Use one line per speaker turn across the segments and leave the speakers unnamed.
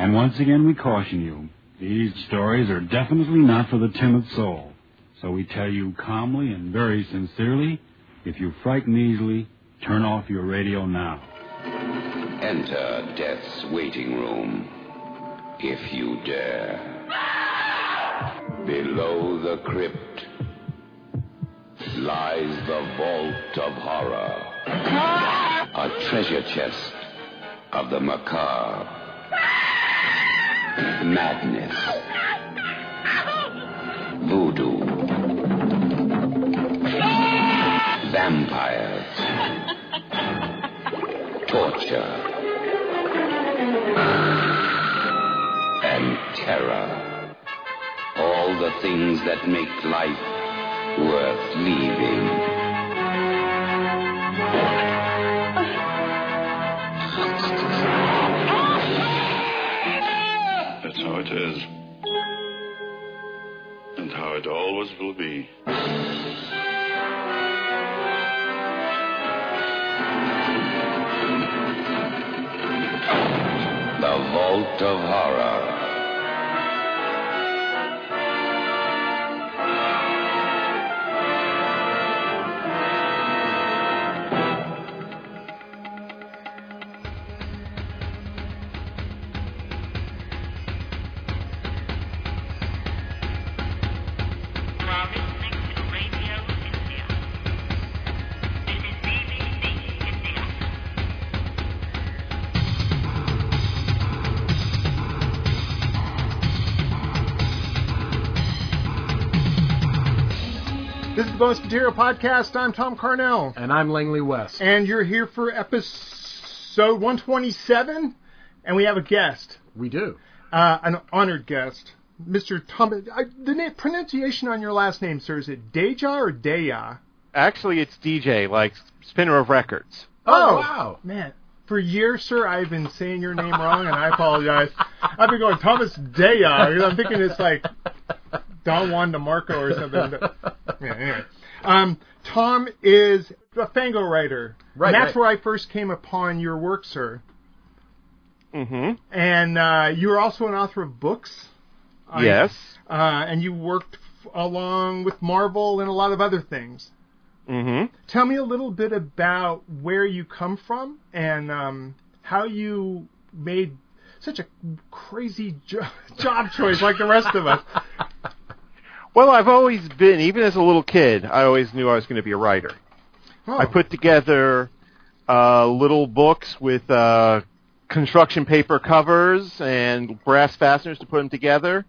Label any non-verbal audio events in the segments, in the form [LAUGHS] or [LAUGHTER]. And once again, we caution you these stories are definitely not for the timid soul. So we tell you calmly and very sincerely if you frighten easily, turn off your radio now.
Enter Death's waiting room, if you dare. Below the crypt lies the vault of horror, a treasure chest of the macabre, madness, voodoo, vampires, torture. and terror. All the things that make life worth leaving.
That's how it is. And how it always will be.
The Vault of Horror.
You are listening to Radio India. This is BBC India.
This is the Bonus Material Podcast. I'm Tom Carnell.
And I'm Langley West.
And you're here for episode 127, and we have a guest,
we do.
uh, an honored guest, Mr. Tom. I, the na- pronunciation on your last name, sir, is it Deja or Deja?
Actually, it's DJ, like spinner of records.
Oh,
wow.
Man, for years, sir, I've been saying your name wrong, and I apologize. I've been going Thomas Deja. because I'm thinking it's like Don Juan DeMarco or something.
Oh,
But, [LAUGHS] yeah, anyway. Um, Tom is a Fango writer.
Right,
And that's
right.
where I first came upon your work, sir.
Mm-hmm.
And uh, you are also an author of books. I-
yes.
Uh, and you worked f- along with Marvel and a lot of other things.
Mm-hmm.
Tell me a little bit about where you come from and um, how you made such a crazy jo- [LAUGHS] job choice like the rest of us.
Well, I've always been, even as a little kid, I always knew I was going to be a writer.
Huh.
I put together uh, little books with uh, construction paper covers and brass fasteners to put them together,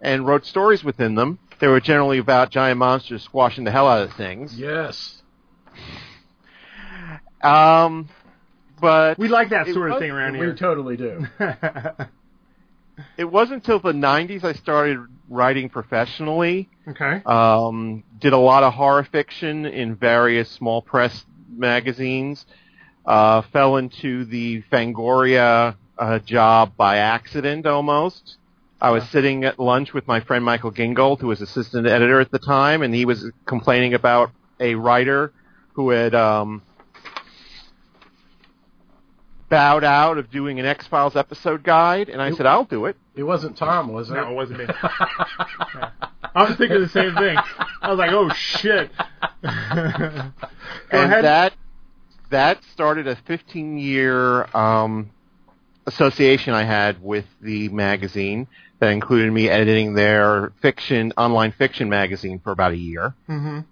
and wrote stories within them. They were generally about giant monsters squashing the hell out of things.
Yes.
Um, but
we like that
It
sort of
was-
thing around
We
here.
totally do.
it wasn't until the '90s I started writing professionally.
[LAUGHS] okay.
um, did a lot of horror fiction in various small press magazines. Uh, fell into the Fangoria uh, job by accident almost. I was sitting at lunch with my friend Michael Gingold, who was assistant editor at the time, and he was complaining about a writer who had um, bowed out of doing an X Files episode guide, and I said, "I'll do it."
It wasn't Tom, was it?
No, it wasn't me.
[LAUGHS]
Yeah. I was thinking the same thing. I was like, oh shit. Go
and
ahead.
that that started a 15 year um, association I had with the magazine that included me editing their fiction online fiction magazine for about a year.
Mhm.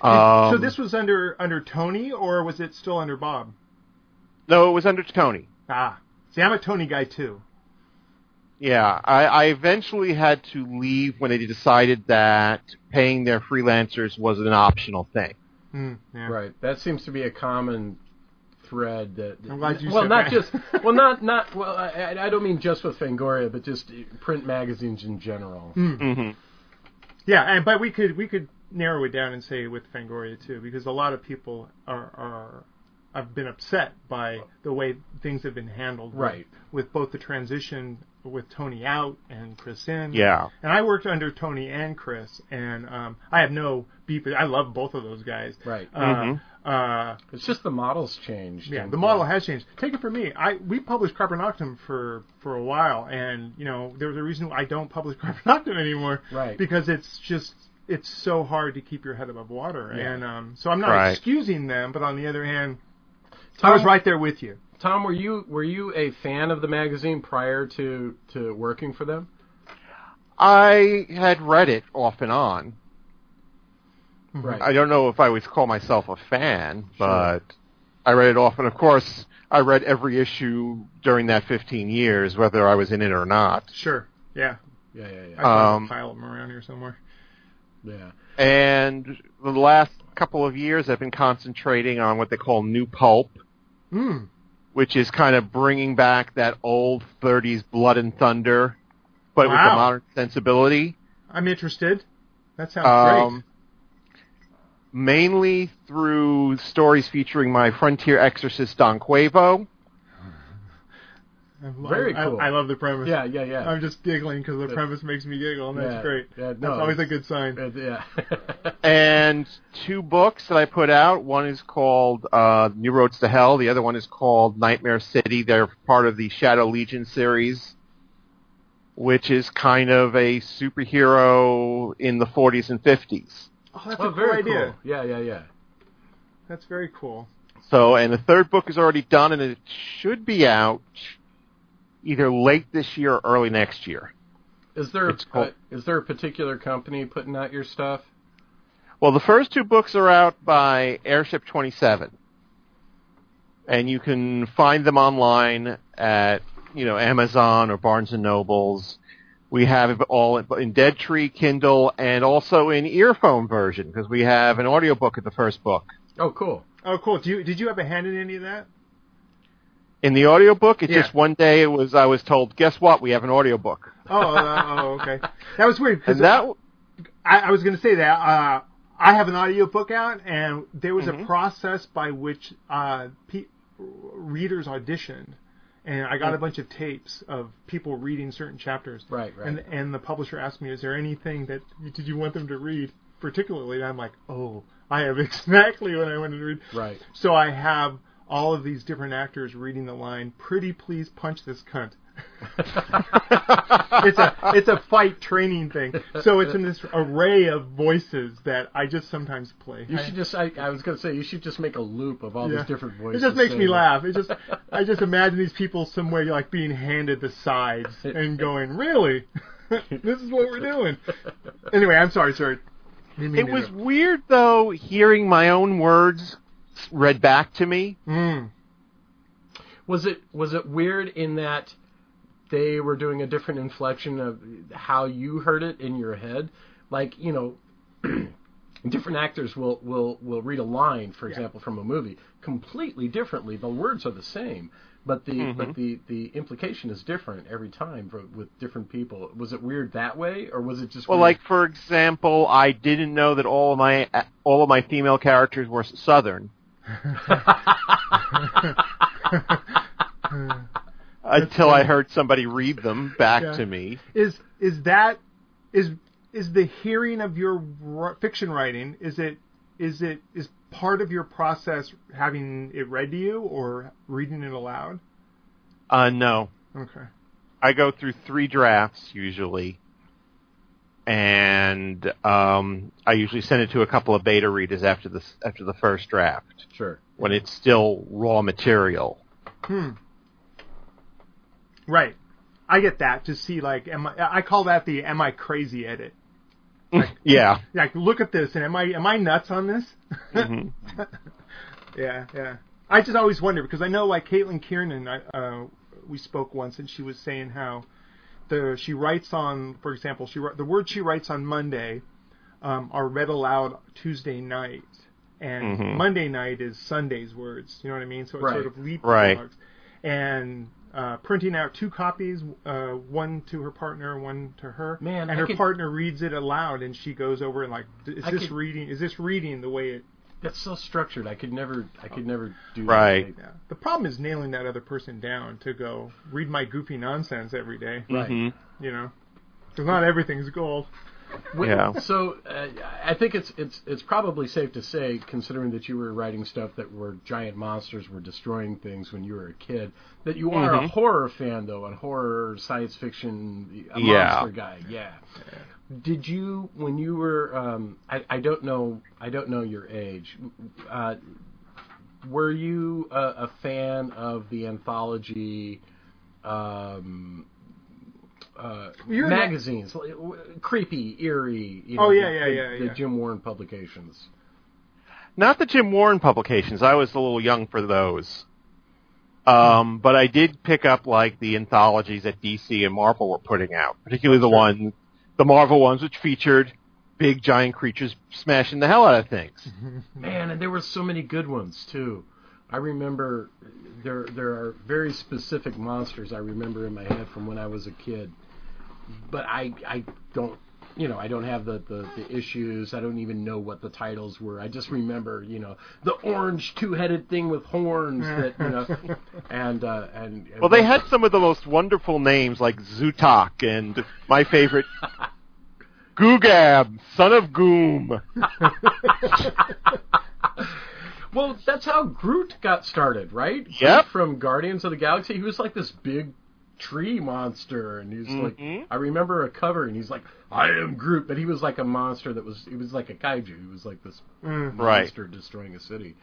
Um,
so this was under under Tony, or was it still under Bob?
no, it was under Tony.
Ah, see, I'm a Tony guy too.
Yeah, I, I eventually had to leave when they decided that paying their freelancers was an optional thing.
Mm, yeah.
Right. That seems to be a common thread that.
I'm glad you
well,
said
not
that.
just.
[LAUGHS]
Well, not not. Well, I, I- I don't mean just with Fangoria, but just print magazines in general.
Hmm.
Mm-hmm.
Yeah, and, but we could we could narrow it down and say with Fangoria too, because a lot of people are are have been upset by the way things have been handled. with-
Right.
With both the transition with Tony out and Chris in.
Yeah.
And I worked under Tony and Chris, and um, I have no beef. with- I love both of those guys.
Right. Mm-hmm.
Uh,
Mhm.
uh,
It's just the model's changed.
yeah,
and-
the model has changed. Take it from me. I we published Carbon Octum for for a while, and you know there was a reason I don't publish [LAUGHS] Carbon Octum anymore.
Right.
Because it's just it's so hard to keep your head above water,
Yeah.
and um, so I'm not
Right.
excusing them, but on the other hand,
Tom,
I was right there with you.
Tom, were you were you a fan of the magazine prior to to working for them?
I had read it off and on.
Mm-hmm.
Right.
I don't know if I would call myself a fan, but I read it often. Of course, I read every issue during that 15 years, whether I was in it or not.
Mm-hmm. Sure. Yeah.
yeah, yeah,
I
yeah,
saw
Um,
a pile of them around here somewhere.
yeah.
And the last couple of years, I've been concentrating on what they call new pulp,
Mm.
which is kind of bringing back that old 30s blood and thunder, but with
Wow.
a modern sensibility.
I'm interested. That sounds
Um, mainly through stories featuring my frontier exorcist Don Quavo.
great. I love,
very
I-
cool.
I, love the premise.
Yeah, yeah, yeah.
I'm just giggling because the
Yeah.
premise makes me giggle, and Oh, that's
Yeah,
great.
yeah, no,
that's always a
it's-
good sign.
Uh, yeah. [LAUGHS]
and two books that I put out. One is called uh, New Roads to Hell. The other one is called Nightmare City. They're part of the Shadow Legion series, which is kind of a superhero in the 40s and 50s.
Oh, that's
oh,
a great
very
idea.
cool. Yeah, yeah, yeah.
That's very cool.
So, and the third book is already done, and it should be out either late this year or early next year.
Is there
It's called-
uh, is there a particular company putting out your stuff?
Well, the first two books are out by Airship 27. And you can find them online at, you know, Amazon or Barnes & Nobles. We have it all in Dead Tree, Kindle, and also in earphone version because we have an audiobook of the first book.
[LAUGHS]
Oh, cool.
Oh, cool. Do you, did you have a hand in any of that?
In the audiobook, it's
Yeah.
just one day it was I was told, guess what? We have an audiobook.
Oh, uh, oh okay. That was weird because
And that
I, I was going to say that uh, I have an audiobook out, and there was
Mm-hmm.
a process by which uh, pe- readers auditioned, and I got a bunch of tapes of people reading certain chapters.
Mm. Right, right.
And and the publisher asked me, "Is there anything that did you want them to read particularly?" And I'm like, "Oh, I have [LAUGHS] exactly what I wanted to read."
Right.
So I have all of these different actors reading the line, "Pretty please punch this cunt." [LAUGHS] it's [LAUGHS] a it's a fight training thing. So it's in this array of voices that I just sometimes play.
You should just I, I was gonna say you should just make a loop of all
Yeah.
these different
It
voices.
just makes me
saying-
laugh. It just I just imagine these people somewhere like being handed the sides [LAUGHS] and going, "Really, this is what we're doing." Anyway, I'm sorry, sir. Didn't mean
it
to
was
interrupt.
weird though hearing my own words read back to me.
Mm.
Was it was it weird in that they were doing a different inflection of how you heard it in your head? Like, you know, [CLEARS THROAT] different actors will will will read a line, for example, from a movie completely differently. The words are the same, but the but the the implication is different every time for, with different people. Was it weird that way or was it just
Hmm.
Well,
weird?
like for example, I didn't know that all of my all of my female characters
[LAUGHS]
were Southern until I heard somebody read them back
Yeah.
to me.
Is is that is is the hearing of your r- fiction writing? Is it is it is part of your process having it read to you or reading it aloud?
Uh, no,
Okay.
I go through three drafts usually, and um, I usually send it to a couple of beta readers after the s- after the first draft
sure.
when it's still raw material.
Hmm. Right. I get that to see like am I, I call that the am I crazy edit.
[LAUGHS] Yeah,
Like look at this and am I am I nuts on this? [LAUGHS] yeah, yeah. I just always wonder because I know like Caitlin Kiernan, I, uh, we spoke once and she was saying how the she writes on, for example, she wri- the words she writes on Monday um, are read aloud Tuesday night, and Monday night is Sunday's words. You know what I mean? So it
Right.
sort of leapfrogs.
Right.
And uh, printing out two copies, uh, one to her partner, one to her.
Man,
and
I
her
could-
partner reads it aloud, and she goes over and like, is
I
this
could-
reading? Is this reading the way it
That's so structured. I could never. I could never do
Right.
that.
Yeah. The problem is nailing that other person down to go read my goofy nonsense every day.
Right.
Mhm.
You know, because not everything's gold.
Wait,
Yeah.
So uh, I think it's it's it's probably safe to say, considering that you were writing stuff that were giant monsters were destroying things when you were a kid, that you are a
Mhm.
horror fan though, and horror, science fiction, a
Yeah.
monster guy. Yeah. Did you when you were? Um, I I don't know. I don't know your age. Uh, were you a, a fan of the anthology? Um, uh,
You're an-
magazines, like, w- creepy, eerie. You know,
Oh, yeah,
the-
yeah,
the-
yeah,
The
yeah.
Jim Warren publications.
Not the Jim Warren publications. I was a little young for those. Um, but I did pick up like the anthologies that DC and Marvel were putting out, particularly the one, the Marvel ones, which featured big giant creatures smashing the hell out of things.
Man, and there were so many good ones too. I remember there there are very specific monsters I remember in my head from when I was a kid, but I I don't you know I don't have the, the, the issues. I don't even know what the titles were. I just remember you know the orange two headed thing with horns that you know and uh, and
Well, they had some of the most wonderful names, like Zutak and my favorite, Googab, son of Goom.
Well, that's how Groot got started, right? Groot
Yep.
From Guardians of the Galaxy, he was like this big tree monster, and he's
Mhm.
like, I remember a cover, and he's like, I am Groot, but he was like a monster that was, he was like a kaiju. He was like this
Mm-hmm.
Right.
monster destroying
[LAUGHS]
a city.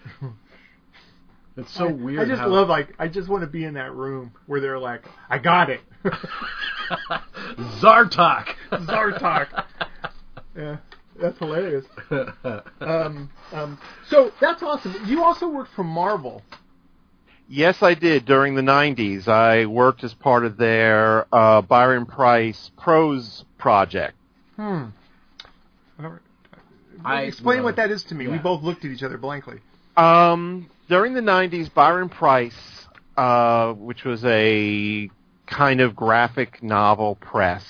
It's so weird.
I just
how-
love like I just want to be in that room where they're like, I got [LAUGHS] it,
[LAUGHS] Zartok.
[LAUGHS] Zartok. [LAUGHS] yeah, that's hilarious.
Zartok.
Um, um, so that's awesome. You also worked for Marvel.
Yes, I did. During the 90s, I worked as part of their uh, Byron Price prose project.
Hmm.
I-
Explain
no.
what that is to me. We
Yeah.
both looked at each other [LAUGHS] blankly.
Um, during the 90s, Byron Price, uh, which was a kind of graphic novel press,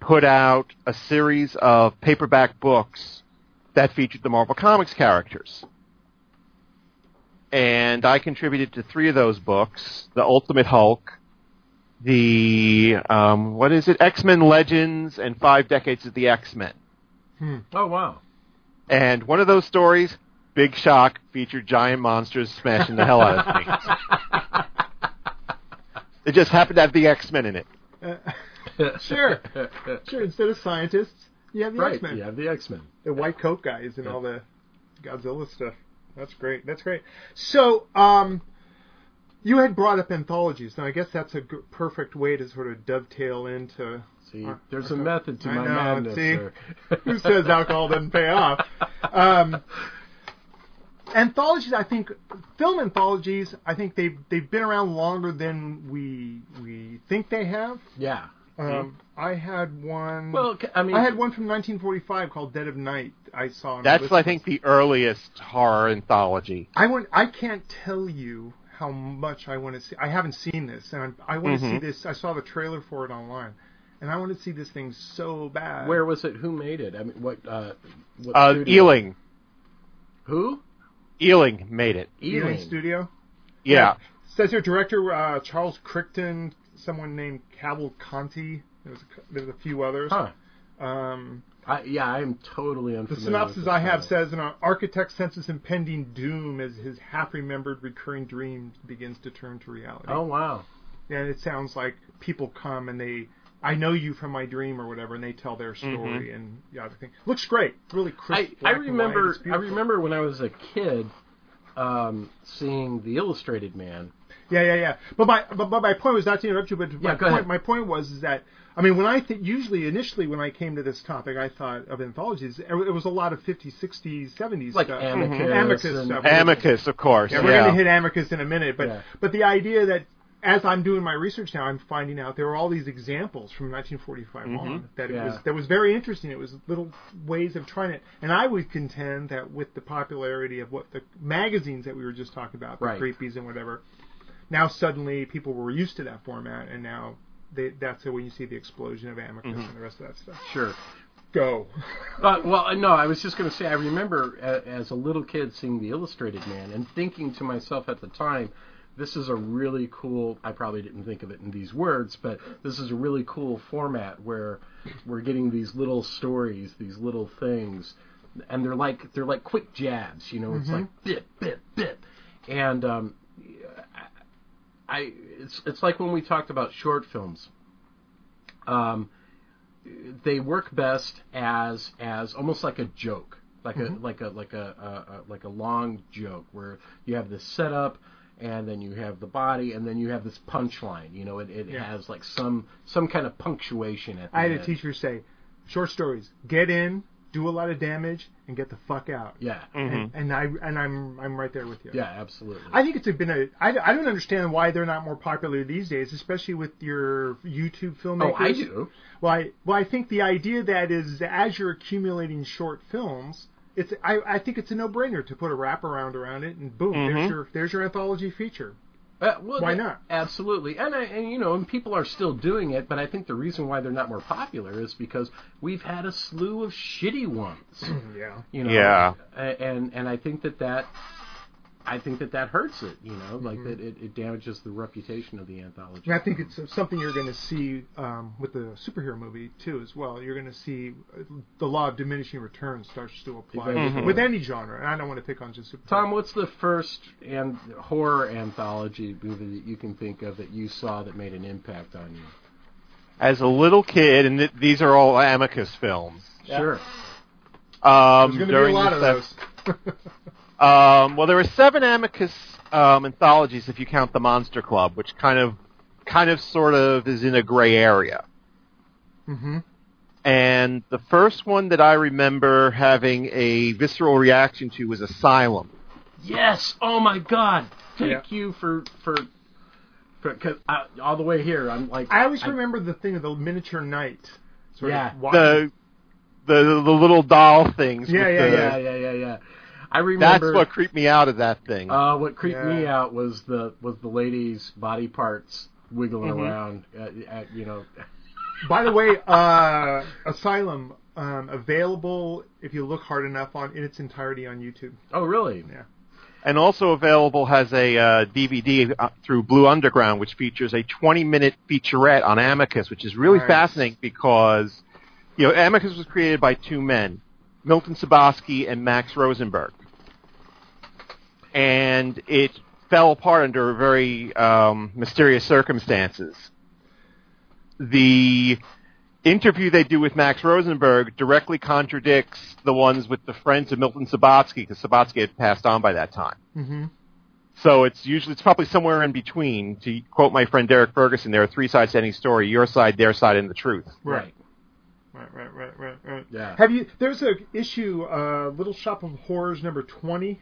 put out a series of paperback books that featured the Marvel Comics characters. And I contributed to three of those books The Ultimate Hulk, the, um, what is it? X Men Legends, and Five Decades of the X Men.
[LAUGHS] oh, wow.
And one of those stories, Big Shock, featured giant monsters smashing the hell out of things. It just happened to have the X Men in it.
Uh,
[LAUGHS]
sure, sure. Instead of scientists, you have the
right.
X-Men.
You have the X Men.
the white coat guys and all the Godzilla stuff. That's great. That's great. So, um, you had brought up anthologies, and I guess that's a g- perfect way to sort of dovetail into
See, there's a method to
Uh, I
my
know,
madness.
see?
sir.
who
[LAUGHS]
says alcohol doesn't pay off. Um, anthologies, I think, film anthologies, I think they've they've been around longer than we we think they have.
Yeah.
Um, I had one.
Mm-hmm. Well, c- I mean,
Hmm. I had one from 1945 called Dead of Night. I saw. on
That's,
List-
I think, the earliest horror anthology.
I want. I can't tell you how much I want to see. I haven't seen this, and I'm, I want to see
Mhm.
Mm-hmm.
this. I saw the trailer for it online, and I want to see this thing so bad.
Where was it? Who made it? I mean, what? Uh, what
Uh,
studio?
Ealing.
Who?
Ealing made it.
Ealing Studio
Yeah.
says here director uh, Charles Crichton, someone named Cavalcanti. There was a, cou- there's a few others.
Huh.
Um,
I, yeah, I am totally
the
unfamiliar. with
synopsis
this
I have
title.
says an architect senses impending doom as his half-remembered recurring dream begins to turn to reality.
Oh wow.
and it sounds like people come and they I know you from my dream or whatever, and they tell their story and yeah, everything looks great, really
Mm-hmm. I,
crisp.
I
black and white.
remember
It's
I
beautiful.
remember when I was a kid, um, seeing the Illustrated Man.
Yeah, yeah, yeah. But my but, but my point was not to interrupt you, but my
go
point
ahead.
my point was is that I mean when I th- usually initially when I came to this topic I thought of anthologies. It it was a lot of 50s, 60s, 70s
Like
stuff.
Amicus Mm-hmm. and-
stuff.
Amicus, of course.
Yeah,
Yeah.
we're going to hit Amicus in a minute, but
Yeah.
but the idea that as I'm doing my research now, I'm finding out there were all these examples from 1945 on that it
Mm-hmm. Yeah.
was that was very interesting. It was little ways of trying it, and I would contend that with the popularity of what the magazines that we were just talking about, the
Right.
creepies and whatever, now suddenly people were used to
Mm-hmm.
that format, and now they, that's when you see the explosion of Amicus and the rest of that stuff.
Sure.
Go. [LAUGHS]
Uh, well, no, I was just going to say, I remember a, as a little kid seeing The Illustrated Man and thinking to myself at the time, this is a really cool, I probably didn't think of it in these words, but this is a really cool format where we're getting these little stories, these little things, and they're like, they're like quick jabs, you know, it's like bit, bit, bit. And, um, I, I- it's, it's like when we talked about short films. Um, they work best as as almost like a joke, like
Mm-hmm.
a like a like a, a, a like a long joke where you have this setup, and then you have the body, and then you have this punchline. You know, it, it
Yeah.
has like some some kind of punctuation at the
I had
end.
a teacher say, short stories, get in, do a lot of damage, and get the fuck out.
Yeah,
And, and I and I'm I'm right there with you.
yeah, absolutely.
Mm. I think it's been a. I, I don't understand why they're not more popular these days, especially with your YouTube filmmakers.
oh, I do.
Well, I, well, I think the idea that is as you're accumulating short films, it's I, I think it's a no-brainer to put a wraparound around it, and boom, there's your there's your anthology feature.
Uh, well,
Why
th-
not?
Absolutely, and I, and you know, and people are still doing it, but I think the reason why they're not more popular is because we've had a slew of shitty ones. [CLEARS THROAT]
Yeah.
you know
Yeah.
a- and and i think that that i think that that hurts it you know like that it, it damages the reputation of the anthology
And Mm-hmm. I think it's something you're going to see um, with the superhero movie too, as well. You're going to see uh, the law of diminishing returns starts to apply
Mhm.
with any genre, and I don't want to pick on just superhero.
tom what's the first and horror anthology movie that you can think of that you saw that made an impact on you
As a little kid, and th- these are all Amicus films.
sure
There's going
Um,
to be a
during
lot
the
of
se-
those.
[LAUGHS]
Um, well, there were seven Amicus um, anthologies if you count the Monster Club, which kind of, kind of, sort of is in a gray area.
Mm-hmm.
hmm
And the first one that I remember having a visceral reaction to was Asylum.
yes oh my god thank
Yeah.
you for for because all the way here i'm like
I always remember the thing of the miniature knight. Sort
Yeah.
Of watching-
The, the, the little doll things.
Yeah,
with
yeah,
the-
yeah yeah yeah yeah i
That's
remember
what creeped me out of that thing.
Uh, what creeped me
Yeah.
out was the was the lady's body parts wiggling around. At, at, you know,
By the way, uh, Asylum um, available if you look hard enough on in its entirety on YouTube.
oh really?
Yeah.
and also available has a uh, DVD uh, through Blue Underground, which features a 20-minute featurette on Amicus, which is really
Nice.
fascinating because you know Amicus was created by two men, Milton Sabosky and Max Rosenberg, and it fell apart under very um, mysterious circumstances. The interview they do with Max Rosenberg directly contradicts the ones with the friends of Milton Sabotsky because Sabotsky had passed on by that time.
Mm-hmm.
So it's usually it's probably somewhere in between. To quote my friend Derek Ferguson, there are three sides to any story: your side, their side, and the truth.
Right. Right, right, right, right, right.
Yeah.
Have you? There's a issue, uh, Little Shop of Horrors number twenty.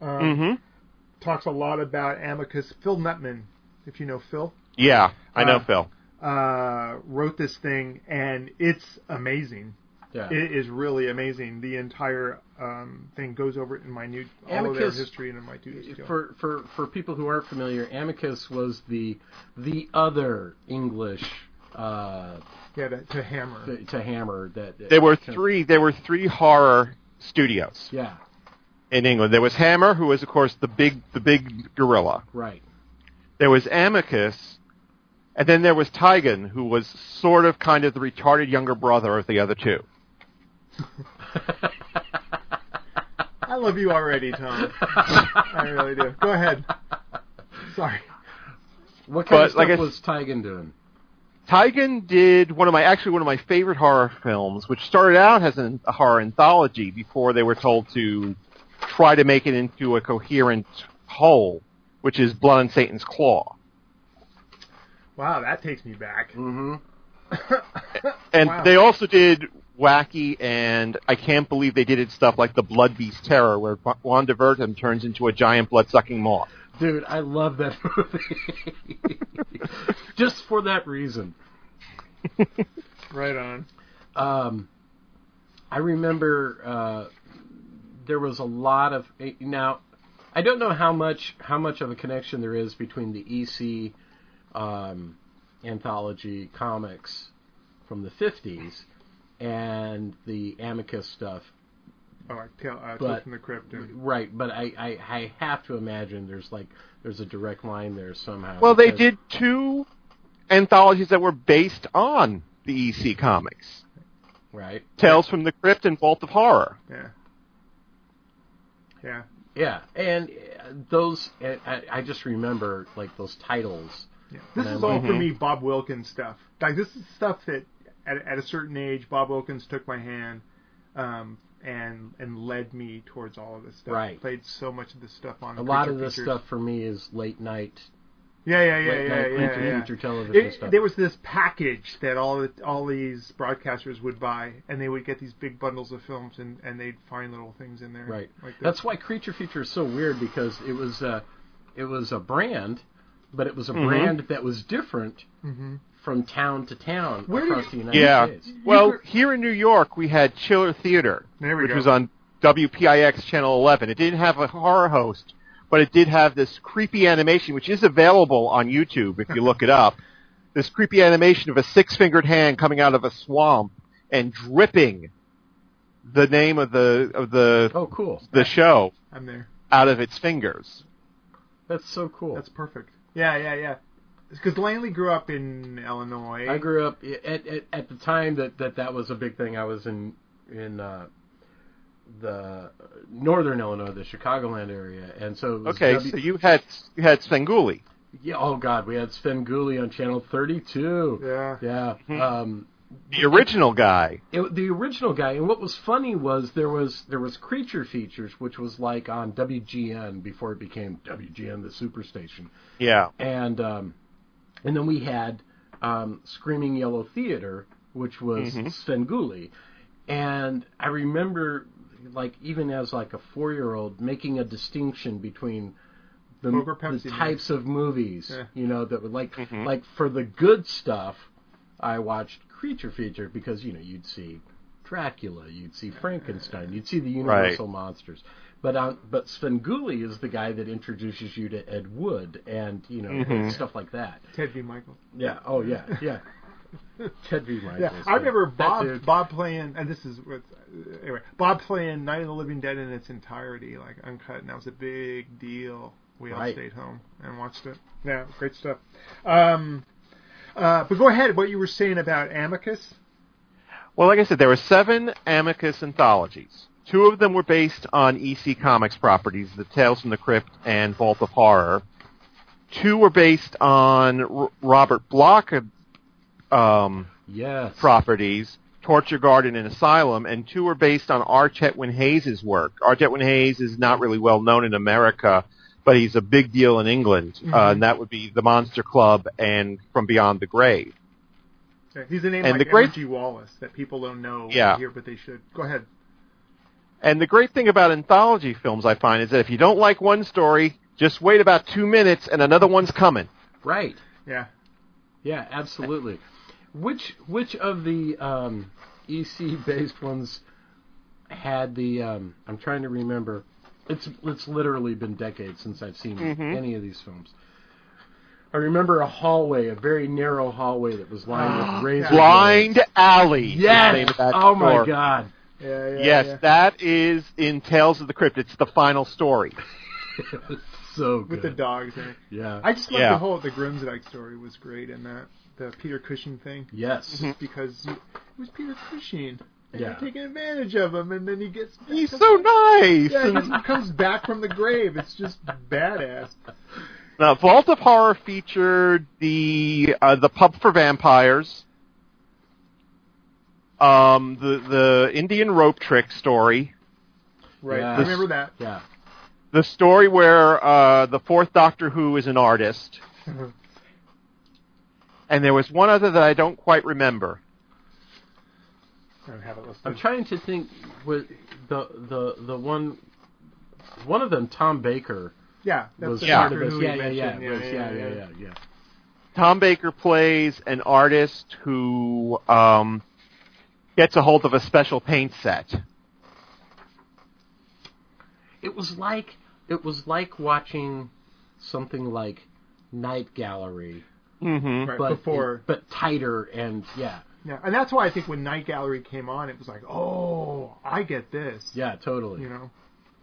Um,
Mm-hmm.
Talks a lot about Amicus. Phil Nutman, if you know Phil,
Yeah, I know,
Uh,
Phil.
uh, wrote this thing, and it's amazing.
Yeah.
It is really amazing. The entire um, thing goes over it in minute, all of their
Amicus-
history and in minute detail.
for for for people who aren't familiar, Amicus was the the other English uh,
yeah, to, to hammer.
to, to Hammer that, that
There were three. There were three horror studios
Yeah.
in England. There was Hammer, who was of course the big the big gorilla.
[LAUGHS] Right.
There was Amicus, and then there was Tigan, who was sort of kind of the retarded younger brother of the other two.
I love you already, Tom.
[LAUGHS]
I really do. Go ahead. Sorry.
What kind of
But, like
stuff
I
was Tigan doing?
Tigan did one of my actually one of my favorite horror films, which started out as an, a horror anthology before they were told to try to make it into a coherent whole, which is Blood on Satan's Claw.
Wow, that takes me back.
Mm-hmm.
And
Wow.
they also did wacky and I can't believe they did it stuff like the Blood Beast Terror, where Wa- Wanda Vertum turns into a giant blood sucking moth.
Dude, I love that [LAUGHS] movie. Just for that reason.
Right on.
um, I remember uh, there was a lot of eh, now. I don't know how much how much of a connection there is between the E EC um, anthology comics from the fifties and the Amicus stuff.
Oh, like tale, uh,
But-
Tales from the Crypt. And,
Right, but I, I, I have to imagine there's like there's a direct line there somehow.
Well, they
because-
did two anthologies that were based on the EC comics:
right.
Tales from the Crypt and Vault of Horror.
yeah. Yeah.
Yeah, and uh, those I- I, I just remember like those titles.
Yeah. This
And I
is all
like-
for me Bob Wilkins stuff. Like this is stuff that at, at a certain age Bob Wilkins took my hand um, and and led me towards all of this stuff.
Right.
Played so much of this stuff on
A lot of
Creature
this
Features.
stuff for me is late night,
Yeah, yeah, yeah,
late
yeah,
night
yeah,
creature
yeah.
feature television
It-
stuff.
there was this package that all the, all these broadcasters would buy, and they would get these big bundles of films, and, and they'd find little things in there.
Right.
Like this.
That's why Creature Feature is so weird because it was a, it was a brand, but it was a
Mm-hmm.
brand that was different from town to town
Mm-hmm. Where did
across
it-
the United
Yeah.
States.
Well, here in New York, we had Chiller Theater,
There we
which
go.
was on WPIX Channel 11. It didn't have a horror host, but it did have this creepy animation, which is available on YouTube if you look it
[LAUGHS]
up. This creepy animation of a six-fingered hand coming out of a swamp and dripping the name of the of the
Oh, cool!
the show
I'm there.
out of its fingers.
That's so cool.
That's perfect. Yeah, yeah, yeah. Because Langley grew up in Illinois.
I grew up i- at, at at the time that that that was a big thing. I was in in uh, the northern Illinois, the Chicagoland area, and so it was
Okay,
W-
so you had you had Svengoolie.
yeah, oh god, we had Sven Gulli on channel thirty two.
Yeah.
Yeah.
Mm-hmm.
Um,
the original guy.
it, the original guy. And what was funny was there was there was Creature Features, which was like on WGN before it became WGN the Superstation,
Yeah.
and um, and then we had um, Screaming Yellow Theater, which was Sven Svengoolie, and I remember like even as like a four year old making a distinction between the,
Coke or
the
Pepsi, man.
types of movies,
Yeah.
you know, that were like like for the good stuff, I watched Creature Feature because you know you'd see Dracula, you'd see Frankenstein, you'd see the Universal monsters. But um, but Svengoolie is the guy that introduces you to Ed Wood and you know stuff like that.
Ted V. Michael.
Yeah. Oh yeah. Yeah. Ted V. Michaels.
Yeah, I remember
That
Bob
dude.
Bob playing, and this is what anyway. Bob playing Night of the Living Dead in its entirety, like uncut, and that was a big deal. We all
Right.
stayed home and watched it. Yeah, great stuff. Um, uh, but go ahead, what you were saying about Amicus?
Well, like I said, there were seven Amicus anthologies. Two of them were based on EC Comics properties, the Tales from the Crypt and Vault of Horror. Two were based on R- Robert Block um,
Yes.
properties, Torture Garden and Asylum, and two were based on R. Chetwin Hayes' work. R. Chetwin Hayes is not really well known in America, but he's a big deal in England, uh, and that would be The Monster Club and From Beyond the Grave.
Yeah, He's a name
And
like
the great-
Edward G. Wallace that people don't know
Yeah.
here, but they should. Go ahead.
And the great thing about anthology films, I find, is that if you don't like one story, just wait about two minutes and another one's coming.
Right.
Yeah,
Yeah. Absolutely. Which which of the um, EC based ones had the? Um, I'm trying to remember. It's it's literally been decades since I've seen any of these films. I remember a hallway, a very narrow hallway that was lined with razor.
Blind Alley. is the name
Yes.
of that
Oh my
story.
God.
yeah, yeah.
Yes,
yeah.
that is in Tales of the Crypt. It's the final story.
So good.
with the dogs. In it.
Yeah.
I just love
Yeah.
the whole the Grimsdyke story was great, and that the Peter Cushing thing.
yes.
because you, it was Peter Cushing. And
Mm-hmm. Yeah.
you're taking advantage of him, and then he gets.
He's
[LAUGHS]
so nice.
Yeah, he just comes back from the grave. It's just badass.
Now, Uh, Vault of Horror featured the uh, the pub for vampires, um, the the Indian rope trick story,
Right.
Yeah.
I remember that.
Yeah.
the story where uh, the fourth Doctor Who is an artist, and there was one other that I don't quite remember.
[LAUGHS] I don't have it
I'm
listed.
trying to think with the the the one one of them Tom Baker
yeah, that's
was
the
Yeah.
part
Doctor
of this.
Who he
Yeah, yeah, yeah,
mentioned.
was- yeah, yeah, yeah, yeah.
Tom Baker plays an artist who um, gets a hold of a special paint set.
It was like it was like watching something like Night Gallery,
Mm-hmm.
Right
but
before.
but tighter and yeah,
Yeah, and that's why I think when Night Gallery came on, it was like, oh, I get this.
Yeah, totally.
You know,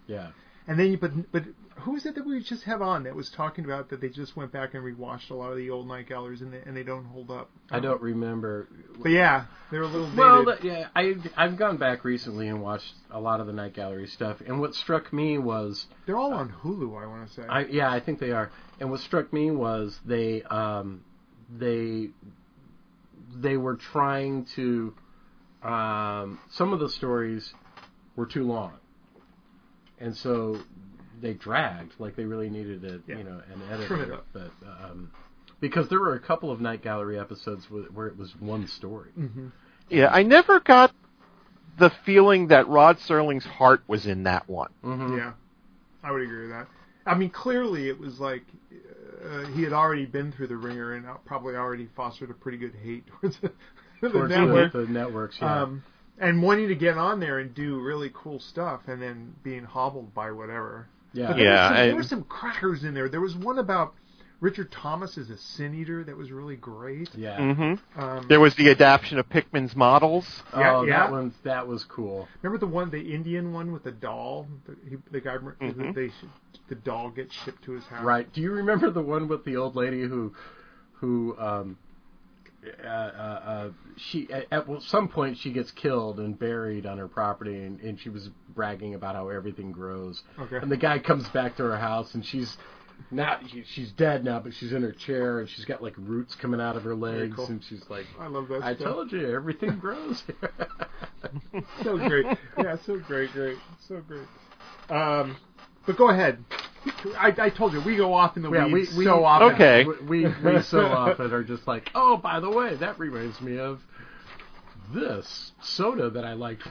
Yeah.
and then you but but who was it that we just have on that was talking about that they just went back and rewatched a lot of the old Night Galleries and they, and they don't hold up.
I don't remember.
But yeah, they're a little dated.
Well, th- yeah, I I've gone back recently and watched a lot of the Night Gallery stuff, and what struck me was
they're all on Hulu, I want to say.
Uh, I yeah, I think they are. And what struck me was they um, they they were trying to um, some of the stories were too long, and so they dragged like they really needed a
Yeah.
you know an
Trim
editor,
it up.
but um, because there were a couple of Night Gallery episodes where, where it was one story.
Mm-hmm.
Yeah, I never got the feeling that Rod Serling's heart was in that one.
Mhm.
yeah, I would agree with that. I mean, clearly it was like uh, he had already been through the ringer and probably already fostered a pretty good hate [LAUGHS] towards the, the
Towards the-
network.
the networks. Yeah.
um, and wanting to get on there and do really cool stuff, and then being hobbled by whatever.
yeah.
There were
Yeah,
some-
I-
there were some crackers in there. There was one about Richard Thomas as a sin eater that was really great.
Yeah.
hmm
Um,
There was the adaptation of Pickman's models.
Yeah,
oh,
yeah.
that one that was cool.
remember the one, the Indian one with the doll. The, he, the guy, they, the doll gets shipped to his house.
Mm-hmm. Right. Do you remember the one with the old lady who, who, um, uh, uh, uh, she at, at some point she gets killed and buried on her property, and, and she was bragging about how everything grows.
Okay.
And the guy comes back to her house, and she's not she, she's dead now, but she's in her chair, and she's got like roots coming out of her legs,
cool. Oh,
and she's like,
I love that.
"I
stuff.
told you, everything grows." here." [LAUGHS]
so great. Yeah, so great, great, so great. Um, but go ahead. I, I told you we go off in the
Yeah,
weeds
we- we-
so often.
Okay.
we, we we so often are just like, oh, by the way, that reminds me of this soda that I liked.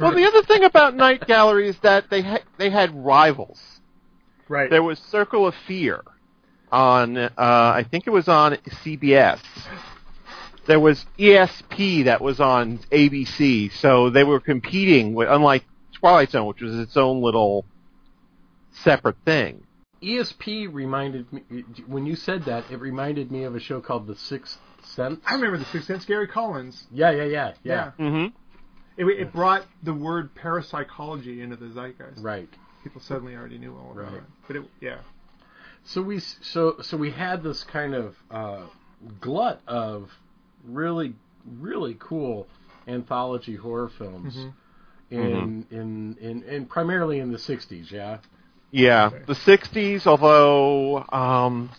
Well,
[LAUGHS]
the other thing about Night Gallery is that they ha- they had rivals.
Right.
There was Circle of Fear on uh, I think it was on CBS. There was ESP that was on ABC, so they were competing with unlike Twilight Zone, which was its own little separate thing.
ESP E reminded me when you said that it reminded me of a show called The Sixth Sense.
I remember the Sixth Sense, Gary Collins.
Yeah, yeah, yeah, yeah.
Mm-hmm.
It, it brought the word parapsychology into the zeitgeist.
Right.
People suddenly already knew all about
Right.
it. But it, yeah,
So we s- so so we had this kind of uh, glut of really really cool anthology horror films Mm-hmm. in,
Mm-hmm.
in in in primarily in the '60s. Yeah.
Yeah, the '60s. Although um,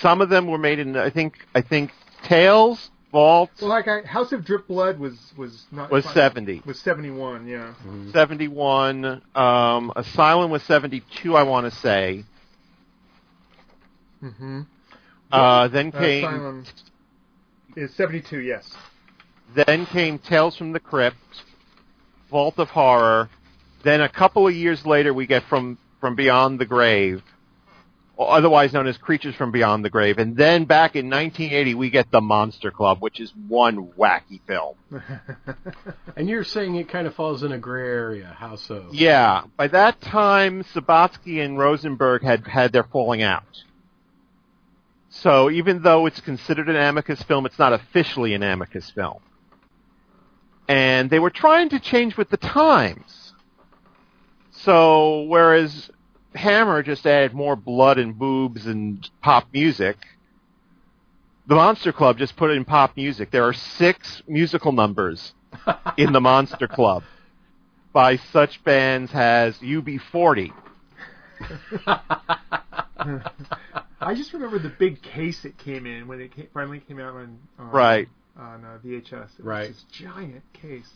some of them were made in, I think, I think Tales Vault
well, like I, House of Drip Blood was was not
was '70,
was seventy one. Yeah,
'71. Um, Asylum was '72, I want to say.
mm-hmm.
Uh, then
uh,
came
Asylum is seventy two. Yes, [LAUGHS]
then came Tales from the Crypt, Vault of Horror. Then a couple of years later, we get from from Beyond the Grave, or otherwise known as Creatures from Beyond the Grave. And then back in 1980, we get the Monster Club, which is one wacky film.
And you're saying it kind of falls in a gray area. How so?
Yeah, by that time, Sabatsky and Rosenberg had had their falling out. So even though it's considered an amicus film, it's not officially an amicus film. And they were trying to change with the times. So whereas Hammer just added more blood and boobs and pop music, the Monster Club just put in pop music. There are six musical numbers in the Monster Club by such bands as UB40.
I just remember the big case it came in when it came, finally came out on, on
Right.
on uh, VHS. It was
Right.
this giant case.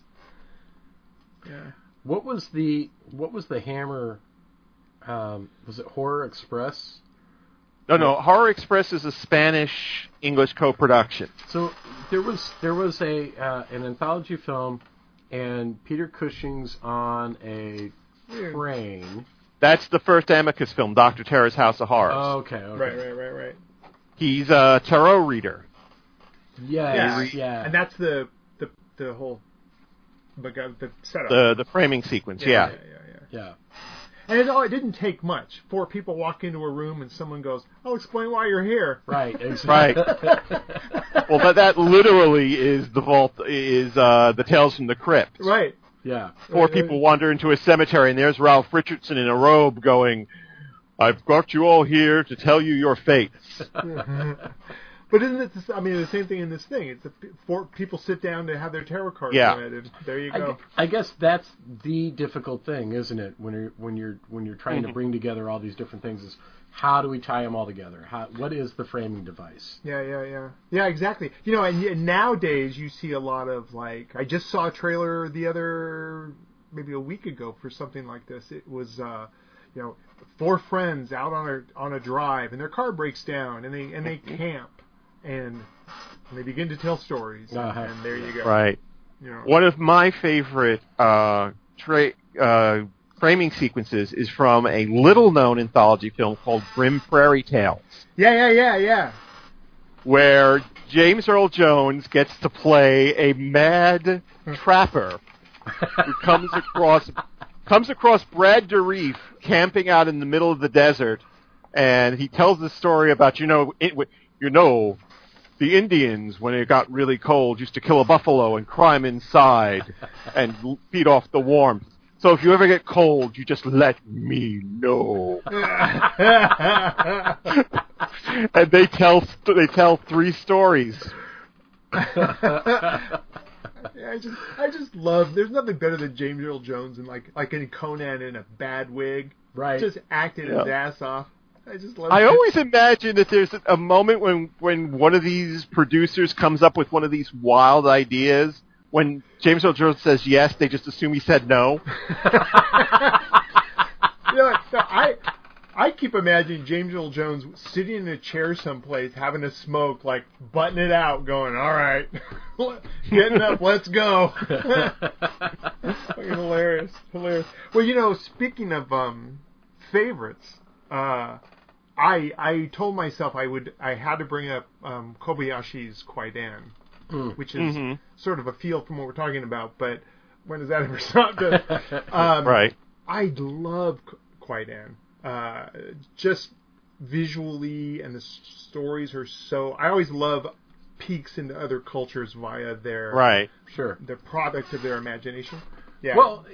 Yeah.
[LAUGHS] What was the what was the hammer? Um, was it Horror Express?
No, no. Horror Express is a Spanish English co-production.
So there was there was a uh, an anthology film, and Peter Cushing's on a
Weird.
train.
That's the first Amicus film, Doctor Terror's House of Horrors.
Oh, okay, okay.
Right, right, right, right.
He's a tarot reader.
Yes, yeah.
And that's the the the whole but the setup.
The the framing sequence, yeah.
yeah, yeah, yeah.
yeah.
And it, all- it didn't take much. Four people walk into a room and someone goes, "I'll explain why you're here." [LAUGHS]
Right. Exactly.
Right. well, that that literally is the vault is uh, the Tales from the Crypt.
Right.
Yeah.
Four people wander into a cemetery, and there's Ralph Richardson in a robe going, "I've got you all here to tell you your fates."
But isn't it? The, I mean, the same thing in this thing. It's a, four people sit down to have their tarot cards
Yeah.
read, and there you
I,
go.
gu- I guess that's the difficult thing, isn't it? When you're when you're when you're trying to bring together all these different things, is how do we tie them all together? How, what is the framing device? [LAUGHS]
Yeah, yeah, yeah, yeah. Exactly. You know, and, and nowadays you see a lot of like. I just saw a trailer the other maybe a week ago for something like this. It was, uh, you know, four friends out on a on a drive, and their car breaks down, and they and they
Mm-hmm.
camp, and they begin to tell stories,
Uh-huh.
and there you go.
Right.
You know.
One of my favorite uh, tra- uh, framing sequences is from a little-known anthology film called Grim Prairie Tales,
Yeah, yeah, yeah, yeah.
where James Earl Jones gets to play a mad trapper who comes across comes across Brad Dourif camping out in the middle of the desert, and he tells the story about you know it, you know the Indians when it got really cold used to kill a buffalo and climb inside and l- feed off the warmth. So if you ever get cold, you just let me know. and they tell st- they tell three stories.
Yeah, I just, I just love. There's nothing better than James Earl Jones and like, like in Conan in a bad wig,
Right.
Just acted his
Yeah.
ass off. I just love.
I
it.
always imagine that there's a moment when when one of these producers comes up with one of these wild ideas. When James Earl Jones says yes, they just assume he said no.
You know, like, so I, I keep imagining James Earl Jones sitting in a chair someplace having a smoke, like butting it out, going, "All right, [LAUGHS] getting up, let's go." Fucking hilarious, hilarious. Well, you know, speaking of um, favorites, uh, I I told myself I would I had to bring up um, Kobayashi's Kwaidan, which is sort of a feel from what we're talking about. But when does that ever stop? um,
[LAUGHS] Right.
I love K- Kwaidan. Uh, just visually, and the s- stories are so. I always love peeks into other cultures via their
Right.
Sure.
the product of their imagination. Yeah.
Well,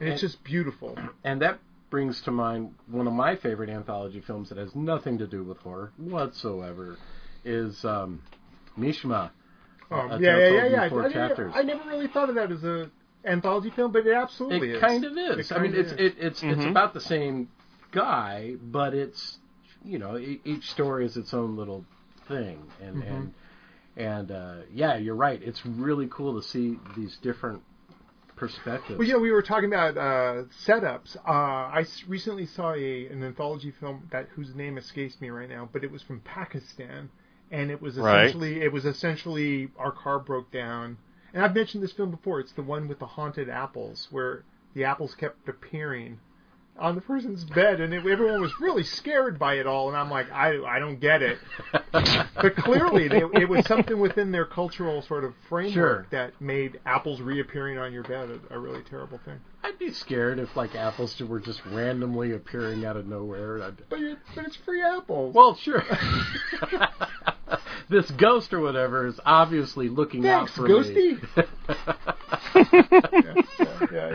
and it's just beautiful.
and that brings to mind one of my favorite anthology films that has nothing to do with horror whatsoever, is um, Mishima.
Um,
a
yeah, yeah,
Tale
yeah,
Told in
yeah.
Four
I, never,
Chapters.
I never really thought of that as a anthology film, but it absolutely
It
is.
kind of is.
It
I mean,
kinda
it's
is.
it, it's it's about the same guy, but it's you know e- each story is its own little thing, and
Mm-hmm.
and and uh, yeah, you're right. It's really cool to see these different perspectives.
Well, you know, we were talking about uh, setups. Uh, I s- recently saw a, an anthology film that whose name escapes me right now, but it was from Pakistan, and it was
Right.
essentially it was essentially our car broke down. And I've mentioned this film before. It's the one with the haunted apples, where the apples kept appearing on the person's bed, and it, everyone was really scared by it all. And I'm like, I I don't get
[LAUGHS]
it. but clearly, they, it was something within their cultural sort of framework
Sure.
that made apples reappearing on your bed a, a really terrible thing.
I'd be scared if like apples were just randomly appearing out of nowhere. I'd,
But, you but it's free apples.
well, sure. [LAUGHS] this ghost or whatever is obviously looking out
thanks,
for
Ghosty.
me. [LAUGHS]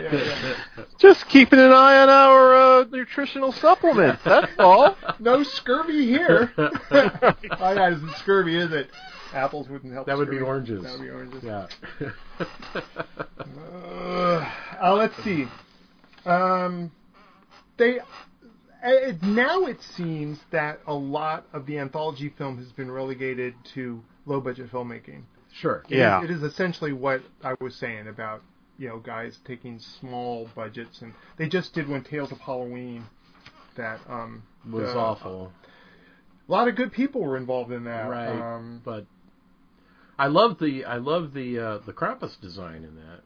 yeah, yeah, yeah.
Just keeping an eye on our uh, nutritional supplements. [LAUGHS] That's all.
No scurvy
[LAUGHS]
here. [LAUGHS] oh, yeah, it's scurvy, is it? Apples wouldn't help.
That would be
scurvy.
oranges.
That would be oranges.
Yeah.
Ugh. Uh, let's see. Um, they uh, it, now it seems that a lot of the anthology film has been relegated to low budget filmmaking.
[LAUGHS] sure.
It is-
Yeah.
it is essentially what I was saying about you know guys taking small budgets and they just did one Tales of Halloween that um
was
the-
awful.
a lot of good people were involved in that
Right.
um,
but I love the I love the uh, the Krampus design in that.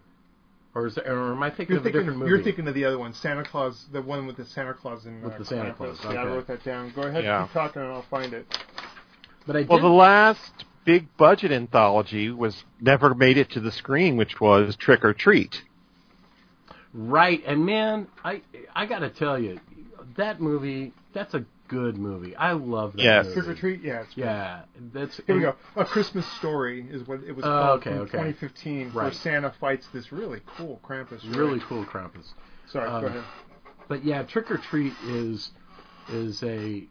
Or is there, or am I thinking
You're
of a
thinking,
different movie?
you're thinking of the other one, Santa Claus, the one with the Santa Claus and
With
uh,
the Santa
Krampus.
Claus,
Yeah, I
okay.
wrote that down. Go ahead,
Yeah.
keep talking, and I'll find it.
but I did.
Well, the last big budget anthology was never made it to the screen, which was Trick or Treat.
right, and man, I I gotta tell you, that movie, that's a good movie. I love that
Yes.
movie.
Trick or treat, yeah. It's
Yeah, that's
Here we go. A Christmas Story is what it was
Oh,
called
okay,
from
okay.
2015, where
Right.
Santa fights this really cool Krampus. right?
Really cool Krampus.
Sorry,
um,
go ahead.
But yeah, Trick or Treat is is a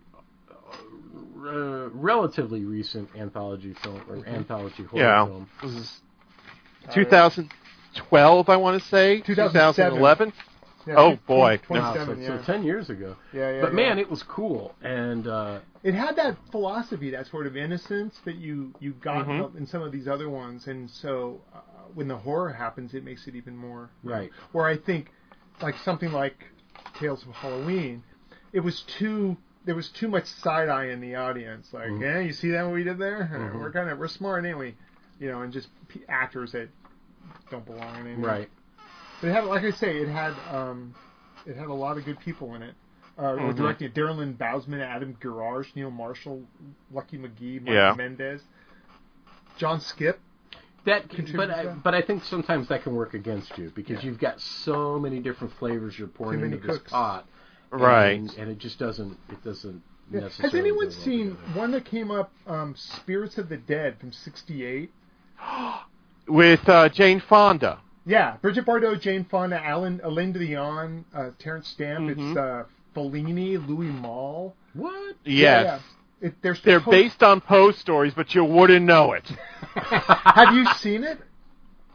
uh, relatively recent anthology film or
Mm-hmm.
anthology horror
Yeah.
film.
This is Uh, 2012, I want to say.
2007.
2011.
Yeah,
oh,
tw-
boy.
tw-
Wow, so,
27, yeah.
so ten years ago.
Yeah, yeah,
but
yeah.
man, it was cool, and uh,
it had that philosophy, that sort of innocence that you you got
Mm-hmm.
Mhm.
in some of these other ones, and so uh, when the horror happens, it makes it even more
Right.
Where I think, like something like Tales of Halloween, it was too there was too much side eye in the audience. Like, yeah, you see that what we did there? [LAUGHS] We're kind of we're smart, ain't we? You know, and just p- actors that don't belong in any
right,
but it had, like I say, it had um, it had a lot of good people in it. Uh, it was directed Darren Lynn Bousman, Adam Garage, Neil Marshall, Lucky McGee, Mike
Yeah.
Mendez, John Skip.
that but
Contributes
I,
that.
but I think sometimes that can work against you because you've got so many different flavors you're pouring
Too many
into this
cooks.
pot,
Right.
And, and it just doesn't it doesn't. necessarily
Has anyone
go well
seen
together.
one that came up, um, Spirits of the Dead from '68?
With uh, Jane Fonda.
Yeah, Bridget Bardot, Jane Fonda, Alan, Alain Dion, uh, Terrence Stamp. It's uh, Fellini, Louis Malle.
what?
Yes.
Yeah, it, they're
They're
supposed-
based [LAUGHS] on Poe stories, but you wouldn't
[LAUGHS]
know it.
Have you seen it?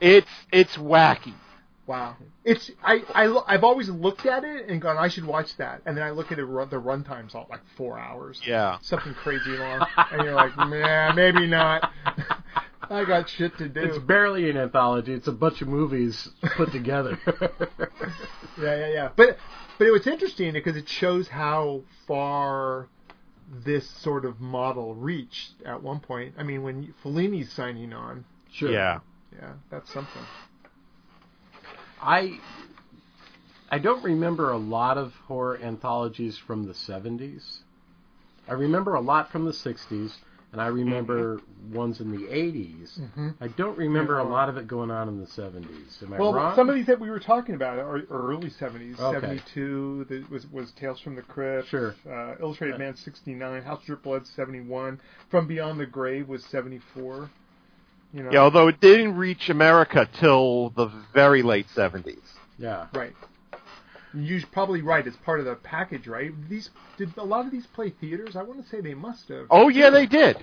It's it's wacky.
Wow. It's I, I lo- I've always looked at it and gone I should watch that and then I look at the run, the runtime's all like four hours
Yeah.
something crazy long and you're like man maybe
[LAUGHS]
not [LAUGHS] I got shit to do
It's barely an anthology. It's a bunch of movies
[LAUGHS]
put together.
yeah yeah yeah but but it was interesting because it shows how far this sort of model reached at one point I mean when Fellini's signing on
sure.
Yeah.
yeah that's something
I I don't remember a lot of horror anthologies from the 70s. I remember a lot from the 60s, and I remember
Mm-hmm.
ones in the 80s. I don't remember a lot of it going on in the 70s. Am I
well
wrong?
some of these that we were talking about are, are early 70s
Okay.
72 that was was Tales from the Crypt
Sure.
uh, Illustrated Man 69 House of Drip Blood 71 From Beyond the Grave was 74 you know
Yeah, although it didn't reach America till the very late 70s.
yeah.
right you're probably right it's part of the package right these did a lot of these play theaters I want to say they must have
Oh yeah, they did.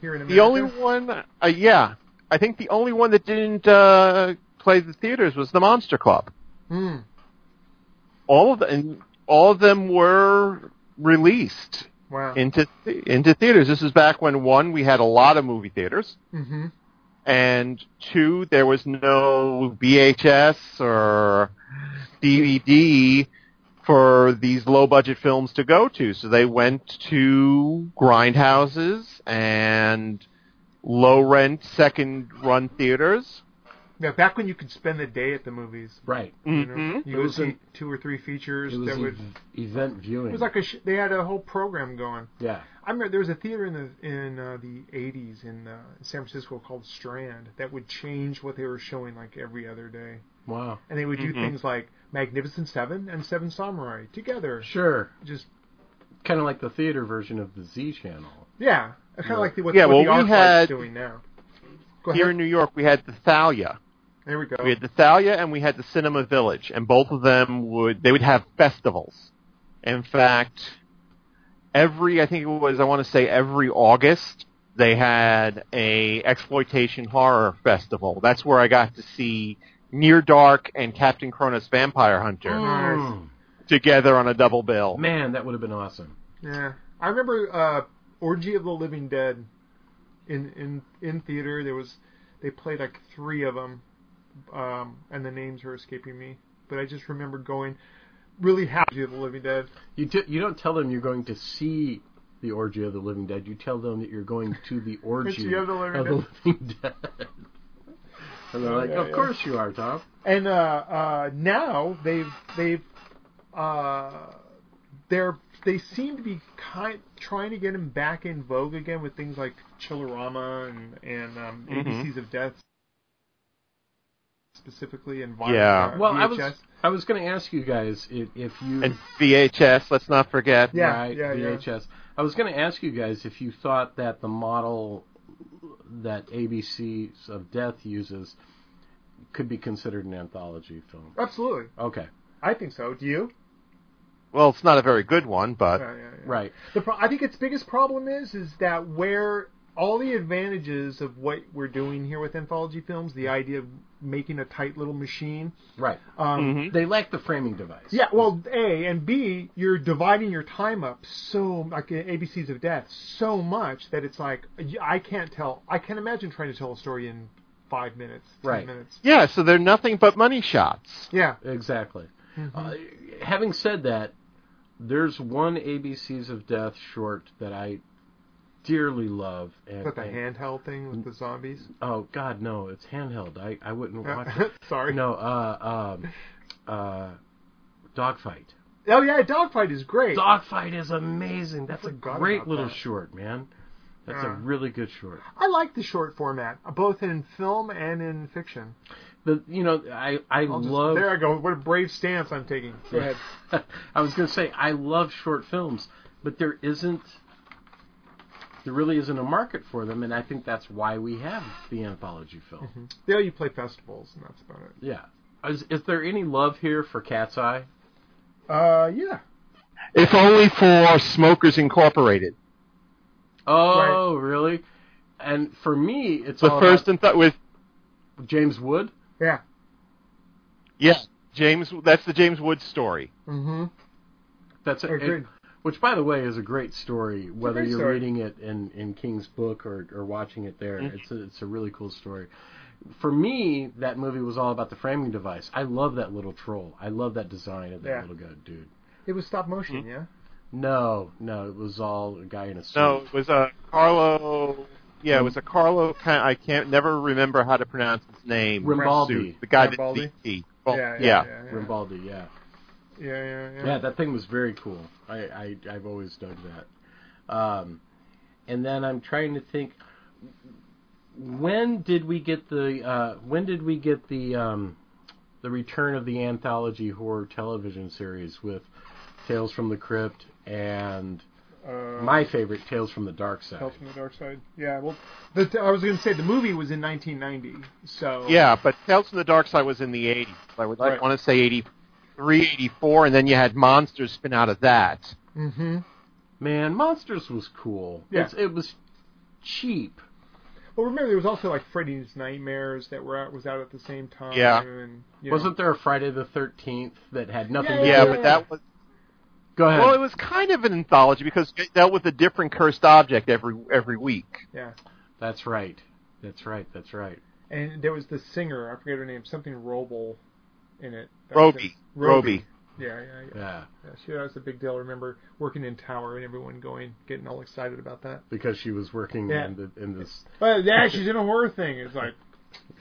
here in America
The only one, uh, yeah, I think the only one that didn't uh, play the theaters was the Monster Club.
Hmm.
All of the, and all of them were released
wow
into into theaters. This is back when one we had a lot of movie theaters,
mm-hmm.
and two there was no VHS or DVD for these low budget films to go to, so they went to grindhouses and low rent second run theaters.
yeah back when you could spend the day at the movies
Right.
you know
Mhm.
you
It
would
was
see
an-
two or three features
It was
that would
ev- event viewing.
it was like a sh- they had a whole program going
yeah.
I remember there was a theater in the in uh, the '80s in uh, San Francisco called Strand that would change what they were showing like every other day,
Wow.
and they would do
Mhm.
things like Magnificent Seven and Seven Samurai together.
Sure.
Just
Kind of like the theater version of the Z channel.
yeah, kind of like the, what,
Yeah,
what
well,
the
we
Arclight's
had-
doing now. Go
Here
ahead.
in New York, we had the Thalia.
there we go.
We had the Thalia and we had the Cinema Village, and both of them would they would have festivals. In fact, every I think it was I want to say every August they had a exploitation horror festival. That's where I got to see Near Dark and Captain Cronus Vampire Hunter
Mm.
Nice.
together on a double bill.
Man, that would have been awesome.
Yeah, I remember uh, Orgy of the Living Dead in in in theater. There was they played like three of them, um, and the names are escaping me. But I just remember going really happy of the Living Dead.
You do, you don't tell them you're going to see the orgy of the living dead. You tell them that you're going to
[LAUGHS]
the orgy
of the Living
Living Dead. and they're like,
yeah,
"Of
yeah.
course you are, Tom."
And uh, uh, now they've they've uh, they're they seem to be kind trying to get him back in vogue again with things like Chillerama and and um, ABCs of Death specifically in vi-
Yeah.
uh,
Well, I was
VHS.
I was going to ask you guys if, if you
And VHS, let's not forget.
Yeah,
right
yeah, yeah.
VHS. I was going to ask you guys if you thought that the model that ABCs of Death uses could be considered an anthology film.
Absolutely,
Okay,
I think so. Do you?
Well, it's not a very good one, but
Yeah, yeah, yeah.
right.
The pro- I think its biggest problem is is that where all the advantages of what we're doing here with anthology films, the idea of making a tight little machine.
Right.
Um,
They lack the framing device.
Yeah, well, A and B, you're dividing your time up so like uh, ABCs of Death so much that it's like y- I can't tell. I can't imagine trying to tell a story in five minutes, ten
Right.
minutes.
yeah, so they're nothing but money shots.
Yeah,
Exactly.
Mm-hmm.
Uh, having said that, there's one ABCs of Death short that I dearly love. And,
but the
and-
handheld thing with the
[LAUGHS]
zombies.
Oh God, no! It's handheld. I, I
[LAUGHS]
wouldn't watch it.
Uh, Sorry.
No, uh, um, uh, dogfight.
Oh yeah, dogfight is great.
Dogfight is amazing. That's a
Forgot
great
about
little
that. Uh.
short, man. That's a
Yeah.
really good short.
I like the short format, both in film and in fiction.
The you know I I
I'll just-
love.
There I go. What a brave stance I'm taking. Go ahead.
[LAUGHS] I was gonna say I love short films, but there isn't. There really isn't a market for them, and I think that's why we have the anthology film.
Mm-hmm. Yeah, you play festivals, and that's about it.
Yeah. Is, is there any love here for Cat's Eye?
Uh, yeah.
If only for Smokers Incorporated.
Oh, really? And for me, it's
The
all
first
about
and th- with
James Wood.
Yeah.
yeah, James. That's the James Wood story.
Mm-hmm.
That's a,
Agreed.
it- which, by the way, is a great story. Whether
great
you're
story.
reading it in, in King's book or, or watching it there,
Mm-hmm.
it's a, it's a really cool story. For me, that movie was all about the framing device. I love that little troll. I love that design of that
Yeah.
little guy, dude.
It was stop motion,
Mm-hmm.
yeah?
No, no, it was all a guy in a suit.
No, it was a Carlo. Yeah, it was a Carlo. ki- I can't never remember how to pronounce his name.
Rimbaldi.
Suit. The guy
Rimbaldi?
that DT. Well,
yeah,
yeah.
yeah, yeah, yeah.
Rimbaldi, yeah.
Yeah, yeah, yeah.
Yeah, that thing was very cool. I, I I've always dug that. Um, and then I'm trying to think. When did we get the uh, When did we get the um, the return of the anthology horror television series with Tales from the Crypt and
Uh,
my favorite Tales from the Dark Side?
Tales from the Dark Side. Yeah, well, the t- I was going to say the movie was in 1990, so
Yeah, but Tales from the Dark Side was in the 80s. I would
Right.
want to say 83, 84, and then you had Monsters spin out of that.
Mm-hmm.
Man, Monsters was cool.
Yeah.
It's, it was cheap.
Well, remember there was also like Freddy's Nightmares that were out was out at the same time.
Yeah.
And, you
Wasn't there a Friday the Thirteenth that had nothing?
Yeah,
to
Yeah,
do
but that was
Go ahead.
well, it was kind of an anthology because it dealt with a different cursed object every every week.
Know,
that's right. That's right. That's right.
yeah. And there was the singer. I forget her name. Something Roble in it. That was
Roby,
it.
Roby.
Yeah, yeah, yeah.
Yeah.
yeah. She that was a big deal. I remember working in Tower and everyone going getting all excited about that.
because she was working
Yeah.
in, the, in this.
But yeah, she's in a horror thing. It's like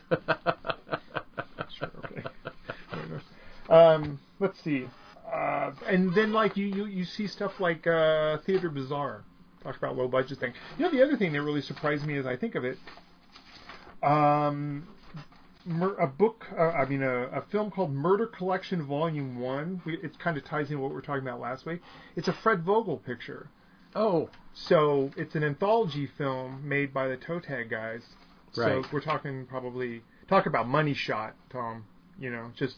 [LAUGHS] sure, okay. Fair enough. Um, let's see. Uh, and then like you, you, you see stuff like uh, Theater Bazaar. Talk about low budget thing. You know the other thing that really surprised me as I think of it. Um, mur- a book. Uh, I mean, a, a film called Murder Collection Volume One. We, it kind of ties into what we were talking about last week. It's a Fred Vogel picture.
oh,
So it's an anthology film made by the Toe Tag guys. So
Right.
we're talking probably talk about money shot, Tom. You know, just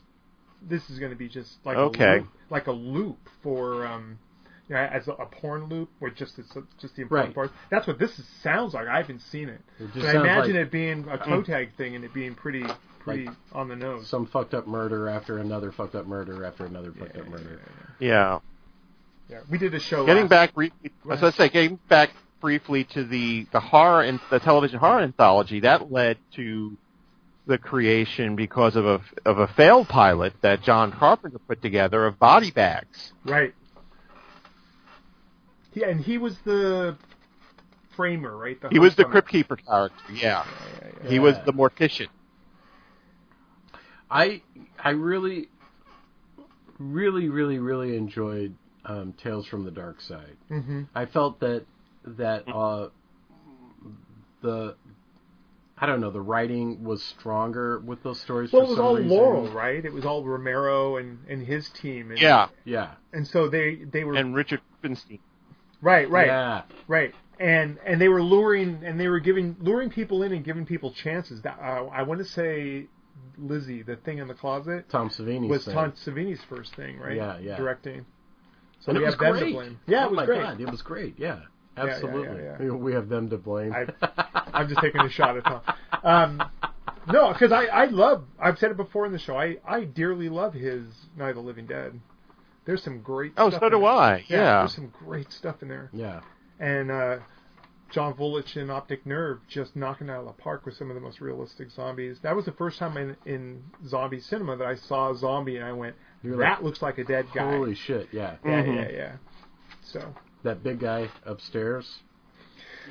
this is going to be just like a
Okay.
loop, like a loop for um, you know, as a, a porn loop with just it's just the important
Right.
parts. That's what this is, sounds like. I haven't seen it,
It just
but I
sounds
imagine
like-
it being a Toe Tag thing and it being pretty pretty on the nose.
some fucked up murder after another fucked up murder after another fucked up murder.
Yeah.
yeah, we did a show.
Getting
last-
back briefly, as I say, getting back briefly to the the horror and the television horror anthology that led to the creation because of a of a failed pilot that John Carpenter put together of body bags.
right? Yeah, and he was the framer, right?
He was
host
the
on
crypt keeper character. Yeah. He was the mortician.
I I really, really, really, really enjoyed um, Tales from the Dark Side.
Mhm.
I felt that that uh, the I don't know. The writing was stronger with those stories.
Well,
for
it was
some
all
reason.
Laurel, right? It was all Romero and, and his team. And,
Yeah,
Yeah.
And so they, they were
and Richard Finstein.
right, right,
Yeah.
right. And and they were luring and they were giving luring people in and giving people chances. That uh, I want to say, Lizzie, the thing in the closet
Tom Savini
was
said.
Tom Savini's first thing, right?
Yeah, yeah.
Directing. So
And it
we
was
have them to
great.
blame. Yeah,
oh
it was
my
great.
God, it was great. Yeah.
yeah, yeah,
Absolutely.
yeah.
[LAUGHS] We have them to blame.
I, I'm just taking a shot at Tom. Um, no, because I, I love. I've said it before in the show. I, I dearly love his Night of the Living Dead. There's some great.
Oh,
stuff
so
in
do
there.
I. Yeah.
there's some great stuff in there.
[LAUGHS] yeah.
And uh, John Vulich in Optic Nerve just knocking it out of the park with some of the most realistic zombies. That was the first time in, in zombie cinema that I saw a zombie and I went,
You're
that
like,
looks like a dead guy.
Holy shit. Yeah.
yeah,
Mhm.
yeah, yeah. So.
That big guy upstairs.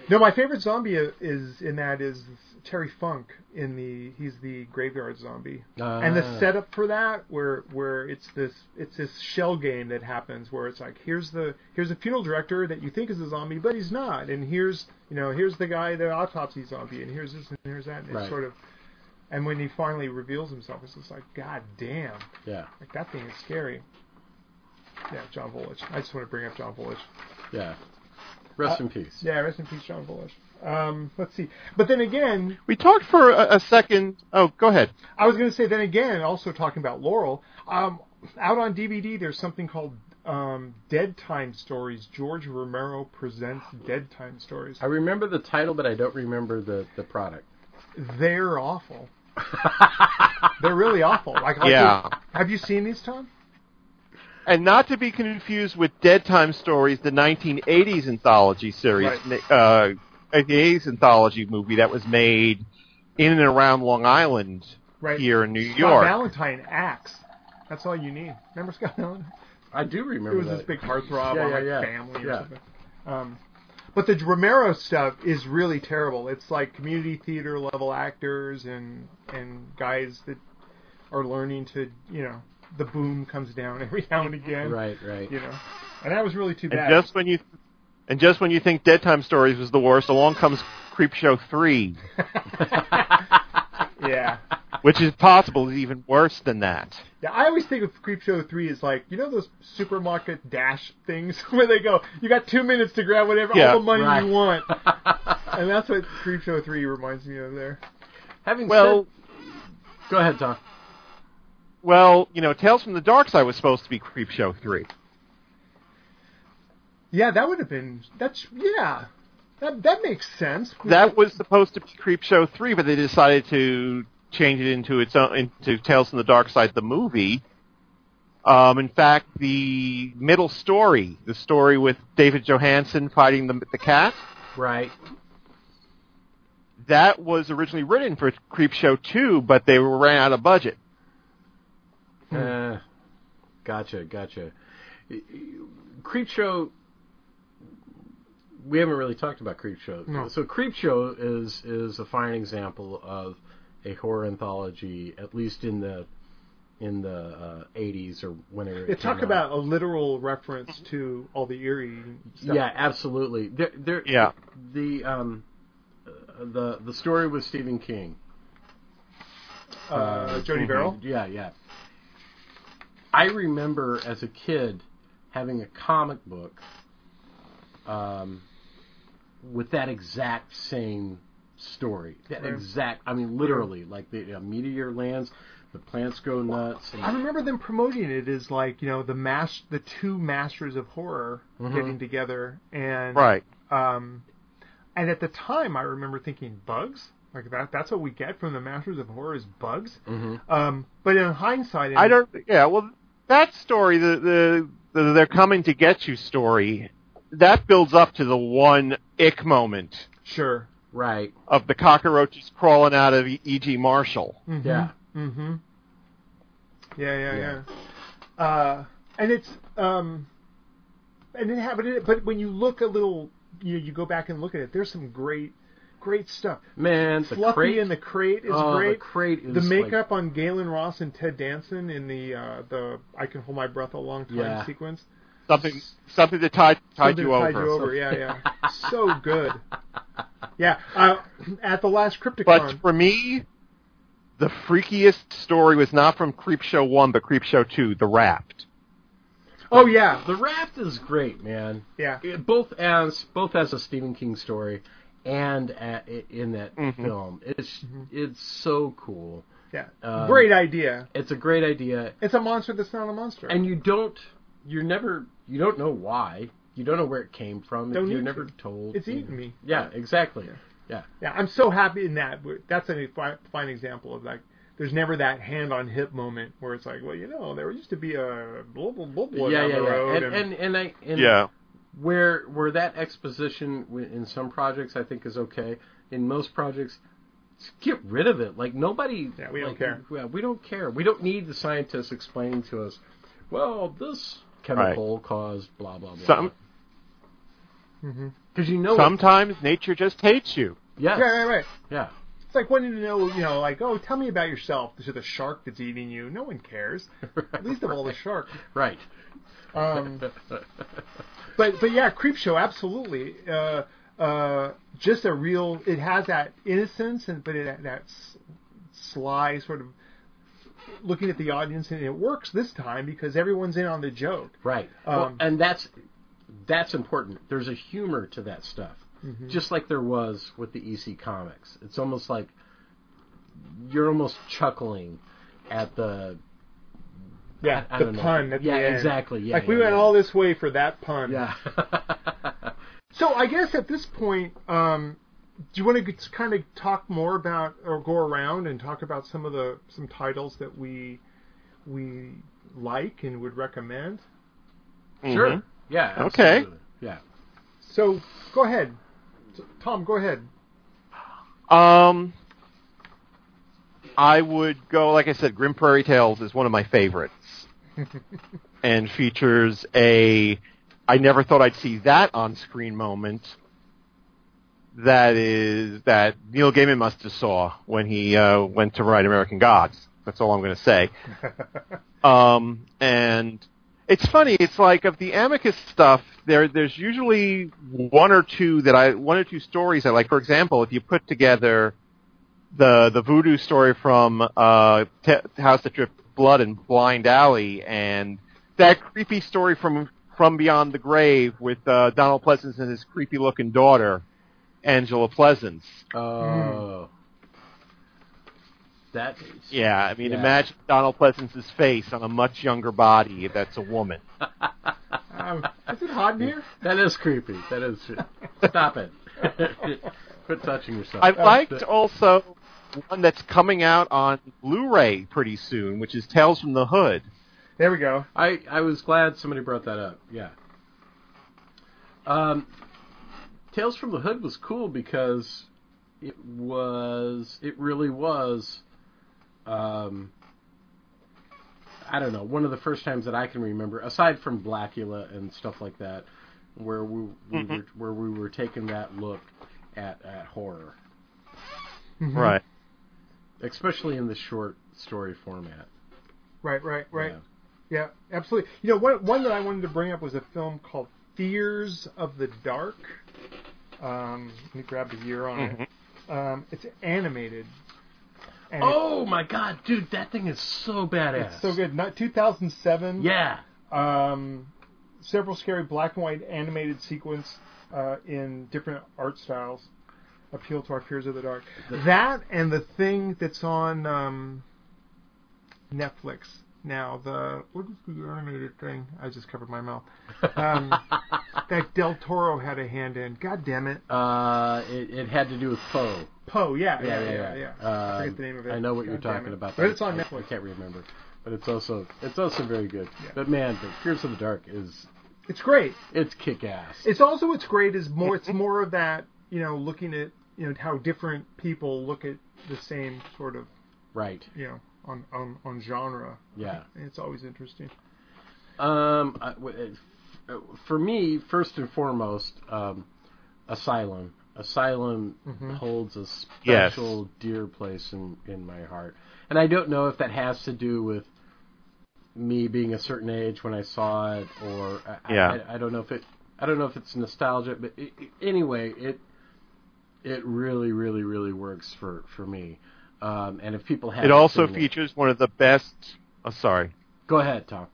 No, my favorite zombie i- is in that is Terry Funk in the he's the graveyard zombie.
Ah.
and the setup for that where where it's this it's this shell game that happens where it's like here's the here's a funeral director that you think is a zombie but he's not and here's you know here's the guy the autopsy zombie and here's this and here's that and
Right.
it's sort of and when he finally reveals himself it's just like god damn
Yeah.
like that thing is scary. Yeah, John Volich. I just want to bring up John Volich.
Yeah.
Uh,
Rest in peace.
Yeah, rest in peace, John Volich. Um, let's see. But then again,
We talked for a, a second. Oh, go ahead.
I was going to say, then again, also talking about Laurel, um, out on DVD, there's something called um, Dead Time Stories. George Romero presents Dead Time Stories.
I remember the title, but I don't remember the, the product.
They're
[LAUGHS]
awful. They're really awful. Like, like
Yeah.
Have you seen these, Tom?
And not to be confused with Dead Time Stories, the 1980s anthology series,
Right.
uh, 1980s anthology movie that was made in and around Long Island
Right.
here in New
Scott
York.
Valentine acts. That's all you need. Remember Scott Valentine?
I do remember
It was
that.
this big heartthrob
Yeah,
on
yeah,
like
yeah.
family or
Yeah.
something. Um, but the Romero stuff is really terrible. It's like community theater level actors and and guys that are learning to you know the boom comes down [LAUGHS] every now and again.
Right, right.
You
[LAUGHS]
know, and that was really too
And
bad.
just when you and just when you think Dead Time Stories was the worst, along comes Creepshow 3,
[LAUGHS]
yeah.
which is possible is even worse than that.
Yeah, I always think of Creepshow 3 as like, you know those supermarket dash things [LAUGHS] where they go, you got two minutes to grab whatever,
Yeah,
all the money
right.
you
[LAUGHS]
want. and that's what Creepshow 3 reminds me of there.
Having
Well,
said, go ahead, Tom.
well, you know, Tales from the Dark Side was supposed to be Creepshow 3.
Yeah, that would have been, that's, yeah. That, that makes sense.
that was supposed to be Creepshow three, but they decided to change it into its own into Tales from the Dark Side, the movie. Um, in fact, the middle story, the story with David Johansen fighting the the cat,
Right.
that was originally written for Creepshow two, but they ran out of budget.
Hmm.
Uh, gotcha, gotcha. Creepshow. We haven't really talked about Creepshow.
No.
So Creepshow is is a fine example of a horror anthology, at least in the in the uh, 80s or whenever.
They
It
talk
came out.
about a literal reference to all the eerie stuff.
Yeah, absolutely. There, there,
Yeah.
The um, uh, the the story with Stephen King.
Uh,
Mm-hmm.
Jody Barrel.
Yeah, yeah. I remember as a kid having a comic book um, with that exact same story. That
Right.
exact, I mean, literally, like the uh, meteor lands, the plants go nuts.
I
And,
remember them promoting it as like, you know, the mas- the two masters of horror getting together and
Mm-hmm. Right.
Um, and at the time, I remember thinking bugs. Like that, that's what we get from the Masters of Horror is bugs.
Mm-hmm.
Um, but in hindsight,
Mm-hmm. I don't. Yeah. Well, that story, the the, the they're coming to get you story, that builds up to the one ick moment
sure.
right.
of the cockroaches crawling out of E- E.G. Marshall.
Yeah.
Mm-hmm. Yeah, yeah, yeah.
Yeah.
Uh, and it's um, and it happened. But when you look a little, you know, you go back and look at it. There's some great, great stuff.
Man, the
Fluffy
crate.
in the crate is
oh,
great.
The crate is
The
like-
makeup on Galen Ross and Ted Danson in the uh, the I can hold my breath a long time
Yeah.
sequence.
something something that tied tied
Something
you
to
over.
[LAUGHS]
tide you over. Yeah, yeah. so good. Yeah, uh, at the last Crypticon.
But for me, the freakiest story was not from Creepshow 1, but Creepshow 2, The Raft.
oh yeah,
The Raft is great, man.
yeah.
It- both as both as a Stephen King story and a in that
Mm-hmm.
film. It's it's so cool.
Yeah.
Um,
Great idea.
It's a great idea,
It's a monster that's not a monster.
and you don't you're never you don't know why. You don't know where it came from.
Don't
You're
need
never
to.
told.
It's eaten me.
Yeah, exactly. Yeah.
Yeah, I'm so happy in that. but That's a fi- fine example of like, there's never that hand on hip moment where it's like, well, you know, there used to be a blah blah blah blah
yeah,
down
yeah,
the
yeah.
road.
And, and and I and
Yeah.
where where that exposition w- in some projects I think is okay. In most projects, just get rid of it. Like nobody.
Yeah, we don't
like,
care.
Yeah, we don't care. We don't need the scientists explaining to us. Well, this chemical caused blah blah blah.
Some-
because you know. it,
Sometimes nature just hates you.
yes,
yeah, right, right.
yeah.
It's like wanting to know, you know, like, oh, tell me about yourself to the shark that's eating you. No one
[LAUGHS]
cares. At least of all the shark.
Right.
Um, but but yeah, creep show absolutely. Uh, uh, just a real. It has that innocence and but it that s- sly sort of looking at the audience, and it works this time because everyone's in on the joke.
Right. well,
Um,
and that's that's important. There's a humor to that stuff,
Mm-hmm.
just like there was with the EC comics. It's almost like you're almost chuckling at the
Yeah,
I
the
don't know.
pun. At
Yeah,
the end.
exactly, yeah,
like we
yeah,
went
yeah.
all this way for that pun.
[LAUGHS]
yeah.
So I guess at this point, um, do you want to kind of talk more about or go around and talk about some of the some titles that we we like and would recommend?
sure. Yeah.
Mm-hmm. Okay.
absolutely. Yeah.
So go ahead, T- Tom. Go ahead.
Um, I would go, like I said, Grim Prairie Tales is one of my favorites, and features a I never thought I'd see that on screen moment. That is that Neil Gaiman must have saw when he uh, went to write American Gods. That's all I'm going to say. Um, and it's funny. It's like of the Amicus stuff. There, there's usually one or two that I, one or two stories I like. For example, if you put together the the voodoo story from uh, T- House That Dripped Blood and Blind Alley, and that creepy story from From Beyond the Grave with uh, Donald Pleasance and his creepy looking daughter, Angela Pleasance.
Mm-hmm.
Oh. That. is-
Yeah, I mean,
Yeah.
imagine Donald Pleasance's face on a much younger body if that's a woman.
[LAUGHS]
Um, is it hot in here?
That is creepy. That is.
[LAUGHS]
Stop it. [LAUGHS] Quit touching yourself.
Um,
I liked also one that's coming out on Blu-ray pretty soon, which is Tales from the Hood.
There we go.
I, I was glad somebody brought that up. Yeah. Um, Tales from the Hood was cool because it was it really was um I don't know, one of the first times that I can remember aside from Blackula and stuff like that where we, we
Mm-hmm.
were where we were taking that look at at horror,
Mm-hmm.
Right.
especially in the short story format.
Right, right, right.
Yeah.
Yeah, absolutely. You know, one one that I wanted to bring up was a film called Fears of the Dark. Um, let me grab the year on it. Um, it's animated. And it-
Mm-hmm. Oh my god, dude, that thing is so badass.
it's so good. Not 2007.
Yeah.
Um, several scary black and white animated sequence uh, in different art styles appeal to our fears of the dark. That and the thing that's on um, Netflix now. The what is the animated thing? I just covered my mouth.
[LAUGHS]
Um, that Del Toro had a hand in. God damn it.
Uh, it, it had to do with Poe.
Poe. Yeah, yeah, yeah, yeah.
Um,
I forget the name of it.
I know what you're
God damn
talking
it.
about,
But it's on
I- I
Netflix.
can't remember. But it's also it's also very good. But man, the Fears of the Dark is
It's great.
it's kick ass.
It's also what's great is more.
Mm-hmm.
It's more of that you know looking at you know how different people look at the same sort of
Right.
you know on on, on genre.
Yeah.
And it's always interesting.
Um, I- w- uh, for me, first and foremost, um, Asylum. Asylum holds a
Yes.
special dear place in, in my heart, and I don't know if that has to do with me being a certain age when I saw it, or I,
Yeah.
I, I don't know if it. I don't know if it's nostalgia, but i i anyway, it it really, really, really works for for me. Um, and if people have
It also features one of the best. Oh, sorry.
Go ahead, Tom.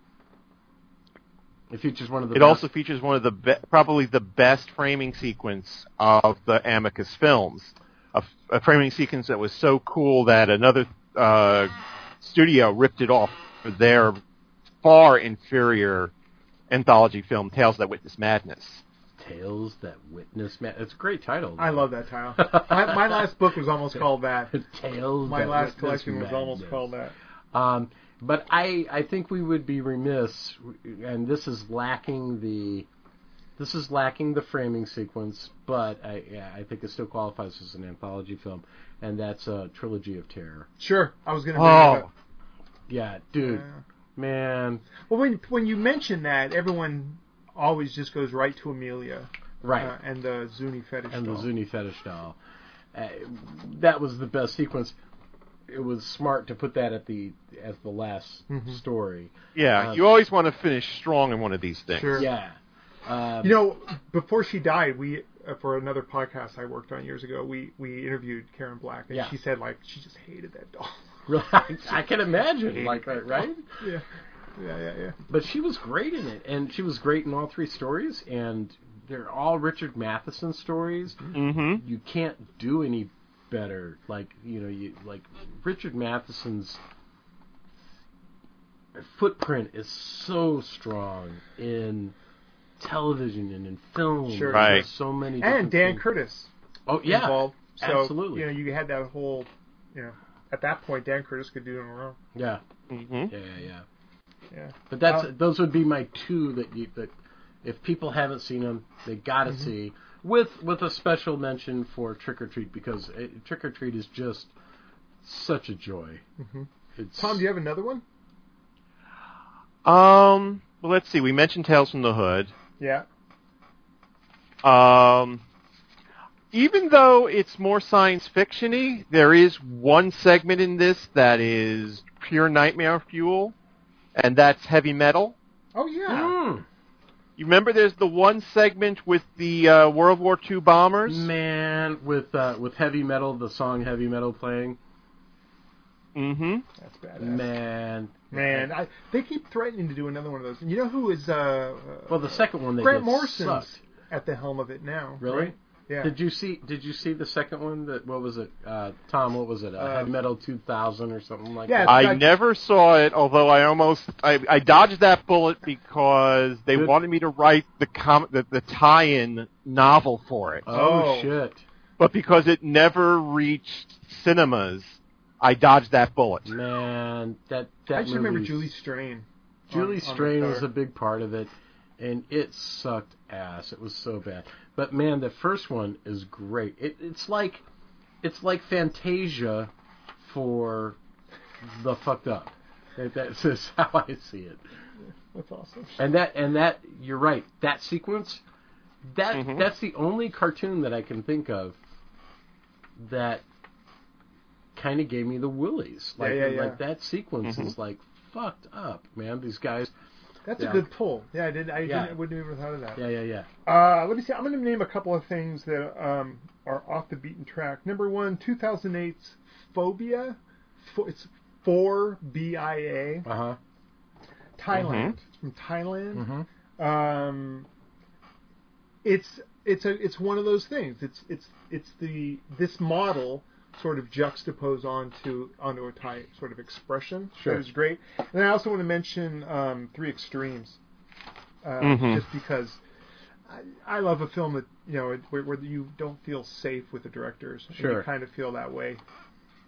It features one of the.
It
best-
also features one of the be- probably the best framing sequence of the Amicus films, a, f- a framing sequence that was so cool that another uh, studio ripped it off for their far inferior anthology film, Tales That Witness Madness.
tales that witness man. It's a great title.
I love that title. my, my last book was almost called that.
[LAUGHS] tales.
My
that
last
witness
collection was almost
madness.
called that.
Um, but I, I think we would be remiss, and this is lacking the, this is lacking the framing sequence, but I, yeah, I think it still qualifies as an anthology film, and that's a trilogy of terror.
Sure, I was gonna. Bring that
Oh,
up.
Yeah,
Uh,
dude, man,
Well, when when you mention that, everyone always just goes right to Amelia
right,
uh, and the Zuni fetish.
and the
doll.
Zuni fetish doll. Uh, that was the best sequence. It was smart to put that at the as the last
Mm-hmm.
story.
yeah. You always want to finish strong in one of these things.
Sure.
Yeah,
[LAUGHS]
um,
You know, before she died, we uh, for another podcast I worked on years ago, we we interviewed Karen Black, and
Yeah.
she said like she just hated that doll.
I can imagine like that, right?
yeah, yeah, yeah, yeah.
but she was great in it, and she was great in all three stories, and they're all Richard Matheson stories.
Mm-hmm.
You can't do any better. Like you know, you like Richard Matheson's footprint is so strong in television and in film.
Sure.
There's
Right.
So many
And
different
Dan
things.
Curtis
Oh yeah,
involved. So,
absolutely.
You know, you had that whole, you know, at that point Dan Curtis could do it on her own.
yeah,
Mm-hmm.
yeah, yeah, yeah.
Yeah.
But that's
Uh,
those would be my two that you that if people haven't seen them, they gotta
Mm-hmm.
see. With with a special mention for Trick or Treat because it, Trick or Treat is just such a joy. It's,
Tom, do you have another one?
Um, well, let's see. We mentioned Tales from the Hood.
Yeah.
Um, even though it's more science fictiony, there is one segment in this that is pure nightmare fuel, and that's heavy metal.
Oh yeah.
Mm,
You remember there's the one segment with the uh, World War II bombers?
man, with uh, with heavy metal, the song heavy metal playing,
Mm-hmm.
That's badass.
man.
Man, I, they keep threatening to do another one of those. You know who is uh,
Well, the second one they
Grant
did
Morrison's
sucked.
at the helm of it now?
Really?
right? Yeah.
Did you see? Did you see the second one? That what was it? Uh, Tom, what was it? Uh,
Uh,
heavy metal two thousand or something like
Yeah,
that.
I
Like-
never saw it, although I almost I, I dodged that bullet because they
Good.
wanted me to write the, com- the the tie-in novel for it.
Oh.
oh shit!
but because it never reached cinemas, I dodged that bullet.
Man, that that
I just remember
movie's-
Julie Strain.
Julie
on- on
Strain
the
was a
cover.
big part of it, and it sucked ass. It was so bad. But man, the first one is great. It, it's like it's like Fantasia for the fucked up. That- That's [LAUGHS] just how I see it.
That's awesome.
And that and that you're right. That sequence, that that's the only cartoon that I can think of that kind of gave me the willies. Like,
yeah, yeah.
like that sequence is like fucked up, man. These guys.
That's
Yeah.
a good pull. Yeah, I did. I,
Yeah.
didn't, I wouldn't have even thought of that.
Yeah, yeah, yeah.
Uh, let me see. I'm going to name a couple of things that um, are off the beaten track. Number one, 2008's Phobia. Pho- It's four B I A.
Uh huh. Mm-hmm.
Thailand. It's from Thailand. Um, it's it's a it's one of those things. It's it's it's the this model sort of juxtaposed onto onto a Thai sort of expression.
Sure.
That is great. And I also want to mention um, Three Extremes, uh,
Mm-hmm.
just because. I, I love a film that you know it- where, where you don't feel safe with the directors. and
Sure.
you kind of feel that way.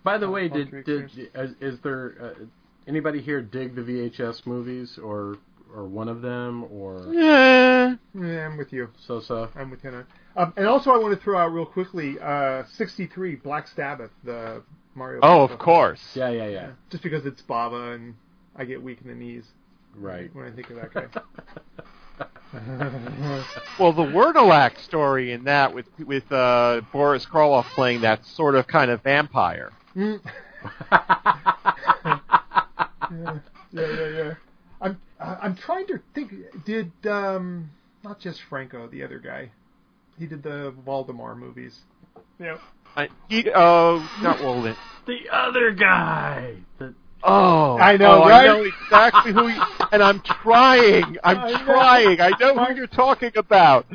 By the way,
all
did
three
did is, is there uh, anybody here dig the VHS movies or or one of them or
Yeah.
Yeah, I'm with you.
so so?
I'm with Hannah. Um, and also, I want to throw out real quickly uh, 63, Black Sabbath, the Mario.
Oh,
Bava.
of course.
Yeah, yeah, yeah.
Just because it's Baba and I get weak in the knees
Right.
when I think of that
[LAUGHS]
guy.
[LAUGHS]
Well, the Wordalak story in that with with uh, Boris Karloff playing that sort of kind of vampire.
Mm. yeah, yeah, yeah, yeah. I'm, I- I'm trying to think. Did, um, not just Franco, the other guy. He did the Waldemar movies. Yeah.
I, he, oh, not Walden.
The other guy. The,
Oh,
I know,
oh,
right?
I know exactly who. You, [LAUGHS] and I'm trying. I'm
I know.
trying. I know who you're talking about.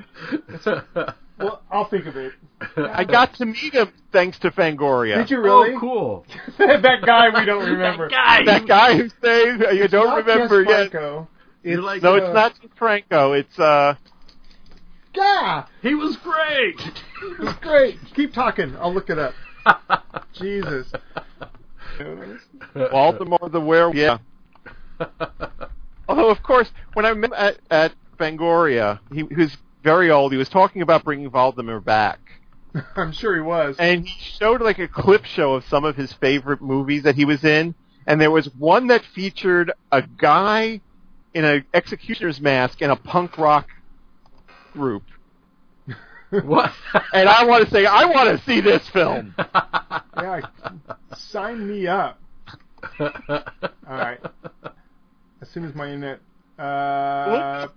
Well, I'll think of it.
I got to meet him thanks to Fangoria.
Did you really?
Oh, cool.
[LAUGHS] that guy we
[LAUGHS]
don't remember.
Guy.
That guy who's saying you don't
Not
remember
just
yet.
Franco.
You're
It's,
like,
No,
uh,
it's not just Franco. It's uh.
Yeah,
He was great.
it was great. Keep talking. I'll look it up. Jesus.
[LAUGHS]
Baltimore the Werewolf. Yeah. Although, of course, when I met him at, at Fangoria, he, he was very old. He was talking about bringing Valdemar back.
I'm sure he was.
And he showed like a clip show of some of his favorite movies that he was in. And there was one that featured a guy in an executioner's mask in a punk rock group.
what?
And I want to say, I want to see this
[LAUGHS]
film.
Yeah,
[LAUGHS]
sign me up. All right. As soon as my internet. Uh,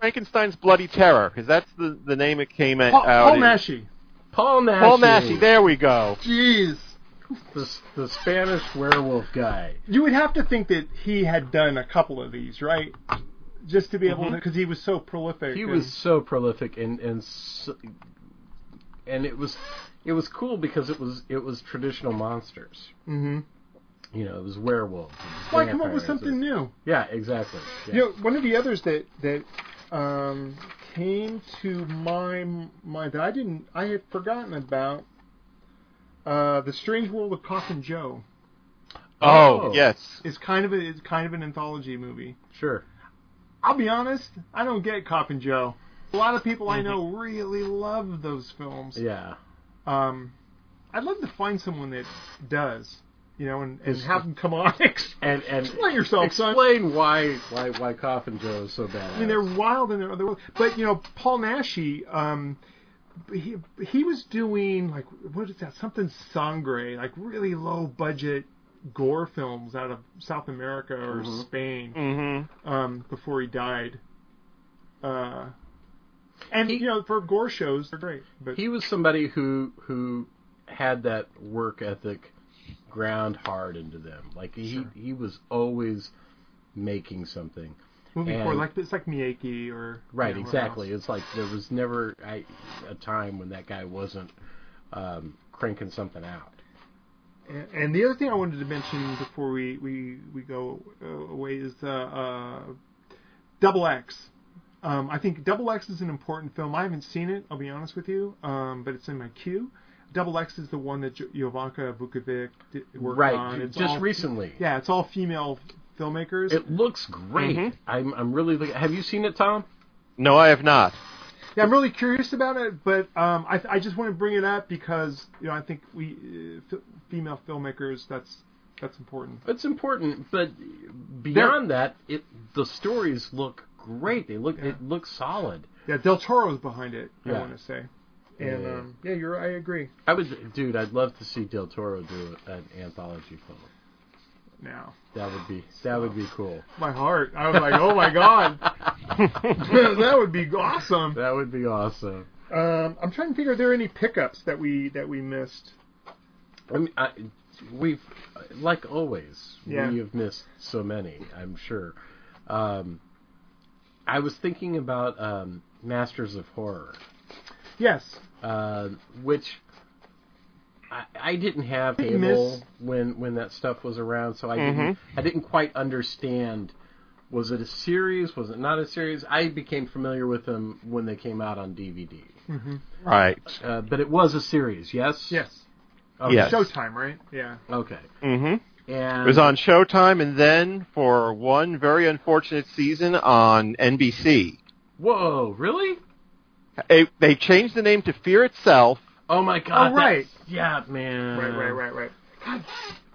Frankenstein's Bloody Terror, because that's the, the name it came at,
Paul,
out.
Paul
in.
Nashi.
Paul Nash.
Paul Massey, there we go.
Jeez.
The, the Spanish werewolf guy.
You would have to think that he had done a couple of these, right? Just to be able to, because he was so prolific.
Mm-hmm. He
and-
was so prolific and and so, and it was it was cool because it was it was traditional monsters.
Mhm.
You know, it was werewolves. it was
Why come up with
vampires,
something
it was-
new?
Yeah, exactly. Yeah.
You know, one of the others that that um, came to my m- mind that I didn't, I had forgotten about. Uh, the Strange World of Coffin Joe
Oh.
Oh, yes.
is kind of a is kind of an anthology movie.
Sure.
I'll be honest, I don't get Coffin Joe. A lot of people I know really love those films.
Mm-hmm. Yeah.
Um, I'd love to find someone that does, you know, and, and
Is-
have them come on. [LAUGHS] I
And and
Explain yourself, son.
Explain why why why Coffin Joe is so bad.
mean, they're wild in their other world. But you know, Paul Nashi, um, he he was doing like what is that? Something sangre, like really low budget gore films out of South America or
Mm-hmm.
Spain.
Mm.
hmm
um, before he died. Uh, and you know, for gore shows, they're great. But
he was somebody who who had that work ethic ground hard into them. Like he he was always making something.
movie
and-
for like it's like Miyake or
Right,
you know,
exactly.
what
It's like there was never I, a time when that guy wasn't um, cranking something out.
else. And, and the other thing I wanted to mention before we we we go uh, away is uh, uh, Double X. Um, I think Double X is an important film. I haven't seen it. I'll be honest with you, um, but it's in my queue. Double X is the one that jo- Jovanka Vukovic di- worked
Right,
on. It's
just
all-
recently.
Yeah, it's all female filmmakers.
It looks great.
Mm-hmm.
Mhm.
I'm I'm really. look- Have you seen it, Tom?
No, I have not.
Yeah, I'm really curious about it, but um, I, I just want to bring it up because you know I think we uh, f- female filmmakers that's that's important.
It's important, but beyond that, it the stories look great. They look it looks solid.
Yeah, Del Toro's behind it. I
Yeah.
want to say, and
Yeah.
um, yeah, you're I agree.
I would, dude. I'd love to see Del Toro do an anthology film.
Now
That would be that would be cool.
my heart, I was like, oh my god, [LAUGHS] that would be awesome.
That would be awesome.
Um, I'm trying to figure are there any pickups that we that we missed.
I mean, I, we've, like always,
Yeah.
we have missed so many, I'm sure. Um, I was thinking about um, Masters of Horror,
Yes,
uh, which I, I didn't have
Did you
cable
miss-
when, when that stuff was around, so I didn't I didn't quite understand. Was it a series? Was it not a series? I became familiar with them when they came out on DVD,
Right.
uh, but it was a series. Yes.
yes, Oh,
Okay.
Yes.
Showtime, right? Yeah,
Okay.
hmm
And
It was on Showtime, and then for one very unfortunate season on NBC.
Whoa! Really?
It, they changed the name to Fear Itself.
Oh my god.
Oh, right.
that's- Yeah, man.
right, right, right, right. God,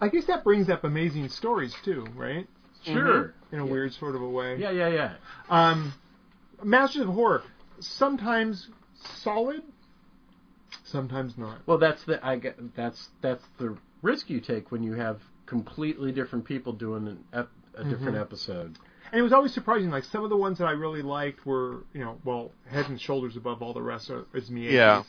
I guess that brings up amazing stories too, right?
Sure.
In a weird sort of a way.
Mm-hmm. Yeah, yeah, yeah.
Um, Masters of Horror, sometimes solid, sometimes not.
Well, that's the I get, that's that's the
Mm-hmm.
risk you take when you have completely different people doing an ep, a different episode.
and it was always surprising. Like some of the ones that I really liked were, you know, well, head and shoulders above all the rest are, is Miyake's.
Yeah.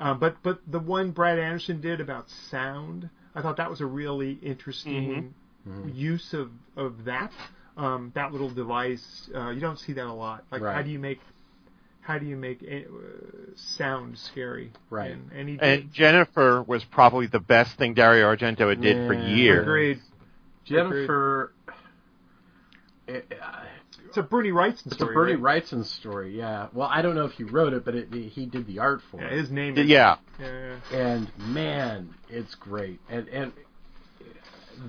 Um, but but the one Brad Anderson did about sound, I thought that was a really
Mm-hmm.
interesting
Mm-hmm.
use of of that um, that little device. Uh, you don't see that a lot. Like how
Right.
do you make how do you make a, uh, sound scary?
Right.
And, and he did.
And Jennifer was probably the best thing Dario Argento had did for
Yeah.
years.
Agreed.
Jennifer. It, uh,
It's a Bernie Wrightson
eh, it's a
story.
Bernie
right?
Wrightson story, yeah. Well, I don't know if he wrote it, but it, he did the art for
Yeah,
it.
his name. Is,
Yeah,
yeah.
and man, it's great. And and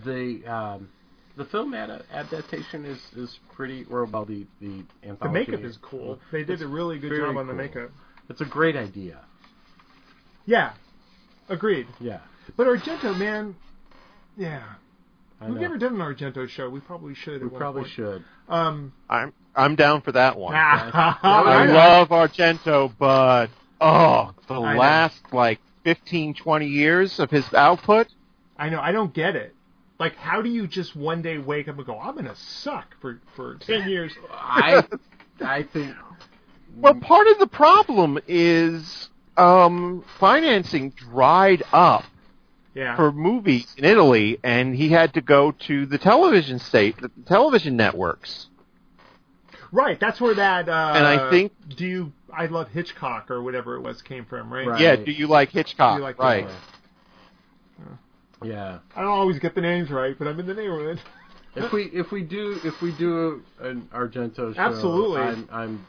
the um, the film ad- adaptation is is pretty or well the the
The
anthology
makeup is cool. They did a really good
Very
job on the
cool.
makeup.
It's a great idea.
Yeah, agreed.
Yeah.
But Argento, man, yeah,
I
we've
know.
never done an Argento show. We probably should.
we
at one
probably
point.
should.
Um,
I'm I'm down for that one. I
[LAUGHS] I know.
love Argento, but oh, the
I know.
last like 15, 20 years of his output.
I know. I don't get it. Like, how do you just one day wake up and go, "I'm gonna suck for for [LAUGHS] ten years"?
I I think
Well, part of the problem is um, financing dried up
Yeah.
for movies in Italy, and he had to go to the television state, the television networks.
Right. That's where that. Uh,
And I think-
Do you? I love Hitchcock or whatever it was came from. Right.
Right.
Yeah, do you like Hitchcock?
Do you like
right.
Hitchcock?
yeah.
I don't always get the names right, but I'm in the neighborhood.
If we if we do if we do an Argento show,
Absolutely.
I'm I'm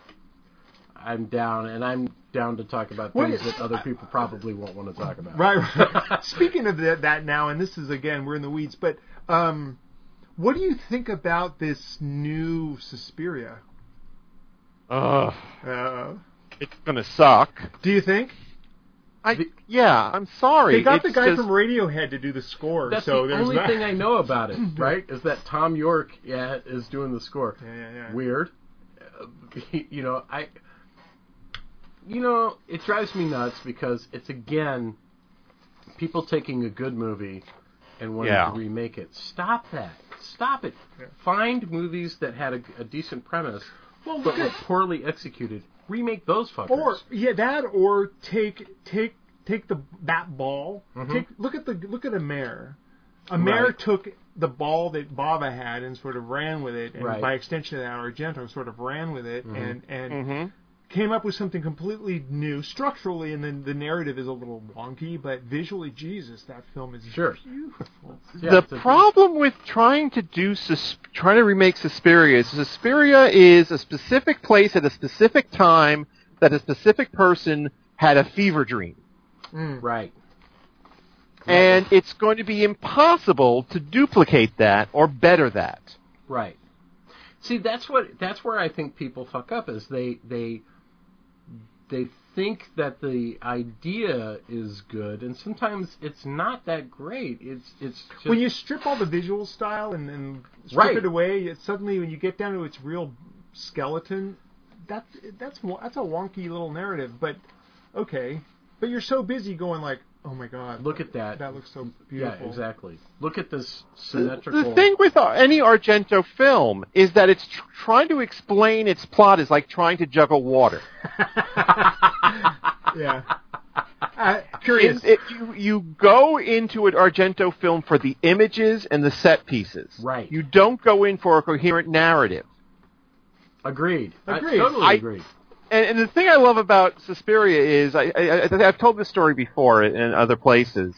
I'm down and I'm down to talk about
What
things
is-
that other people probably won't want to talk about.
Right.
[LAUGHS]
right. Speaking of that, that now, and this is again, we're in the weeds, but um, what do you think about this new Suspiria?
Ugh,
Uh,
it's gonna suck.
do you think
I yeah, I'm sorry.
they got the
It's
guy
just-
from Radiohead to do the score?
That's
so
the
there's
only
that. [LAUGHS]
thing I know about it, right? Is that Tom York yeah, is doing the score.
Yeah, yeah, yeah.
Weird. [LAUGHS] Uh, you know, I. You know, it drives me nuts because it's again people taking a good movie and wanting
Yeah.
to remake it. Stop that. Stop it.
Yeah.
Find movies that had a, a decent premise
Well,
but
good.
were poorly executed. Remake those fuckers.
or yeah, that or take take take the that ball. Take look at the look at a mare. A mare
Mm-hmm. Right.
took the ball that Bava had and sort of ran with it, and
Right. Mm-hmm.
by extension, that Argento sort of ran with it, and and came up with something completely new structurally, and then the narrative is a little wonky, but visually, Jesus, that film is
Sure.
beautiful.
Yeah,
the
it's a-
problem with trying to do sus- trying to remake Suspiria is Suspiria is a specific place at a specific time that a specific person had a fever dream,
Right.
and it's going to be impossible to duplicate that or better that.
Right. See, that's what that's where I think people fuck up is they they they think that the idea is good and sometimes it's not that great. It's it's just,
When you strip all the visual style and, and strip
Right.
it away, it, suddenly when you get down to its real skeleton, that's that's wo- that's a wonky little narrative. But okay, but you're so busy going like, oh my god,
look at that.
that looks so
yeah,
beautiful.
exactly. Look at this symmetrical
The thing with uh, any Argento film is that it's tr- trying to explain its plot is like trying to juggle water.
[LAUGHS]
Yeah. Uh, curious.
It- it- you, you go into an Argento film for the images and the set pieces.
Right.
You don't go in for a coherent narrative.
Agreed.
Agreed.
I totally
I-
agreed.
And, and the thing I love about Suspiria is I, I, I, I've told this story before in other places.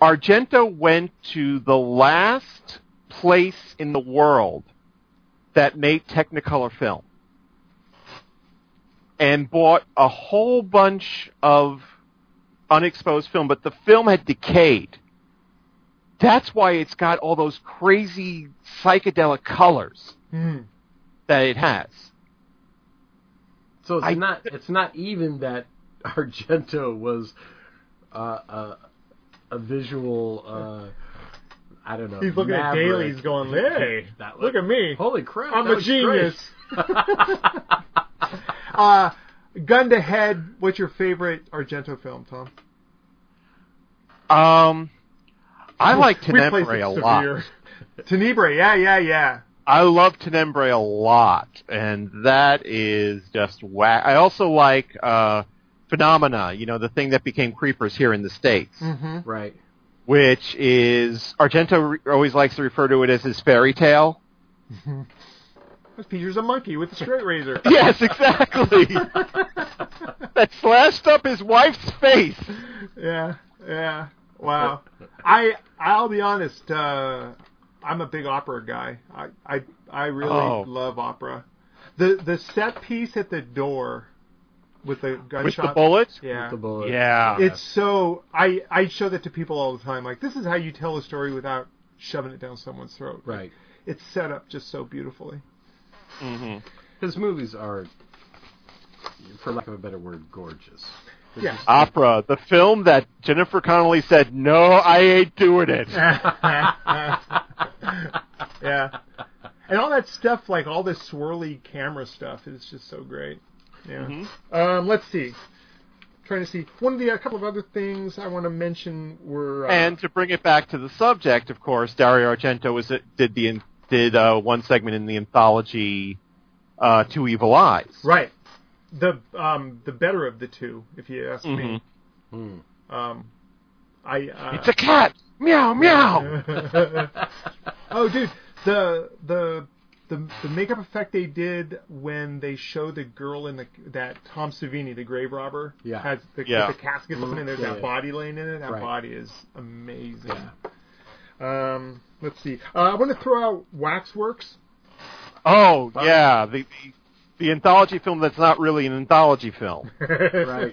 Argento went to the last place in the world that made Technicolor film and bought a whole bunch of unexposed film, but the film had decayed. That's why it's got all those crazy psychedelic colors
Hmm.
that it has.
So it's
I-
not it's not even that [LAUGHS] Argento was uh, a a visual. Uh, I don't know.
He's looking at
maverick.
dailies going, hey,
That
look at
look- Oh.
me.
Holy crap!
I'm
that
a
was
genius. [LAUGHS]
[LAUGHS]
uh, gun to head, what's your favorite Argento film,
[LAUGHS]
Tom?
Um, I like
We placed
Tenebrae
it
a lot.
severe. Tenebrae, yeah, yeah, yeah.
I love Tenebrae a lot, and that is just whack. I also like uh, Phenomena, you know, the thing that became Creepers here in the States,
Mm-hmm.
Right.
which is, Argento re- always likes to refer to it as his fairy
[LAUGHS]
tale.
Peter's a monkey with a straight razor.
[LAUGHS]
[LAUGHS]
Yes, exactly. that slashed up his wife's face.
Yeah, yeah. Wow. I I'll be honest. Uh, I'm a big opera guy. I I, I really
Oh.
love opera. The the set piece at the door with the gunshot.
With the bullets?
Yeah.
The bullet.
Yeah.
It's so I I show that to people all the time. Like this is how you tell a story without shoving it down someone's throat.
Right.
It's set up just so beautifully.
His movies are, for lack of a better word,
[LAUGHS]
gorgeous. They're
Yeah.
Opera, the film that Jennifer Connelly said, no, I ain't doing
[LAUGHS]
it. [LAUGHS]
yeah. And all that stuff, like all this swirly camera stuff, is just so great. Yeah. Um, let's see. Trying to see one of the a couple of other things I want to mention were uh,
And to bring it back to the subject, of course, Dario Argento was did the did uh, one segment in the anthology uh, Two Evil Eyes.
right the um the better of the two, if you ask me. Um, I uh,
It's a cat. Meow meow.
[LAUGHS] oh, dude, the the the the makeup effect they did when they show the girl in the that Tom Savini, the grave robber,
Yeah.
has the,
Yeah.
with the casket on and there's
Yeah,
that
yeah.
body laying in it. That
Right.
body is amazing. Um, let's see. Uh, I want to throw out Waxworks.
Oh yeah, the, the the anthology film that's not really an anthology film.
[LAUGHS] Right.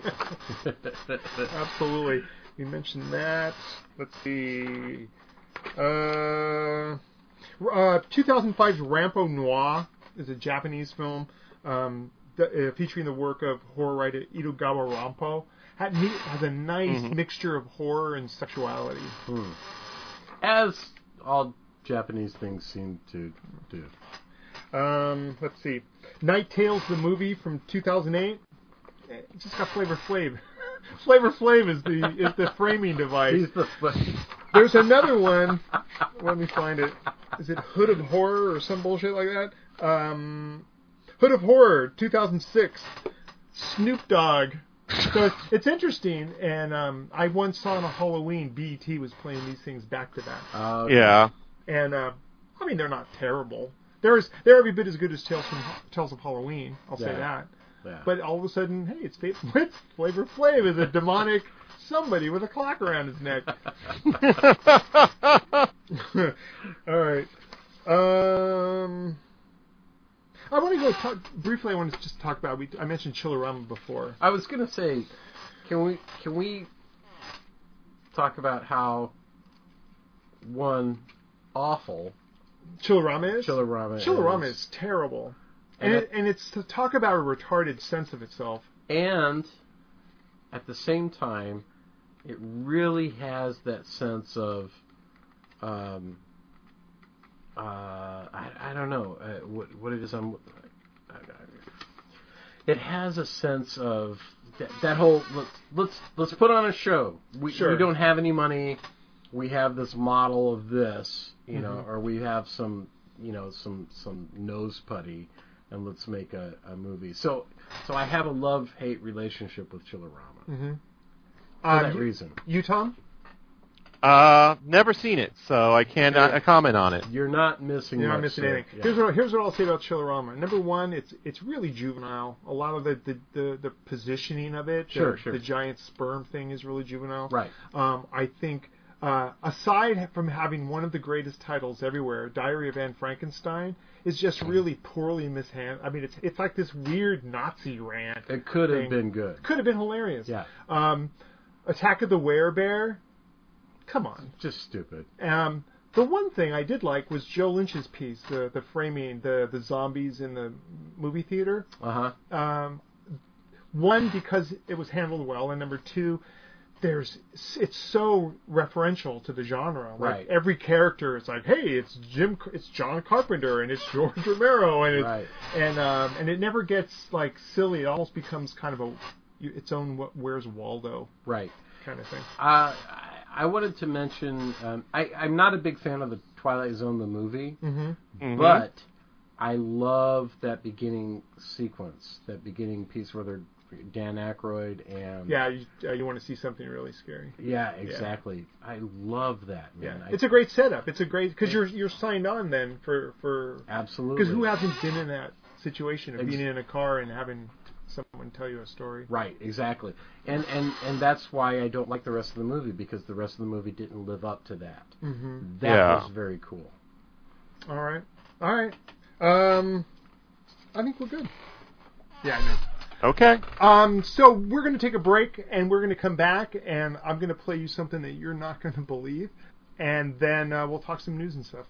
Absolutely. We mentioned that. Let's see. Uh, uh, 2005's Rampo Noir is a Japanese film um, th- uh, featuring the work of horror writer Itogawa Rampo. Had, neat- has a nice mixture of horror and sexuality.
Hmm. As all Japanese things seem to do.
Um, let's see. Night Tales, the movie from 2008. It just got Flavor Flav. [LAUGHS] Flavor Flav is the is the framing device.
He's the
There's another one. Let me find it. Is it Hood of Horror or some bullshit like that? Um, Hood of Horror, 2006. Snoop Dogg. So it's, it's interesting, and um, I once saw on a Halloween BET was playing these things back to back,
uh,
Yeah. [LAUGHS]
and uh, I mean they're not terrible. There's they're every bit as good as Tales from Tales of Halloween. I'll say
Yeah.
that.
yeah.
But all of a sudden, hey, it's, Fa- [LAUGHS] it's Flavor Flav is a demonic somebody with a clock around his neck. [LAUGHS] All right. Um, I want to go talk, briefly. I want to just talk about. We I mentioned Chillerama before.
I was gonna say, can we can we talk about how one awful
Chillerama is
Chillerama is?
Chillerama is terrible, and
And
it, and it's to talk about a retarded sense of itself.
and at the same time, it really has that sense of, um, uh, I, I don't know uh, what what it is. I'm, I, I, it has a sense of that, that whole let's, let's let's put on a show. We,
Sure.
we don't have any money. We have this model of this, you know, or we have some, you know, some some nose putty, and let's make a, a movie. So so I have a love hate relationship with Chillerama for that
Um,
reason.
you Tom?
Uh, never seen it, so I cannot uh, comment on it.
You're not missing.
You're not
much,
missing
sir.
anything.
Yeah.
Here's what here's what I'll say about Chillerama. Number one, it's it's really juvenile. A lot of the the, the, the positioning of it, the-
Sure, sure.
the giant sperm thing is really juvenile.
Right.
Um, I think uh, aside from having one of the greatest titles everywhere, Diary of Anne Frankenstein is just really poorly mishandled. I mean, it's it's like this weird Nazi rant.
It could
thing.
have been good.
Could have been hilarious.
Yeah,
Um, Attack of the Werebear. Come on.
just stupid.
Um, the one thing I did like was Joe Lynch's piece, the the framing, the the zombies in the movie theater.
Uh huh.
Um, one because it was handled well, and number two, there's it's so referential to the genre. Like
Right.
Every character is like, hey, it's Jim, it's John Carpenter, and it's
[LAUGHS]
George Romero, and it's
Right.
and um, and it never gets like silly. It almost becomes kind of a its own what where's Waldo
Right.
kind of thing.
Uh, I- I wanted to mention um, I, I'm not a big fan of the Twilight Zone the movie,
Mm-hmm.
but I love that beginning sequence, that beginning piece where they're Dan Aykroyd and
Yeah, you, uh, you want to see something really scary.
yeah, exactly. I love that
Yeah,
man. I-
it's a great setup. It's a great because you're you're signed on then for for
absolutely
because who hasn't been in that situation of
Ex-
being in a car and having someone tell you a story?
Right, exactly, and and and that's why I don't like the rest of the movie because the rest of the movie didn't live up to that.
Mm-hmm.
That
Yeah.
was very cool.
All right, all right. Um, I think we're good. Yeah, I know.
Okay.
Um, so we're going to take a break and we're going to come back and I'm going to play you something that you're not going to [LAUGHS] believe, and then uh, we'll talk some news and stuff.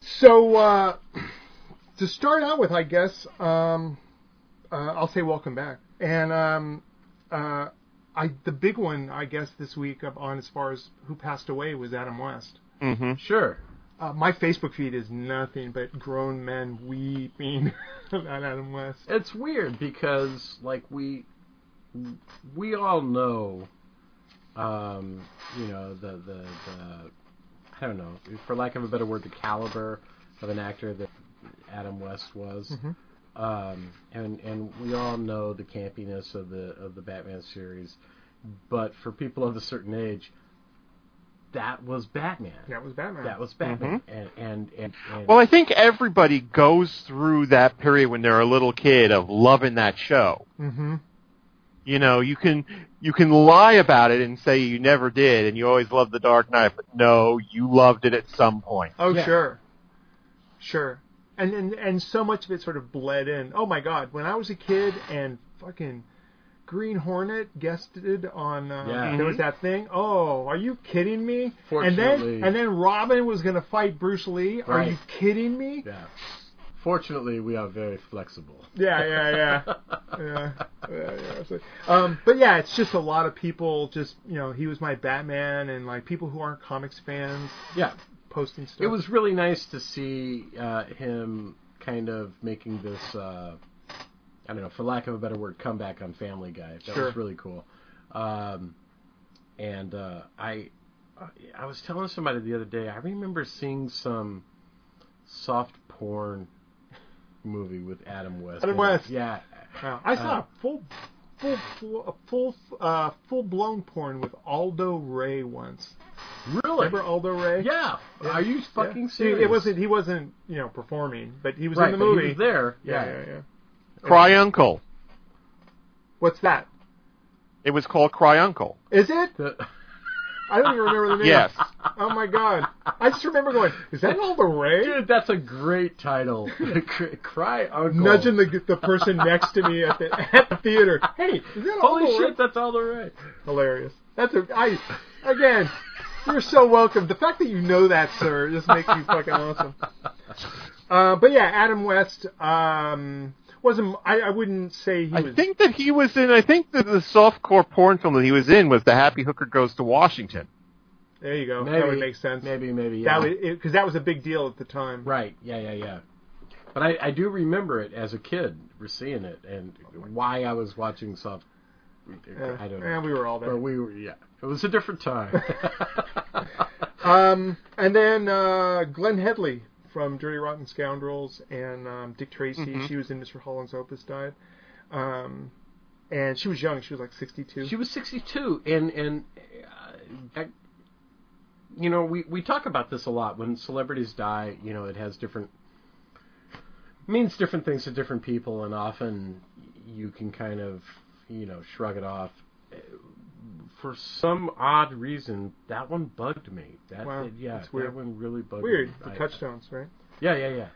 So uh, [CLEARS THROAT] to start out with, I guess um, uh, I'll say welcome back. And um, uh, I the big one, I guess, this week up on as far as who passed away was Adam West.
Mm-hmm.
Sure.
Uh, my Facebook feed is nothing but grown men weeping [LAUGHS] about Adam West.
It's weird because like we we all know um you know the the, the I don't know, for lack of a better word, the caliber of an actor that Adam West was. Um, and and we all know the campiness of the of the Batman series, but for people of a certain age, that was Batman.
That was Batman.
That was Batman. And, and, and, and
Well, I think everybody goes through that period when they're a little kid of loving that show.
hmm
You know, you can you can lie about it and say you never did and you always loved The Dark Knight, but no, you loved it at some point.
Oh
Yeah.
sure, sure. And, and and so much of it sort of bled in. Oh my God! When I was a kid and fucking Green Hornet guested on uh,
Yeah. Mm-hmm.
there was that thing. Oh, are you kidding me? And
Fortunately.
then and then Robin was gonna fight Bruce Lee. Are
Right.
you kidding me?
yeah. Fortunately, we are very flexible.
Yeah, yeah, yeah.
[LAUGHS]
yeah, yeah, yeah. So, um, but yeah, it's just a lot of people. Just you know, he was my Batman, and like people who aren't comics fans
Yeah.
posting stuff.
It was really nice to see uh, him kind of making this, uh, I don't know, for lack of a better word, comeback on Family Guy. That
Sure.
was really cool. Um, and uh, I, I was telling somebody the other day. I remember seeing some soft porn movie with Adam West.
Adam
in it.
West.
Yeah.
Wow. I saw
Uh,
a full, full, full, a full, uh, full blown porn with Aldo Ray once.
Really?
Remember Aldo Ray?
Yeah. Are you fucking
Yeah.
serious?
He, it wasn't. He wasn't. You know, performing, but he was
right,
in the
but he
movie.
was there.
Yeah, yeah, yeah.
Cry Uncle.
What's that?
It was called Cry Uncle.
Is it?
The-
I don't even remember the name.
Yes.
Oh my god! I just remember going, "Is that Aldo Ray?"
Dude, that's a
[LAUGHS]
great title. Cry- Cry Uncle.
Nudging the the person next to me at the at the
[LAUGHS]
theater. Hey, is that Aldo
Holy
Ray?
shit, that's all the right.
Hilarious. That's a I again. You're so welcome. The fact that you know that, sir, just makes you fucking awesome. Uh, but yeah, Adam West um, wasn't. I, I wouldn't say he
I
was.
think that he was in. I think that the softcore porn film that he was in was The Happy Hooker Goes to Washington.
there you go.
Maybe
that would make sense.
Maybe, maybe. Yeah.
That would because that was a big deal at the time.
Right. Yeah, yeah, yeah. But I, I do remember it as a kid, we're seeing it, and why I was watching soft.
Yeah.
I don't know.
And we were all there.
Or we were, yeah. It was a
[LAUGHS]
different time. [LAUGHS]
Um, and then uh, Glenn Headley from Dirty Rotten Scoundrels and um, Dick Tracy.
Mm-hmm.
She was in Mr. Holland's Opus Died. Um, and she was young. She was like 62.
she was 62, and and uh, that, you know we we talk about this a lot when celebrities die. You know, it has different means different things to different people, and often you can kind of you know shrug it off. For some odd reason, that one bugged me. That
Wow,
yeah,
that's weird.
that one really bugged
Weird.
me.
The
I-
touchstones, right?
Yeah, yeah, yeah.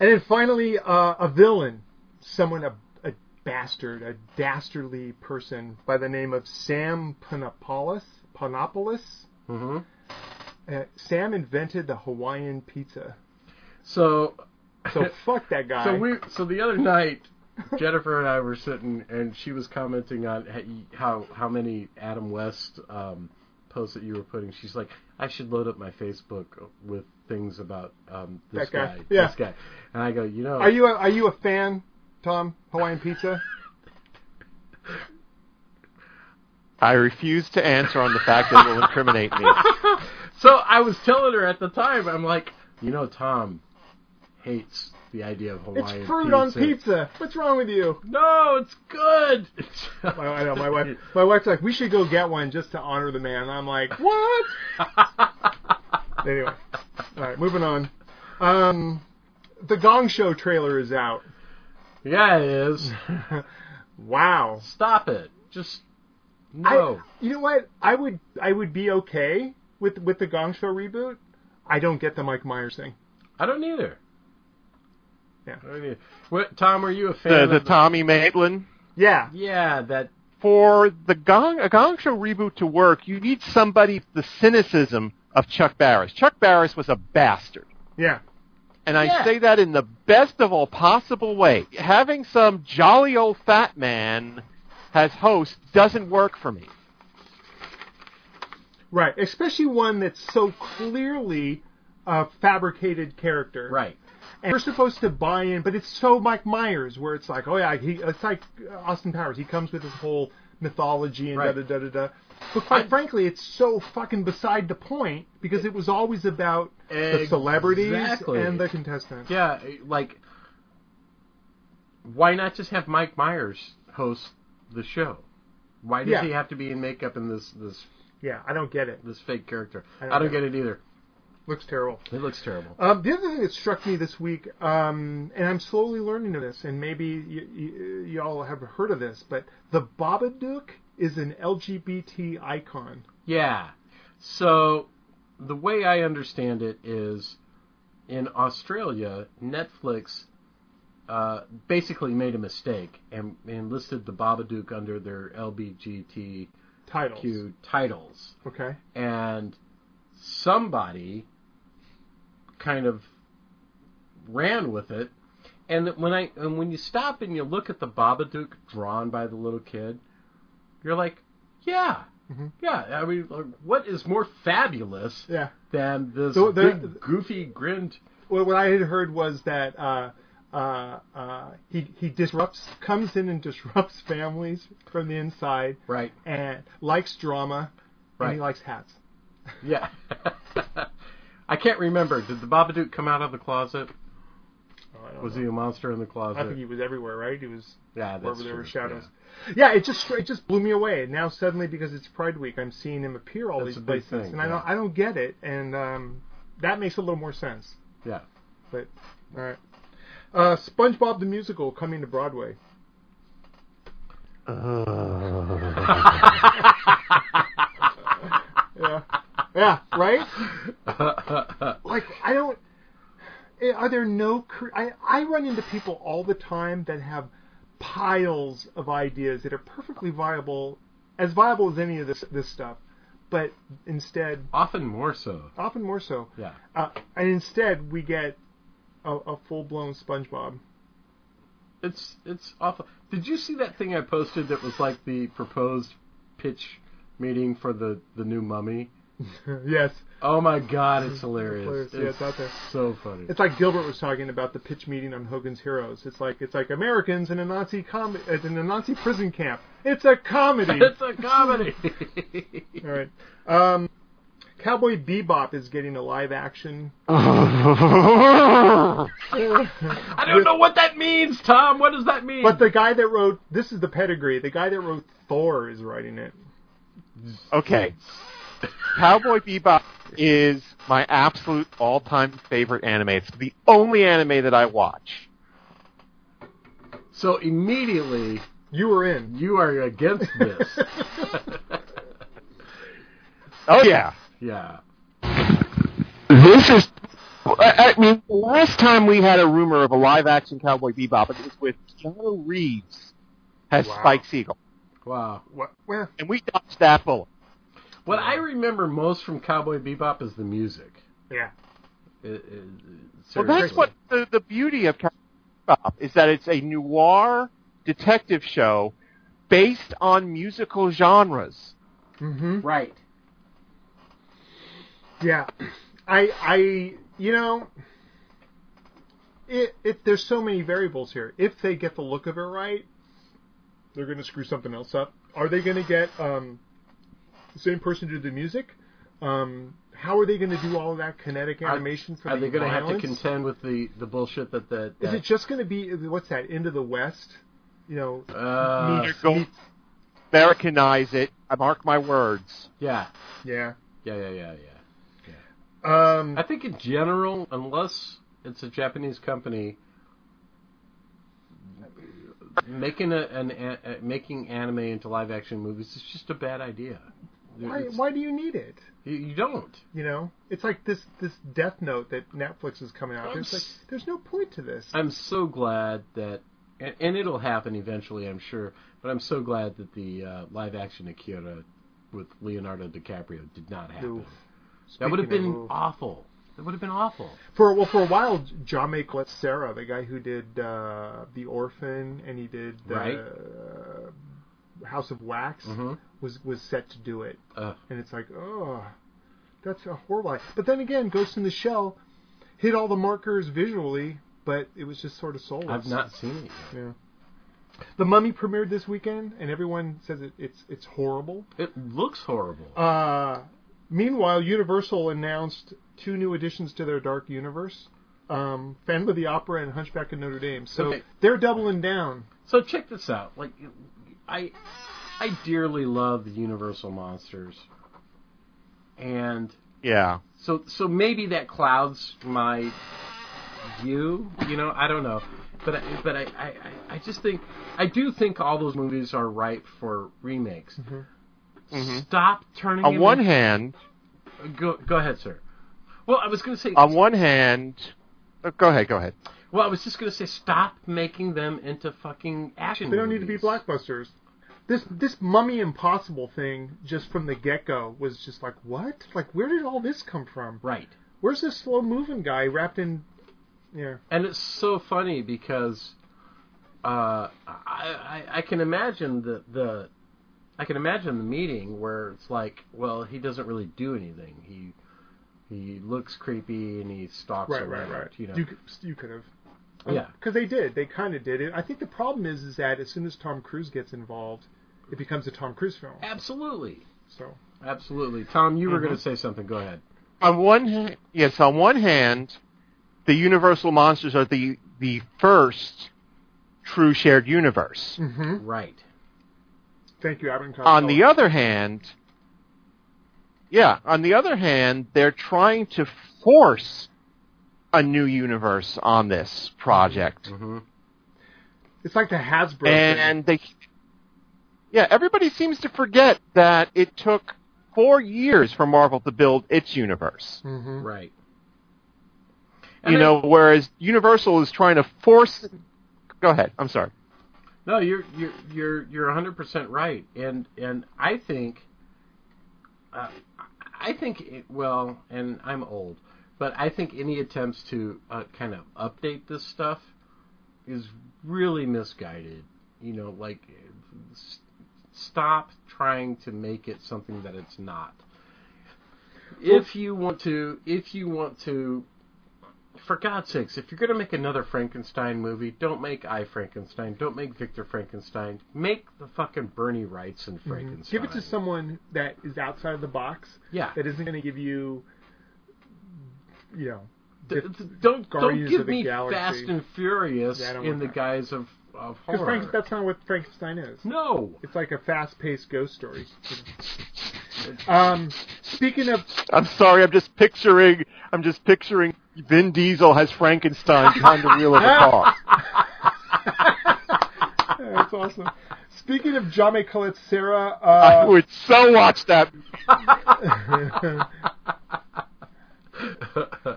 And then finally, uh, a villain, someone a, a bastard, a dastardly person by the name of Sam Panopoulos. Panopoulos.
hmm
Uh, Sam invented the Hawaiian pizza.
So [LAUGHS]
So fuck that guy.
So we so the other night, Jennifer and I were sitting, and she was commenting on ha- how how many Adam West um, posts that you were putting. She's like, I should load up my Facebook with things about um, this
That guy.
guy,
Yeah.
this guy. And I go, you know,
Are you a, are you a fan, Tom? Hawaiian pizza?
I refuse to answer on the fact that it will incriminate me.
so I was telling her at the time, I'm like, you know, Tom hates the idea of Hawaiian
It's fruit on pizza. What's wrong with you?
No, it's good.
I, I know my wife. My wife's like, we should go get one just to honor the man. And I'm like, what? anyway, all right, moving on. Um, the Gong Show trailer is
[LAUGHS]
out.
[LAUGHS] yeah, it is.
Wow.
Stop it. Just
I-
no.
you know what? I would I would be okay with with the Gong Show reboot. I don't get the Mike Myers thing.
I don't either.
Yeah.
I don't either. What, Tom, are you a fan
The,
of
the Tommy Maitland.
Yeah.
Yeah, that.
For the Gong, a Gong Show reboot to work, you need somebody with the cynicism of Chuck Barris. Chuck Barris was a bastard.
Yeah.
And I
Yeah.
say that in the best of all possible way. Having some jolly old fat man as host doesn't work for me.
Right. Especially one that's so clearly a fabricated character.
Right.
And you're supposed to buy in, but it's so Mike Myers where it's like, oh yeah, he it's like Austin Powers. He comes with his whole mythology and
Right.
da da da da da. But quite frankly, it's so fucking beside the point because it was always about the celebrities
Exactly.
and the contestants.
Yeah, like, why not just have Mike Myers host the show? Why does
Yeah.
he have to be in makeup and this this
yeah, I don't get it.
this fake character? I
don't
don't,
get
get it either.
Looks terrible.
It looks terrible.
Um, the other thing that struck me this week, um, and I'm slowly learning of this, and maybe y- y- y'all have heard of this, but the Babadook is an LGBT icon.
Yeah. So the way I understand it is in Australia, Netflix uh, basically made a mistake and, and listed the Babadook under their LBGTQ
Titles.
titles.
Okay.
And somebody kind of ran with it. And that when I and when you stop and you look at the Babadook drawn by the little kid, you're like, yeah, yeah. I mean, like, what is more fabulous
Mm-hmm. Yeah.
than this
So there-
big goofy grinned?
Well, what I had heard was that uh, uh, uh, he he disrupts, comes in and [LAUGHS] disrupts families from the inside,
Right.
and likes drama, and he
Right.
likes hats.
Yeah. [LAUGHS] I can't remember. Did the Babadook come out of the closet?
Oh,
Was he a monster in the closet?
I think he was everywhere, right? He was
yeah, that's
wherever
true.
there were shadows. Yeah. it just it just blew me away. And now suddenly, because it's Pride Week, I'm seeing him appear all
That's
these
a big
places,
thing,
and I don't
yeah.
I don't get it, and um, that makes a little more sense.
Yeah.
But all right, uh, SpongeBob the musical coming to Broadway. [LAUGHS] yeah, yeah, right.
[LAUGHS]
[LAUGHS] Like I don't. eh, Are there no? cre- I I run into people all the time that have piles of ideas that are perfectly viable, as viable as any of this this stuff, but instead,
Often more so.
often more so,
Yeah.
uh, and instead we get a, a full blown SpongeBob. [LAUGHS]
It's it's awful. Did you see that thing I posted that was like the proposed pitch meeting for the the new Mummy?
yes,
Oh my god, it's hilarious.
Mm-hmm. Hilarious. Yeah, it's out there.
so funny.
it's like Gilbert was talking about the pitch meeting on Hogan's Heroes. It's like it's like Americans in a Nazi com- uh, in a Nazi prison camp. It's a comedy.
[LAUGHS] [LAUGHS] It's a
[LAUGHS]
comedy.
All right. Um, Cowboy Bebop is getting a live action.
I don't know what that means, Tom. What does that mean?
But the guy that wrote this is the pedigree. The guy that wrote Thor is writing it.
[LAUGHS] okay. Cowboy Bebop is my absolute all-time favorite anime. It's the only anime that I watch.
so immediately
You were in.
you are against
[LAUGHS]
this.
Oh yeah.
yeah.
This is. I I mean, last time we had a rumor of a live-action Cowboy Bebop, it was with Keanu Reeves as
Wow.
Spike Siegel,
Wow.
What? Well,
and we dodged that bullet.
What I remember most from Cowboy Bebop is the music.
yeah.
It- it- it-
Well, that's
seriously.
what the, the beauty of Cowboy Bebop is that it's a noir detective show based on musical genres.
hmm
Right.
Yeah. I I you know. It, it there's so many variables here. If they get the look of it right, they're going to screw something else up. Are they going to get um, the same person to do the music? Um, how are they going to do all of that kinetic animation for
Are
the
they going to have to
violence?
contend with the, the bullshit that the
Is it just going to be what's that? Into the West, you know?
uh,
They're going to Americanize it. I mark my words.
yeah
Yeah.
yeah yeah yeah yeah.
Um.
I think in general, unless it's a Japanese company, making a, an a, a- making anime into live action movies is just a bad idea.
Why,
It's-
why do you need it?
you, you don't.
You know, it's like this this Death Note that Netflix is coming out.
I'm
There's like
s-
there's no point to this.
I'm so glad that, and, and it'll happen eventually, I'm sure. But I'm so glad that the uh, live action Akira with Leonardo DiCaprio did not happen.
Oof.
That would have
Speaking
been
of oof.
awful. That would have been awful.
for well for a while. John McLett Sarah, the guy who did uh, The Orphan and he did uh,
Right.
House of Wax,
Mhm.
was was set to do it.
Uh,
and it's like, oh, that's a horrible. idea. But then again, Ghost in the Shell hit all the markers visually, but it was just sort of soulless.
I've not seen it. Yet.
Yeah. The Mummy premiered this weekend, and everyone says it, it's it's horrible.
It looks horrible.
Uh, meanwhile, Universal announced two new additions to their Dark Universe: um, Phantom of the Opera and Hunchback of Notre Dame. So
Okay.
they're doubling down.
So check this out. Like, I, I dearly love the Universal monsters, and
Yeah.
so so maybe that clouds my view. You know, I don't know, but I, but I, I I- I just think I do think all those movies are ripe for remakes.
Mhm.
Stop turning.
On
them-
one hand,
go go ahead, sir. Well, I was going to say.
on one hand, uh, go ahead, go ahead.
well, I was just going to say, stop making them into fucking action.
They don't need to be
movies.
blockbusters. This this Mummy Impossible thing just from the get go was just like what? Like where did all this come from?
Right.
Where's this slow moving guy wrapped in? Yeah,
And it's so funny because uh, I, I I can imagine the the I can imagine the meeting where it's like, well, he doesn't really do anything. He he looks creepy and he stalks
right, right,
around.
right.
You know,
you, c- you could have.
yeah,
because they did. They kind of did it. I think the problem is is that as soon as Tom Cruise gets involved, it becomes a Tom Cruise film.
absolutely,
So
absolutely. Tom, you were going
Mm-hmm.
to say something. Go ahead.
On one, hand, yes, on one hand, the Universal monsters are the the first true shared universe.
hmm
Right.
thank you, Abbott and
on
Costello.
the other hand, yeah, on the other hand, they're trying to force a new universe on this project,
hmm
Mm-hmm. it's like the Hasbro. thing.
and they, yeah, everybody seems to forget that it took four years for Marvel to build its universe.
Mhm.
Right. And
You
I-
know, whereas Universal is trying to force. Go ahead. I'm sorry.
No, you're you're you're you're 100 percent right, and and I think uh, I think it, well, and I'm old, but I think any attempts to uh, kind of update this stuff is really misguided. You know, like s- stop trying to make it something that it's not. If you want to, if you want to, for God's sakes, if you're going to make another Frankenstein movie, don't make I Frankenstein, don't make Victor Frankenstein, make the fucking Bernie Wrights and Frankenstein.
Mm-hmm. Give it to someone that is outside of the box.
Yeah.
That isn't going to give you, you know,
D-
diff-
d- don't don't
Guardians
give
of the
me
Galaxy.
Fast and Furious
Yeah, I don't
in
want
the
that.
guise of of
because
horror.
Frank, that's not what Frankenstein is.
no,
It's like a fast-paced ghost
[LAUGHS]
story. um, speaking of
I'm sorry. I'm just picturing. I'm just picturing. Vin Diesel has Frankenstein behind the wheel of a [LAUGHS] car.
Yeah, That's awesome. Speaking of Jame Colette Sarah,
I
uh,
would so watch that.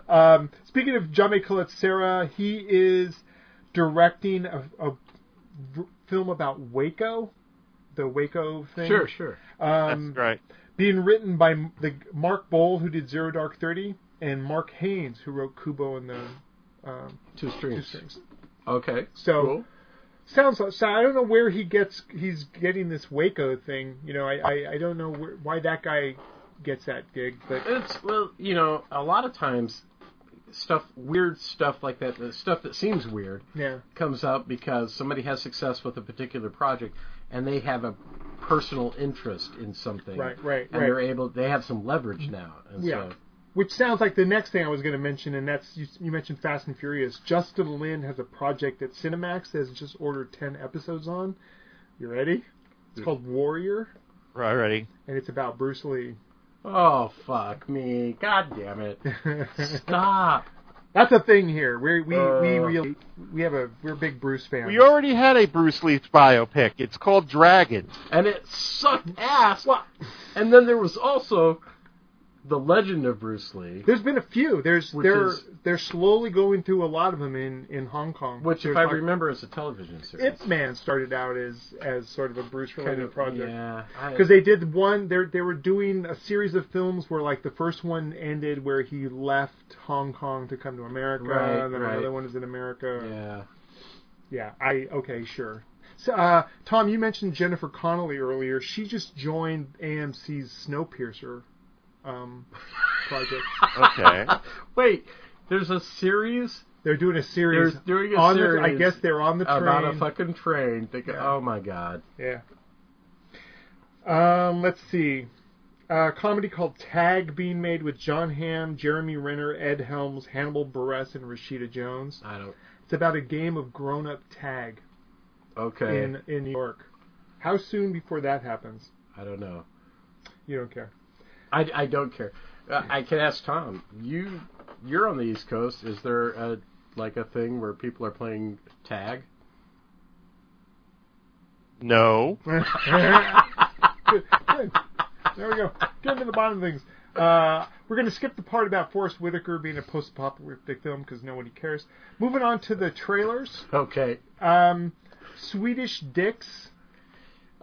um, speaking of Jame Colette Sarah, he is directing a, a v- film about Waco, the Waco thing.
sure, sure.
Um,
Right.
Being written by m- the Mark Bowl, who did Zero Dark Thirty, and Mark Haynes, who wrote Kubo and the um,
Two strings.
Two Strings.
Okay.
So-
cool.
sounds like so I don't know where he gets he's getting this Waco thing. You know, I I, I don't know where, why that guy gets that gig, but
it's well, you know, a lot of times stuff weird stuff like that, the stuff that seems weird
yeah,
comes up because somebody has success with a particular project and they have a personal interest in something.
Right, right,
And
right.
they're able they have some leverage now. And
Yeah.
so
which sounds like the next thing I was going to mention, and that's you, you mentioned Fast and Furious. Justin Lin has a project at Cinemax that has just ordered ten episodes on. You ready? It's called Warrior,
Right. Ready.
and it's about Bruce Lee.
Oh fuck me. God
[LAUGHS]
damn it. Stop.
That's a thing here. We we we
Uh.
really we have a we're big Bruce fans.
We already had a Bruce Lee biopic. It's called Dragon. [LAUGHS]
and it sucked ass. And then there was also the Legend of Bruce Lee,
There's been a few. There's
Which
they're
is-
they're slowly going through a lot of them in in Hong Kong.
which, if
There's
I
like-
remember, is a television series.
Ip Man started out as as sort of a Bruce related project
Yeah,
because they did one they they were doing a series of films where like the first one ended where he left Hong Kong to come to America
Right,
and then
right.
another one is in America
Yeah.
yeah, I okay sure so uh, Tom you mentioned Jennifer Connelly earlier she just joined AMC's Snowpiercer um,
[LAUGHS]
project
Okay.
Wait, there's a series
they're doing a series
They're doing a
on the- I
series
guess they're on the train
about a fucking train. They go,
Yeah.
Oh my god.
Yeah. Um, let's see. A comedy called Tag being made with John Hamm, Jeremy Renner, Ed Helms, Hannibal Buress, and Rashida Jones.
I don't.
It's about a game of grown up tag
Okay.
in, in New York. How soon before that happens?
I don't know.
You don't care.
I, I don't care. Uh, I can ask Tom. You you're on the East Coast. Is there a like a thing where people are playing tag?
No.
Good, good. There we go. Getting to the bottom of things. Uh, we're going to skip the part about Forrest Whitaker being a post apocalyptic film because nobody cares. Moving on to the trailers.
Okay.
Um, Swedish Dicks.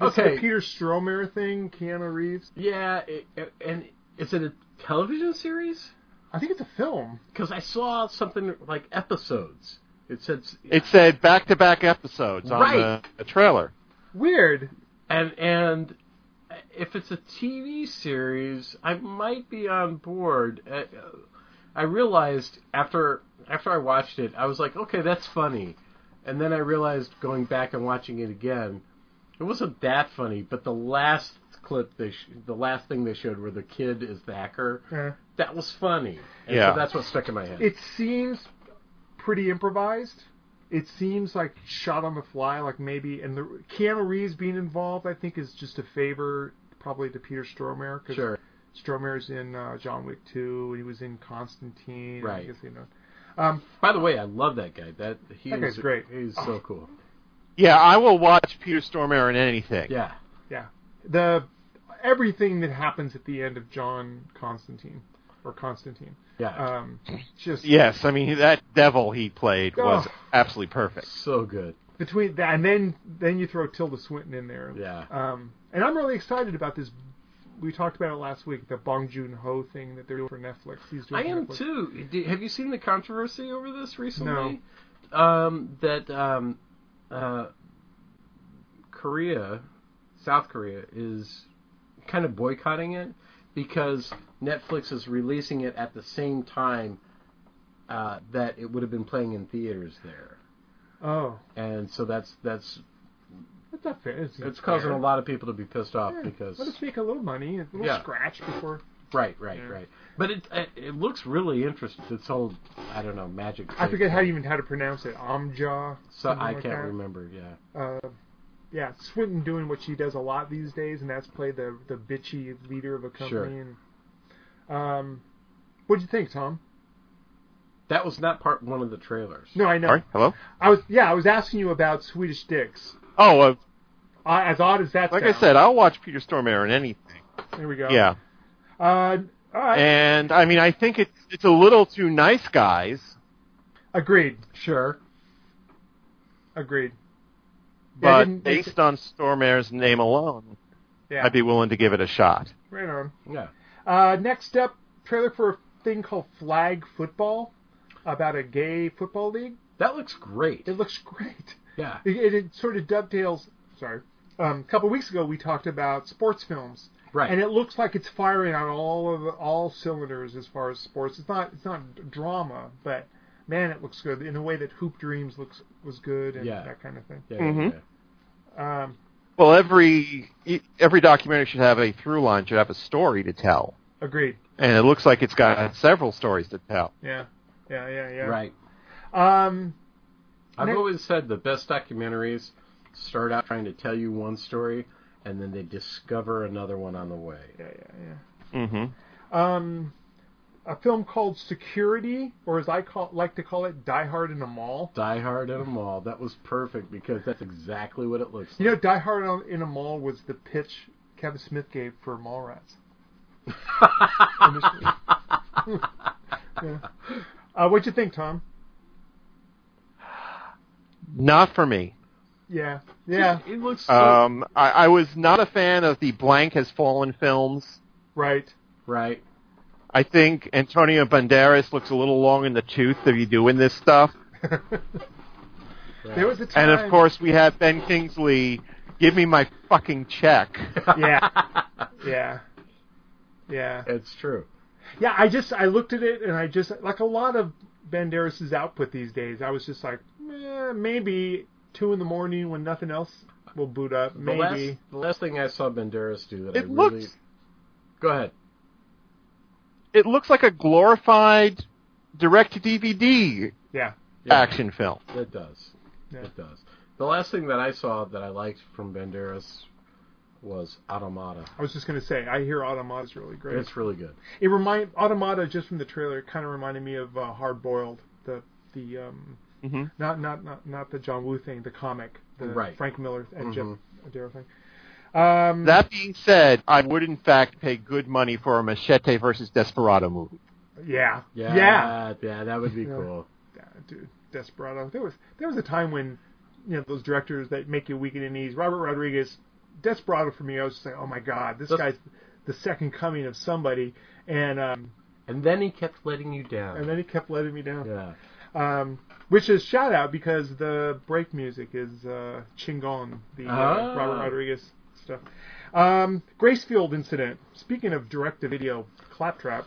This is
Okay.
the Peter Stromer thing, Keanu Reeves.
Yeah, it, it- and is it a television series?
I think it's a film.
Because I saw something like episodes. It said,
It said back to back episodes on
Right.
the, the trailer.
Weird.
and and if it's a TV series, I might be on board. Uh, I realized after after I watched it, I was like, okay, that's funny, and then I realized going back and watching it again, it wasn't that funny. But the last clip they sh- the last thing they showed where the kid is the hacker. That was funny. And
Yeah.
So that's what stuck in my head.
Uh, It seems pretty improvised. It seems like shot on the fly, like maybe. And the Keanu Reeves being involved, I think, is just a favor probably to Peter Stromer. Cause
sure.
Stromer's in uh, John Wick 2. He was in Constantine. I
Right.
guess you know.
By the way, I love that guy. That he
That
is
guy's great. Oh.
He's so cool.
Yeah, I will watch Peter Stormare in anything.
Yeah.
Yeah. The everything that happens at the end of John Constantine or Constantine.
Yeah.
Um, just
Yes, I mean that devil he played was
Oh.
absolutely perfect.
so good.
between that and then then you throw Tilda Swinton in there.
Yeah.
Um, and I'm really excited about this we talked about it last week, the Bong Joon Ho thing that they're doing for Netflix. He's
I
doing for
am
Netflix.
too. Do- Have you seen the controversy over this recently? Um, that um, uh, Korea, South Korea, is kind of boycotting it because Netflix is releasing it at the same time uh, that it would have been playing in theaters there,
Oh,
and so that's that's
that's not fair. It's,
it's causing a lot of people to be pissed off because
let us make a little money, a little
Yeah.
scratch before.
right, right, right. But it it- it looks really interesting. This whole I don't know magic.
I
trick
forget how
thing.
you even how to pronounce it. Amja.
So
something
I
like
can't
that.
remember. Yeah.
uh, yeah, Swinton doing what she does a lot these days, and that's play the the bitchy leader of a company.
Sure.
And um, what'd you think, Tom?
That was not part one of the trailers.
No, I know.
Sorry, hello.
I was yeah, I was asking you about Swedish dicks.
Oh, uh,
Uh, as odd as that.
like I
sounds.
said, I'll watch Peter Stormare in anything.
there we go.
Yeah,
Uh, all right.
and I mean, I think it's it's a little too nice guys.
agreed.
Sure.
Agreed. Yeah, I
But
didn't-
based on Stormare's name alone,
yeah,
I'd be willing to give it a shot.
right on.
Yeah.
Uh, next up, trailer for a thing called Flag Football, about a gay football league.
That looks great.
It looks [LAUGHS] great.
Yeah.
It, it, it sort of dovetails. Sorry, um, a couple weeks ago we talked about sports films,
Right.
and it Mm-hmm. looks like it's firing on all of all cylinders as far as sports. It's not it's not drama, but man, it looks good in a way that Hoop Dreams looks was good and
Yeah.
that kind of thing.
yeah,
Mhm.
yeah.
Um,
Well, every e, every documentary should have a through line, should have a story to tell,
agreed.
and it looks like it's got several stories to tell.
Yeah, yeah, yeah, yeah.
Right.
Um,
I've
Nick-
always said the best documentaries start out trying to tell you one story and then they discover another one on the way.
yeah, yeah, yeah.
Mm-hmm.
Um, a film called Security, or as I call like to call it, Die Hard in a Mall.
Die Hard in a Mall. That was perfect because that's exactly what it looks like.
You know, Die Hard on, in a Mall was the pitch Kevin Smith gave for Mallrats. Initially. yeah. uh, what'd you think, Tom?
Not for me.
Yeah, yeah,
It looks so,
Um, I, I was not a fan of the blank has fallen films.
[LAUGHS] right. [LAUGHS]
right.
I think Antonio Banderas looks a little long in the tooth if you doing this stuff.
There was a time,
And of course, we have Ben Kingsley. Give me my fucking check. [LAUGHS]
yeah, [LAUGHS] yeah, yeah,
It's true.
yeah. I just I looked at it and I just like a lot of Banderas's output these days. I was just like, eh, maybe two in the morning when nothing else will boot up.
The
Maybe
last, the last thing I saw Banderas do that I
It
really
looks
Go ahead.
it looks like a glorified direct to DVD
yeah,
Yeah.
action film.
It does.
Yeah.
It does. The last thing that I saw that I liked from Banderas was Automata.
I was just gonna say I hear Automata's really great.
It's really good.
It remind Automata just from the trailer. It kind of reminded me of uh, Hard Boiled, the the um,
Mhm.
not not not not the John Woo thing, the comic, the
Right.
Frank Miller and
Mhm.
Jeff Darrow thing. Um,
That being said, I would in fact pay good money for a Machete versus Desperado movie.
yeah, yeah,
Yeah.
yeah,
yeah, that would be
Yeah.
cool.
dude, Desperado. There was there was a time when you know those directors that make you weak in the knees. Robert Rodriguez, Desperado for me. I was just like, oh my god, this
That's-
guy's the second coming of somebody, and um,
And then he kept letting you down.
and then he kept letting me down.
yeah.
um, which is shout out because the break music is uh, Chingon, the uh,
Ah.
Robert Rodriguez stuff. Um, Gracefield incident. Speaking of direct to video claptrap,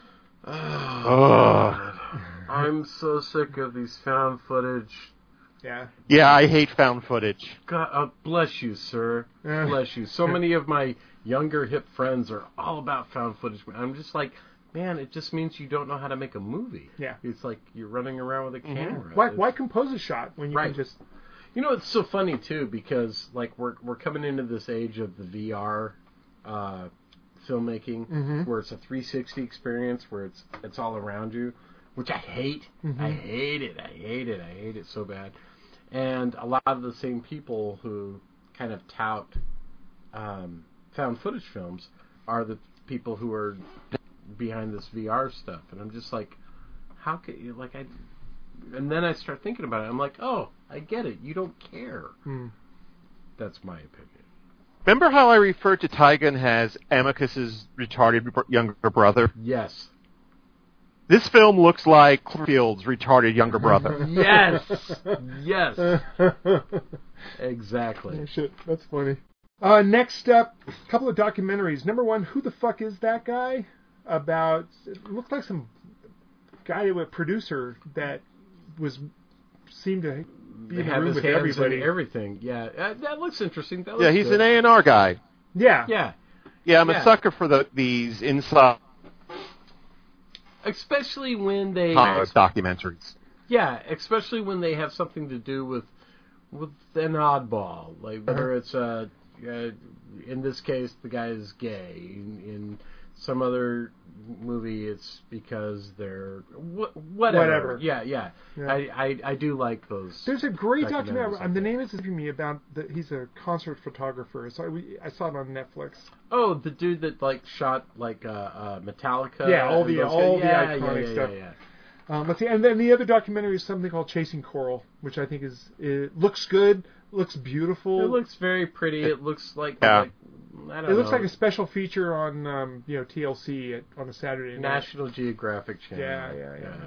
Ugh.
I'm so sick of these found footage.
yeah,
Yeah, I hate found footage.
God, uh, bless you, sir.
Yeah.
Bless you. So many of my younger hip friends are all about found footage. I'm just like, man, it just means you don't know how to make a movie.
Yeah. Mm-hmm.
It's like you're running around with a camera.
why
It's-
why compose a shot when you
Right.
can just
You know, it's so funny too because like we're we're coming into this age of the VR uh, filmmaking
Mhm.
where it's a 360 experience where it's it's all around you, which I hate. I hate it. I hate it. I hate it so bad. And a lot of the same people who kind of tout um, found footage films are the people who are behind this VR stuff, and I'm just like, how could you like I? And then I start thinking about it. I'm like, oh, I get it. You don't care.
Hmm.
That's my opinion.
Remember how I referred to Tigan as Amicus's retarded br- younger brother?
Yes.
This film looks like Cloverfield's retarded younger
[LAUGHS]
brother.
Yes.
[LAUGHS]
yes. Exactly.
Oh, shit, that's funny. Uh, next up, a couple of documentaries. Number one, who the fuck is that guy? About it looked like some guy, a producer that was seemed to be
They
in the
have
room
his
with
hands
everybody.
in everything. Yeah, uh, that looks interesting. That
yeah,
looks
he's
good.
an A and R guy.
yeah,
Yeah,
Yeah, I'm
Yeah.
a sucker for the these inside
especially when they.
uh, documentaries.
Yeah, especially when they have something to do with with an
Uh-huh.
oddball, like whether it's uh, uh, in this case the guy is gay. In, in some other movie, it's because they're wh- whatever.
Whatever.
Yeah, yeah.
Yeah.
I, I I do like those.
There's a great documentary.
Documentaries
Um,
like
the
that.
name is escaping me about. The, he's a concert photographer. So I, we, I saw it on Netflix.
Oh, the dude that like shot like uh, uh Metallica.
Yeah, all
and
the-
those guys.
all the
Yeah,
iconic
yeah, yeah,
stuff.
Yeah, yeah.
Um, let's see. And then the other documentary is something called Chasing Coral, which I think is it looks good, looks beautiful.
It looks very pretty. It looks like,
Yeah.
like I don't
It looks
know,
like a special feature on um, you know TLC at, on a Saturday night.
National Geographic Channel.
Yeah, yeah, yeah.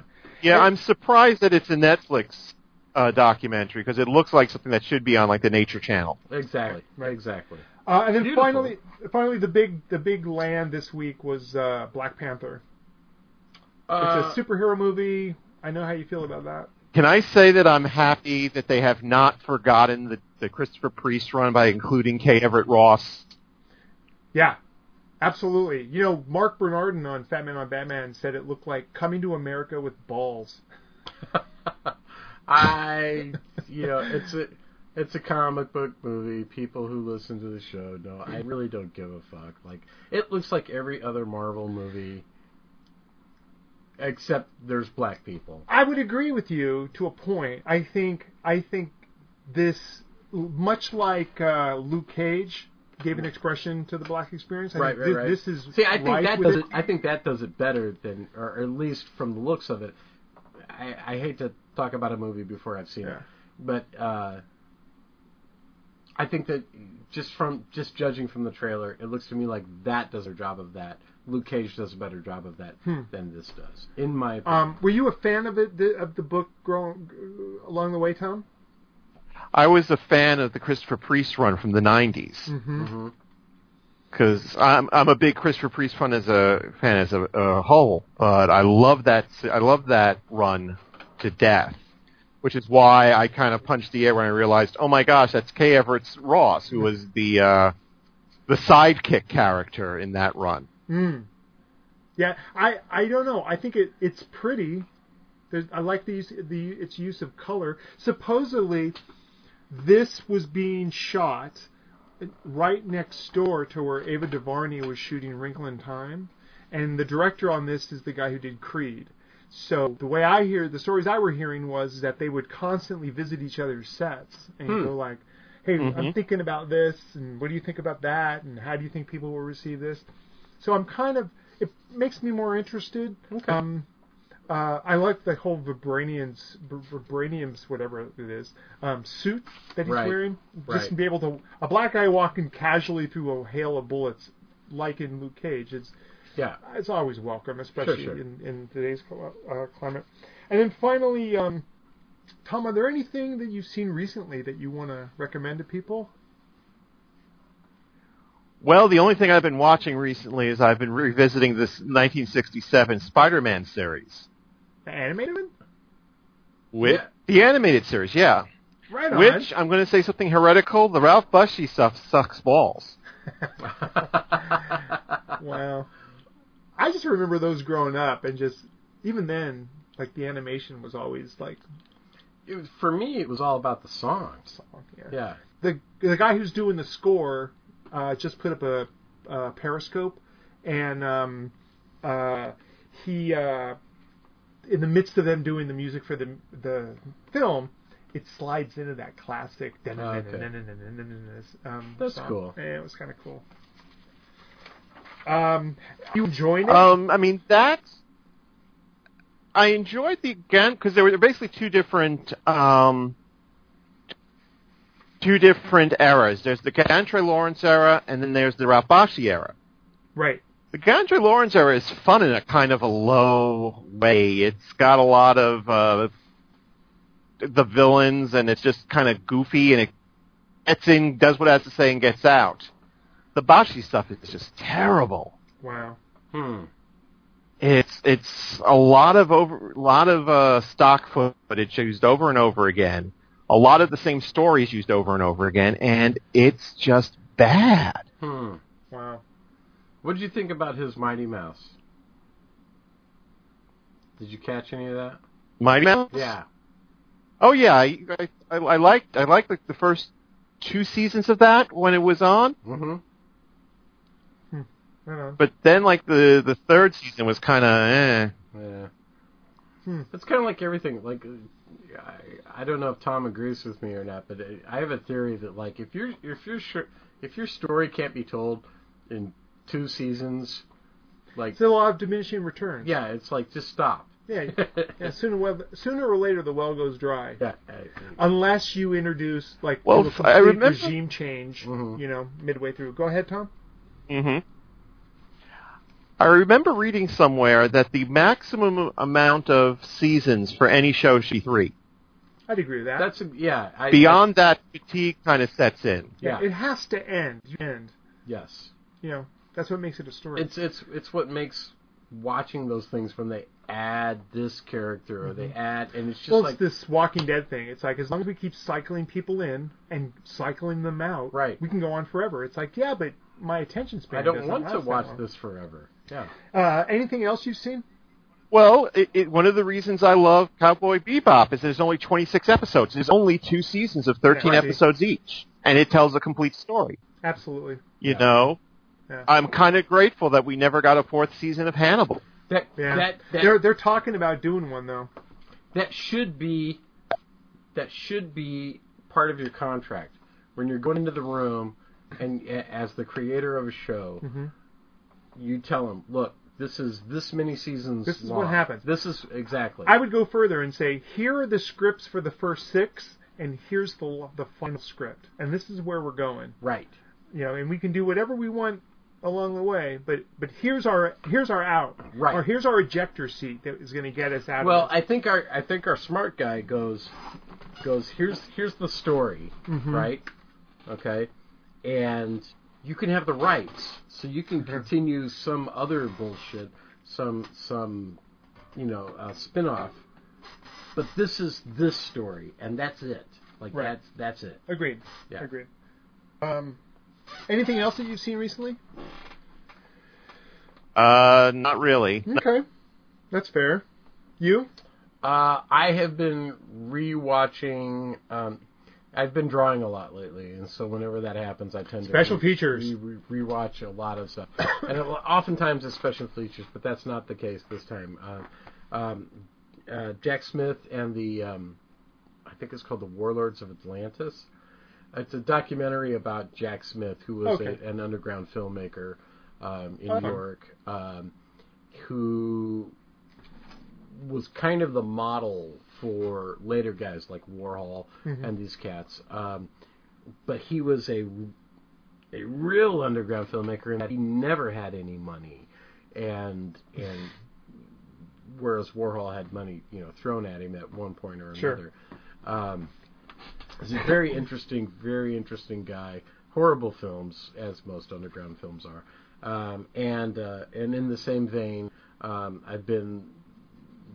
Yeah, I'm surprised that it's a Netflix uh, documentary because it looks like something that should be on like the Nature Channel.
Exactly.
Right.
Exactly.
Uh, and then
Beautiful.
finally, finally the big the big land this week was uh, Black Panther. It's
Uh,
a superhero movie. I know how you feel about that.
Can I say that I'm happy that they have not forgotten the, the Christopher Priest run by including K. Everett Ross?
Yeah, absolutely. You know, Mark Bernardin on Fat Man on Batman said it looked like Coming to America with balls.
[LAUGHS] I, you know, it's a, it's a comic book movie. People who listen to the show know I really don't give a fuck. Like it looks like every other Marvel movie, except there's black people.
I would agree with you to a point. I think I think this much like uh, Luke Cage gave an expression to the black experience. I
Right,
think
right,
thi-
right.
This is
See, I think
rife
that
with
does it. I think that does it better than, or at least from the looks of it. I, I hate to talk about a movie before I've seen
Yeah.
it, but uh, I think that just from just judging from the trailer, it looks to me like that does a job of that. Luke Cage does a better job of that than this does, in my opinion.
Hmm. Um, were you a fan of it the, of the book growing uh, along the way, Tom?
I was a fan of the Christopher Priest run from the 90s
Mhm.
because I'm I'm a big Christopher Priest fan as a fan as a, a whole, but I love that I love that run to death, which is why I kind of punched the air when I realized, oh my gosh, that's K. Everett Ross, who was the uh, the sidekick character in that run.
Mm. Yeah, I, I don't know. I think it it's pretty. There's, I like these the its use of color. Supposedly, this was being shot right next door to where Ava DuVernay was shooting Wrinkle in Time, and the director on this is the guy who did Creed. So the way I hear the stories I were hearing was that they would constantly visit each other's sets and go like, "Hey, I'm thinking about this, and what do you think about that, and how do you think people will receive this?" So I'm kind of it makes me more interested. Okay. Um, uh, I like the whole vibranium's v- vibranium's whatever it is um, suit that he's
Right.
wearing. Just
Right.
to be able to a black guy walking casually through a hail of bullets, like in Luke Cage, it's [LAUGHS]
yeah.
it's always welcome, especially
sure.
In, in today's cl- uh, climate. And then finally, um, Tom, are there anything that you've seen recently that you want to recommend to people?
Well, the only thing I've been watching recently is I've been revisiting this 1967 Spider-Man series,
The animated one,
with
Yeah.
the animated series, yeah.
right on.
Which I'm going to say something heretical. The Ralph Bushy stuff sucks balls.
Wow. I just remember those growing up and just even then, like the animation was always like
[LAUGHS] It was- for me, it was all about the songs. Yeah.
The the guy who's doing the score uh, just put up a, uh Periscope, and um, uh, he uh, in the midst of them doing the music for the the film, it slides into that classic. um,
That's
song.
cool.
Yeah, it was kind of cool. Um, you enjoying it?
Um, I mean that's. I enjoyed the again because there were basically two different um, two different eras. There's the Gantry Lawrence era, and then there's the Ralph Bakshi era.
Right.
The Gantry Lawrence era is fun in a kind of a low way. It's got a lot of uh, the villains, and it's just kind of goofy, and it gets in, does what it has to say, and gets out. The Bakshi stuff is just terrible
Wow.
Hmm.
it's it's a lot of over a lot of uh, stock footage used over and over again. A lot of the same stories used over and over again, and it's just bad.
Hmm.
Wow.
What did you think about his Mighty Mouse? Did you catch any of that?
Mighty Mouse.
Yeah.
Oh yeah, I I, I liked I liked the, the first two seasons of that when it was on,
Mm-hmm.
I don't know.
but then like the the third season was kind of eh.
Yeah.
Hmm.
It's kind of like everything. Like, uh, I, I don't know if Tom agrees with me or not, but I I have a theory that like if your if your sh- if your story can't be told in two seasons, like
It's the law of diminishing returns.
yeah, it's like just stop. [LAUGHS]
Yeah. yeah sooner, whether, sooner or later, the well goes dry.
Yeah. I-
Unless you introduce like
Well,
do a
f-
complete
I remember-
regime change,
Mhm.
you know, midway through. Go ahead, Tom.
hmm I remember reading somewhere that the maximum amount of seasons for any show should be three.
I'd agree with that.
that's a, yeah. I,
beyond that fatigue kind of sets in
yeah.
It has to end. You End.
yes.
You know, that's what makes it a story.
It's it's it's what makes watching those things when they add this character or they add and it's just
Mm-hmm. well,
like
it's this Walking Dead thing. It's like as long as we keep cycling people in and cycling them out,
Right.
We can go on forever. It's like, yeah, but my attention span.
I don't
doesn't
want
last
to
that
watch
long.
this forever. Yeah.
Uh, anything else you've seen?
well it, it, one of the reasons i love cowboy bebop is there's only 26 episodes there's only two seasons of 13
Right.
episodes each and it tells a complete story
Absolutely.
you
Yeah.
know
Yeah.
i'm kind of grateful that we never got a fourth season of hannibal
That
Yeah.
that that,
They're they're talking about doing one though.
that should be that should be part of your contract when you're going into the room and a- as the creator of a show
Mhm.
you tell them look this is this many seasons
This is
long.
what happens."
this is exactly
I would go further and say, here are the scripts for the first six, and here's the the final script, and this is where we're going.
right
You know, and we can do whatever we want along the way, but but here's our here's our out,
Right.
Or here's our ejector seat that is going to get us out.
Well,
of
I think our I think our smart guy goes goes here's here's the story,
Mm-hmm.
right? Okay, and you can have the rights, so you can
Mm-hmm.
continue some other bullshit, some some you know uh, spinoff. But this is this story, and that's it. Like
Right.
that's that's it.
it. agreed.
Yeah.
Agreed. Um, anything else that you've seen recently?
uh not really
Okay, that's fair. You?
Uh, I have been rewatching. Um, I've been drawing a lot lately, and so whenever that happens, I tend
Special
to
features.
re- re- rewatch a lot of stuff, and it, oftentimes it's special features, but that's not the case this time. Uh, um, uh, Jack Smith and the, um, I think it's called the Warlords of Atlantis. It's a documentary about Jack Smith, who was
Okay.
a, an underground filmmaker um, in
Oh.
New York, um, who was kind of the model for later guys like Warhol and these cats. Um, but he was a a real underground filmmaker in that he never had any money, and and whereas Warhol had money, you know, thrown at him at one point or
Sure.
another. Um, he's a very interesting, very interesting guy. Horrible films, as most underground films are. Um, and uh, and in the same vein, um, I've been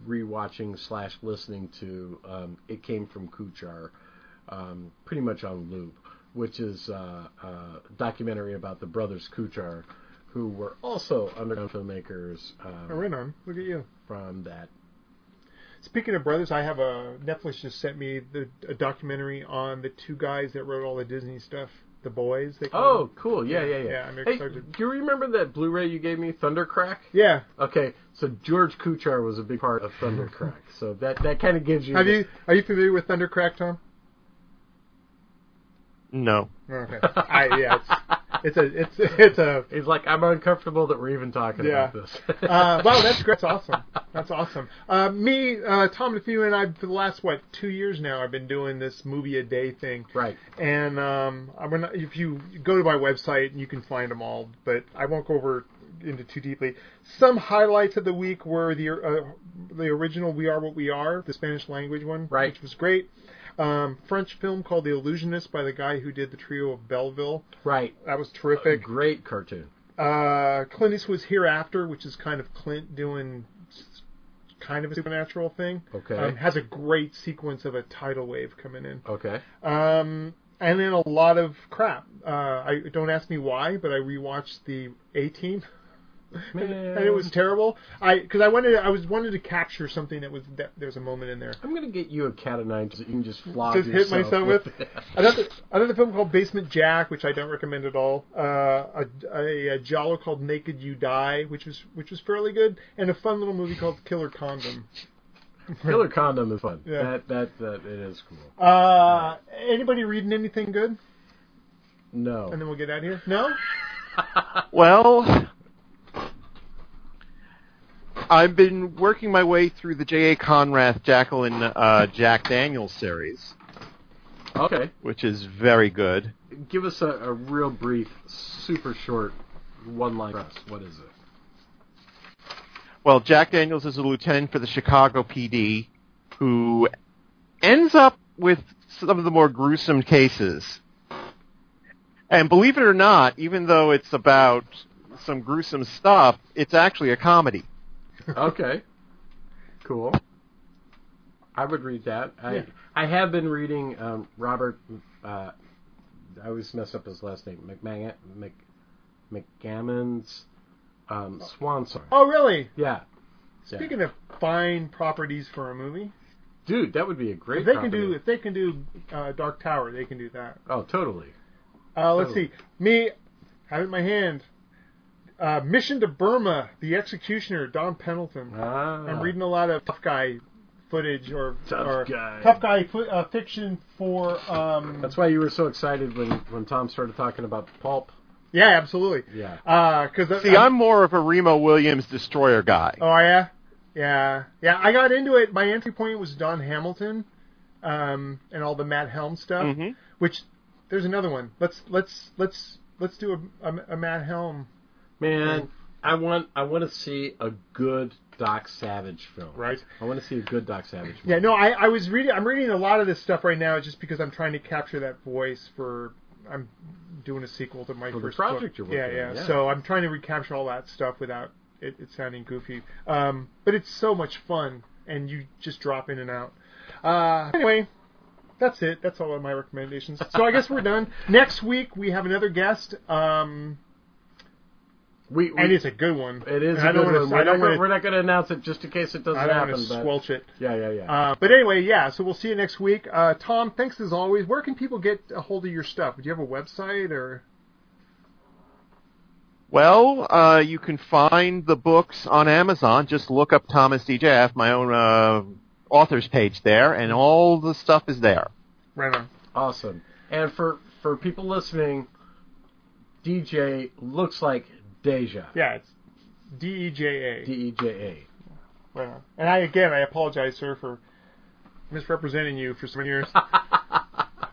rewatching slash listening to um, "It Came from Kuchar," um, pretty much on loop, which is uh, a documentary about the brothers Kuchar, who were also underground filmmakers
Oh,
um,
right on. Look at you.
from that.
Speaking of brothers, I have a Netflix just sent me the, a documentary on the two guys that wrote all the Disney stuff, the boys. They call
Oh,
them.
cool! Yeah, yeah, yeah.
Yeah, I'm
hey,
excited.
do you remember that Blu-ray you gave me, Thundercrack?
yeah.
Okay, so George Kuchar was a big part of
[LAUGHS]
Thundercrack, so that that kind of gives you.
Have
the-
you are you familiar with Thundercrack, Tom?
no
Okay. [LAUGHS] I yeah. it's- It's a it's it's a
He's like, I'm uncomfortable that we're even talking
Yeah.
about this.
uh, wow,
[LAUGHS]
that's great. That's awesome. That's awesome. Uh, me, uh, Tom DeFew, and I, for the last, what, two years now, I've been doing this movie a day thing.
Right.
And um, I'm gonna, if you go to my website, you can find them all, but I won't go over into too deeply. Some highlights of the week were the, uh, the original We Are What We Are, the Spanish language one,
Right.
which was great. Um, French film called The Illusionist by the guy who did the trio of Belleville.
Right.
That was terrific
Great cartoon.
uh, Clint Eastwood's Hereafter, which is kind of Clint doing s- kind of a supernatural thing.
Okay.
Um, has a great sequence of a tidal wave coming in.
Okay.
Um, and then a lot of crap. Uh, I don't ask me why, but I rewatched the A Team. [LAUGHS] [LAUGHS] And it was terrible. I because I wanted I was wanted to capture something that was that there was a moment in there.
I'm gonna get you a cat of nine so you can just flog
Just hit
yourself
myself
[LAUGHS]
with.
it.
another another film called Basement Jack, which I don't recommend at all. Uh, a, a, a Jalo called Naked You Die, which was which was fairly good, and a fun little movie called Killer Condom.
Killer condom is fun.
Yeah.
That, that that it is cool.
Uh, anybody reading anything good?
No.
And then we'll get out of here. No,
Well, I've been working my way through the J.A. Conrath Jacqueline uh, Jack Daniels series,
[LAUGHS] Okay.
which is very good.
Give us a, a real brief, super short one line press. What is it?
[LAUGHS]
Well, Jack Daniels is a lieutenant for the Chicago PD who ends up with some of the more gruesome cases. And believe it or not, even though it's about some gruesome stuff, it's actually a comedy.
Okay. cool. I would read that. I I have been reading um, Robert uh, I always mess up his last name, McMang Mc McGammon's um, Swan Song.
oh really?
Yeah.
Speaking of fine properties for a movie,
Dude, that would be a great
if they can do
property.
if they can do uh, Dark Tower, they can do that.
Oh, totally.
Uh, let's
Oh.
see. Me, have it in my hand. Uh, Mission to Burma, The Executioner, Don Pendleton.
Ah.
I'm reading a lot of tough guy footage or
Tough
or
guy.
tough guy fi- uh, fiction for um
That's why you were so excited when, when Tom started talking about pulp.
yeah absolutely Uh,
Yeah.
because
See, I'm more of a Remo Williams destroyer guy.
oh yeah yeah yeah I got into it my entry point was Don Hamilton um and all the Matt Helm stuff
Mm-hmm.
Mhm.
which there's another one let's let's let's let's do a, a, a Matt Helm
Man, I want I want to see a good Doc Savage film.
Right.
I want to see a good Doc Savage film.
Yeah, no, I, I was reading. I'm reading a lot of this stuff right now, just because I'm trying to capture that voice for. I'm doing a sequel to my
For the
first book.
project you're working
yeah,
on, yeah.
So I'm trying to recapture all that stuff without it, it sounding goofy. Um, but it's so much fun, and you just drop in and out. Uh, anyway, that's it. That's all of my recommendations. So I
[LAUGHS]
guess we're done. Next week we have another guest, um,
We, we
and it's a good one.
it is
And I
a
don't
good
wanna-
one.
I
We're
don't
not,
wanna-
we're not going to announce it just in case it doesn't
I don't
happen.
want to
but-
squelch it.
yeah, yeah, yeah.
Uh, but anyway, yeah. So we'll see you next week. Uh, Tom, thanks as always. Where can people get a hold of your stuff? Do you have a website or?
Well, uh, you can find the books on Amazon. Just look up Thomas DJ. I have my own uh, author's page there, and all the stuff is there.
Right on.
awesome. And for for people listening, DJ looks like Deja.
Yeah, it's D E J
D
A.
E J A.
Right on. And I again, I apologize, sir, for misrepresenting you for so many years.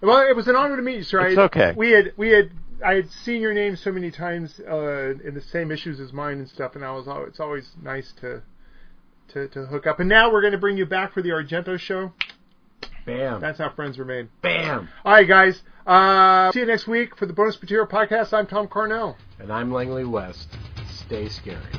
well, it was an honor to meet you, sir. I-
It's okay.
We had we had I had seen your name so many times uh, in the same issues as mine and stuff, and I was al- it's always nice to. To, to hook up, and now we're going to bring you back for the Argento show.
Bam.
That's how friends were made.
Bam.
All right, guys. Uh, see you next week for the Bonus Material Podcast. I'm Tom Carnell.
And I'm Langley West. Stay scary.